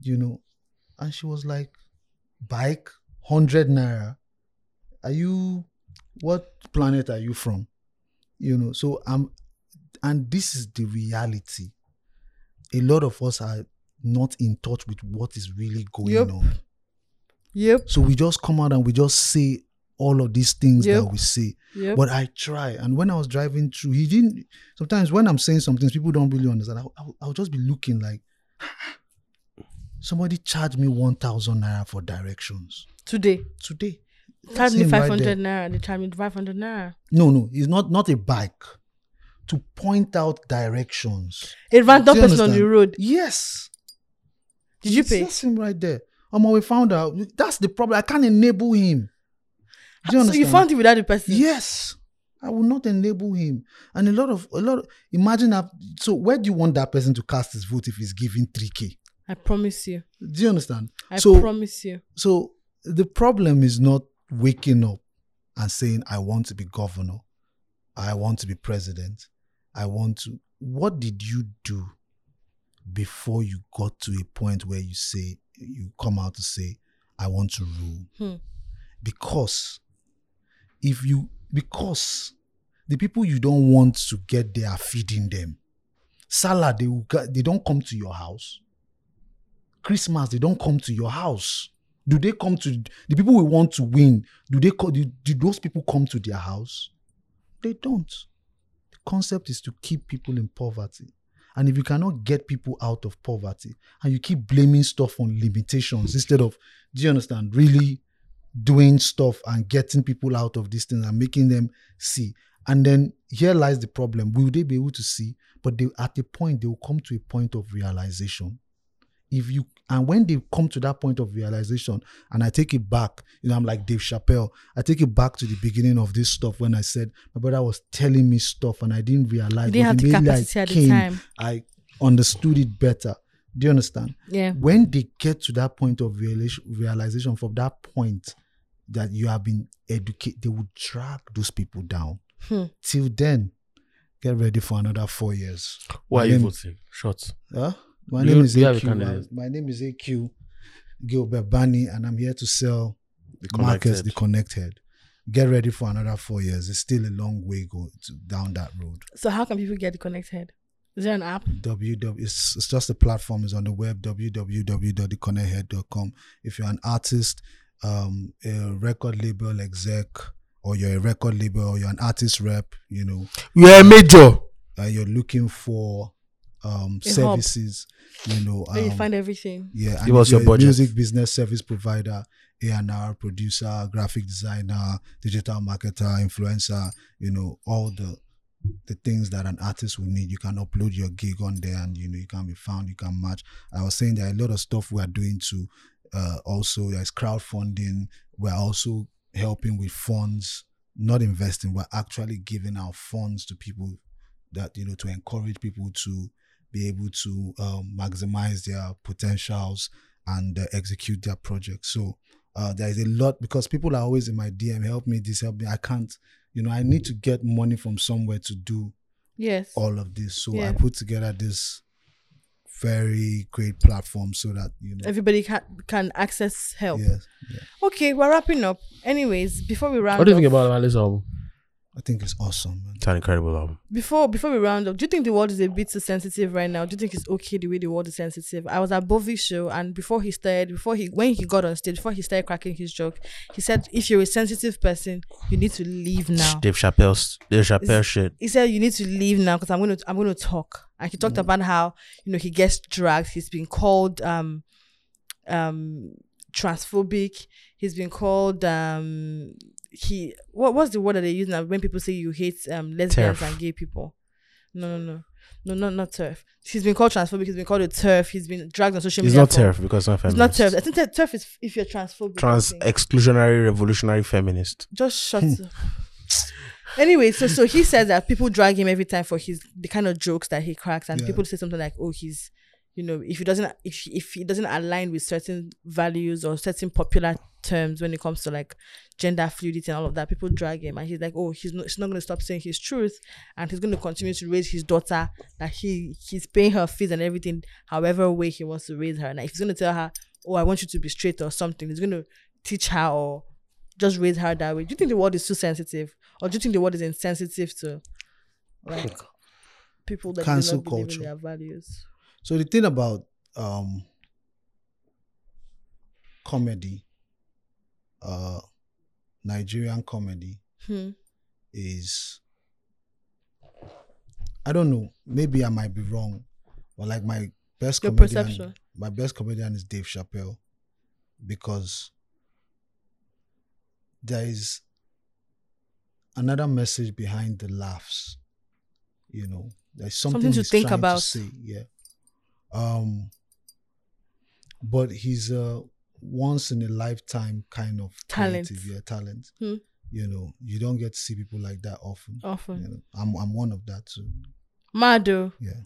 you know. And she was like, bike, 100 naira. Are you, what planet are you from? You know, so I'm, and this is the reality. A lot of us are not in touch with what is really going Yep. on. Yep. So we just come out and we just say all of these things that Yep. we say. Yep. But I try. And when I was driving through, he didn't. Sometimes when I'm saying some things, people don't really understand. I'll, I'll, I'll just be looking like, somebody charged me 1,000 naira for directions Today. today. Charge That's me him right five hundred there. naira. They charge me five hundred naira. No, no, it's not, not a bike. To point out directions. A random Do person you on the understand? road. Yes. Did you It's pay? just him right there. Um, we found out. That's the problem. I can't enable him. Do you so you understand? found it without the person. Yes. I will not enable him. And a lot of a lot of, imagine that so where do you want that person to cast his vote if he's giving 3k? I promise you. Do you understand? I so promise you. so the problem is not waking up and saying, I want to be governor, I want to be president, I want to. What did you do before you got to a point where you say you come out to say, I want to rule? Hmm. Because if you because the people you don't want to get there are feeding them. Salad, they will, ca- they don't come to your house. Christmas, they don't come to your house. Do they come to the people we want to win? Do they co- do, do those people come to their house? They don't. The concept is to keep people in poverty. And if you cannot get people out of poverty and you keep blaming stuff on limitations instead of, do you understand, really doing stuff and getting people out of these things and making them see. And then here lies the problem. Will they be able to see? But they at a point they will come to a point of realization. If you and when they come to that point of realization, and I take it back, you know, I'm like Dave Chappelle. I take it back to the beginning of this stuff when I said my brother was telling me stuff and I didn't realize. You didn't but have the immediately I capacity at the came, time. I understood it better. Do you understand? Yeah. when they get to that point of realization, realization from that point that you have been educated, they will drag those people down. Hmm. Till then, get ready for another four years. Why are My you name- voting? Short. Huh? My Do you- name is do you have a AQ. My, candidate? my name is AQ. Gilbert Bani, and I'm here to sell Marcus the Connected. Get ready for another four years. It's still a long way go to, down that road. So how can people get connected? Is there an app? www it's, it's just a platform is on the web www.theconnecthead.com if you're an artist um a record label exec or you're a record label or you're an artist rep you know You are a major. and you're looking for um A hub. services you know Where you um, find everything. yeah, and Give us if you're your a budget. music business service provider, A and R producer, graphic designer, digital marketer, influencer. You know all the the things that an artist will need. You can upload your gig on there, and you know you can be found. You can match. I was saying there are a lot of stuff we are doing to uh, also there's crowdfunding. We're also helping with funds, not investing. We're actually giving our funds to people that you know to encourage people to be able to um, maximize their potentials and uh, execute their projects. So uh, there is a lot because people are always in my DM, help me, this help me. I can't, you know, I need to get money from somewhere to do Yes. all of this. So Yeah. I put together this very great platform so that you know. Everybody can can access help. Yes, Okay, we're wrapping up. Anyways, before we round What do you up, think about my latest album? I think it's awesome. Man. It's an incredible album. before before we round up, do you think the world is a bit too sensitive right now? Do you think it's okay the way the world is sensitive? I was at Bovi's show and before he started, before he when he got on stage, before he started cracking his joke, he said, "If you're a sensitive person, you need to leave now." Dave Chappelle's Dave Chappelle shit. He said, "You need to leave now because I'm gonna I'm gonna talk." And he Mm-hmm. talked about how you know he gets dragged. He's been called um um transphobic. He's been called um he what what's the word that they use now when people say you hate um lesbians Turf. and gay people? No, no, no. No, no, not turf. He's been called transphobic. He's been called a turf. He's been dragged on social It's media. not for- turf because it's not It's feminist. not turf. I think that turf is if you're transphobic. I Trans think exclusionary revolutionary feminist. just shut up. Anyway, so so he says that people drag him every time for his the kind of jokes that he cracks, and Yeah. people say something like, "Oh, he's, you know, if he doesn't if if he doesn't align with certain values or certain popular terms when it comes to like gender fluidity and all of that, people drag him, and he's like, "Oh, he's not, he's not going to stop saying his truth, and he's going to continue to raise his daughter that he he's paying her fees and everything, however way he wants to raise her, and if he's going to tell her, oh, I want you to be straight or something, he's going to teach her or just raise her that way. Do you think the world is too sensitive, or do you think the world is insensitive to like people that Cancel do not believe culture. in their values? So the thing about um comedy, uh Nigerian comedy, Hmm. is I don't know. Maybe I might be wrong, but like my best Your comedian, perception. my best comedian is Dave Chappelle, because there is another message behind the laughs. You know, there's something, Something to he's think trying about. To say, yeah. Um, but he's a once in a lifetime kind of Talent. creative, yeah, talent. Hmm. You know, you don't get to see people like that often. Often, You know, I'm I'm one of that too. Mado, Yeah,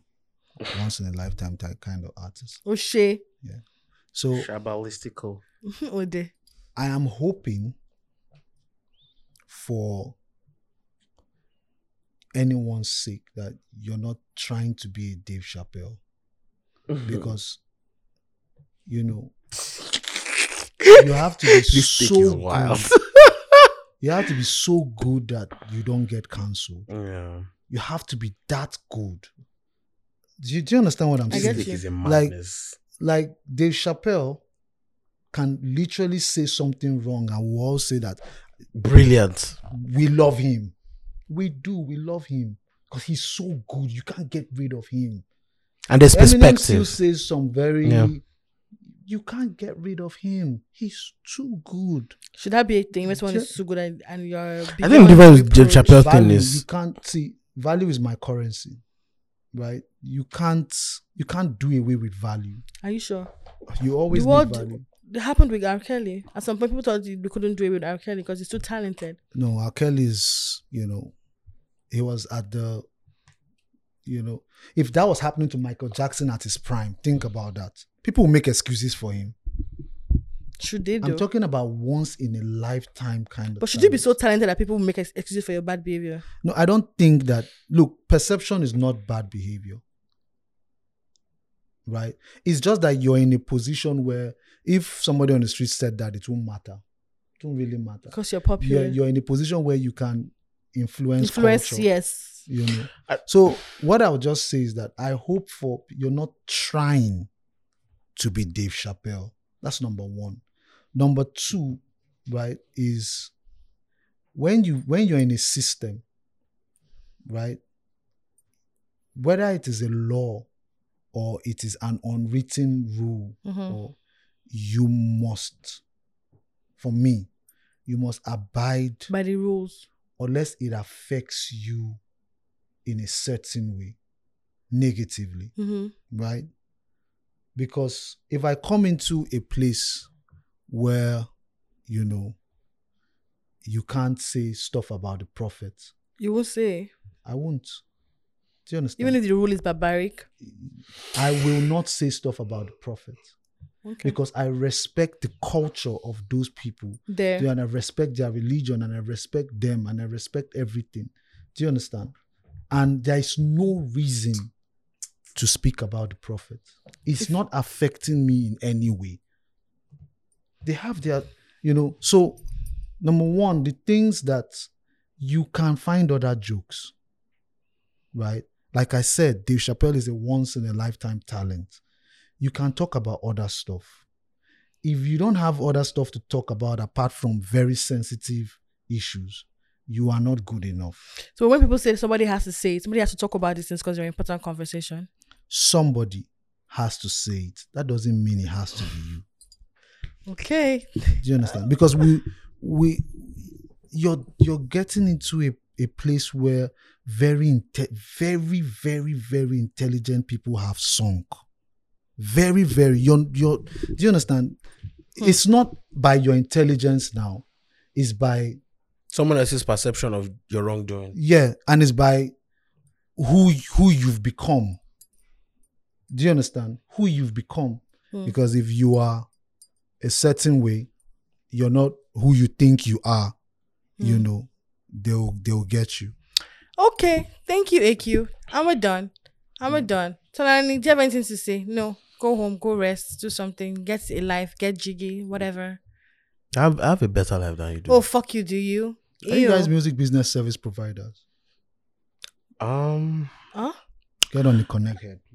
once in a lifetime type kind of artist. Oshe, So Shabalistical. Ode. I am hoping for anyone's sake that you're not trying to be a Dave Chappelle because you know you have to be This so thing is wild. good. you have to be so good that you don't get cancelled. Yeah. You have to be that good. Do you, do you understand what I'm I saying? get you. a Like- like Dave Chappelle can literally say something wrong and we all say that Brilliant. we love him. We do, we love him because he's so good. You can't get rid of him. And there's Eminem still perspective. says some very. Yeah. You can't get rid of him. He's too good. Should that be a thing? When someone is so good and, and you're. I think the difference with Dave Chappelle thing Value, you is can't see value is my currency, right? You can't you can't do away with value. Are you sure? You always the need world value. it happened with R. Kelly. At some point, people thought we couldn't do it with R. Kelly because he's too talented. No, R. Kelly's, you know, he was at the, you know, if that was happening to Michael Jackson at his prime, think about that. People will make excuses for him. Should they do? I'm talking about once in a lifetime kind of. but should you be talent. so talented that people will make ex- excuses for your bad behavior? No, I don't think that. Look, perception is not bad behavior. Right? It's just that you're in a position where if somebody on the street said that, it won't matter. It won't really matter. because you're You're, popular. you're in a position where you can influence, Influence, culture. yes. You know. I- so what I would just say is that I hope for you're not trying to be Dave Chappelle. That's number one. Number two, right, is when you when you're in a system, right, whether it is a law or it is an unwritten rule, Mhm. or you must, for me, you must abide By the rules. unless it affects you in a certain way negatively, Mm-hmm. right? Because if I come into a place where, you know, you can't say stuff about the prophet, You will say, I won't. Do you understand? even if the rule is barbaric. I will not say stuff about the prophet Okay. because I respect the culture of those people There. and I respect their religion and I respect them and I respect everything. Do you understand? And there is no reason to speak about the prophet. It's not affecting me in any way. They have their, you know, so number one, the things that you can find other jokes, right? Like I said, Dave Chappelle is a once in a lifetime talent. You can talk about other stuff if you don't have other stuff to talk about apart from very sensitive issues, you are not good enough. So when people say somebody has to say it, somebody has to talk about these things because they're an important conversation. Somebody has to say it. That doesn't mean it has to be you. Okay. Do you understand? Because we we you're you're getting into a, a place where very inte- very very very intelligent people have sunk. Very very you're, you're do you understand? It's not by your intelligence now. It's by Someone else's perception of your wrongdoing. Yeah, and it's by who who you've become. Do you understand who you've become? Hmm. Because if you are a certain way, you're not who you think you are. You Hmm. know, they'll they'll get you. Okay. Thank you, AQ. And we're done. And we're done. Tolani, do you have anything to say? No. Go home, go rest, do something, get a life, get jiggy, whatever. I have, I have a better life than you do. Oh, fuck you, do you? Are you guys Ew. music business service providers? Um, Huh? Get on the connect head.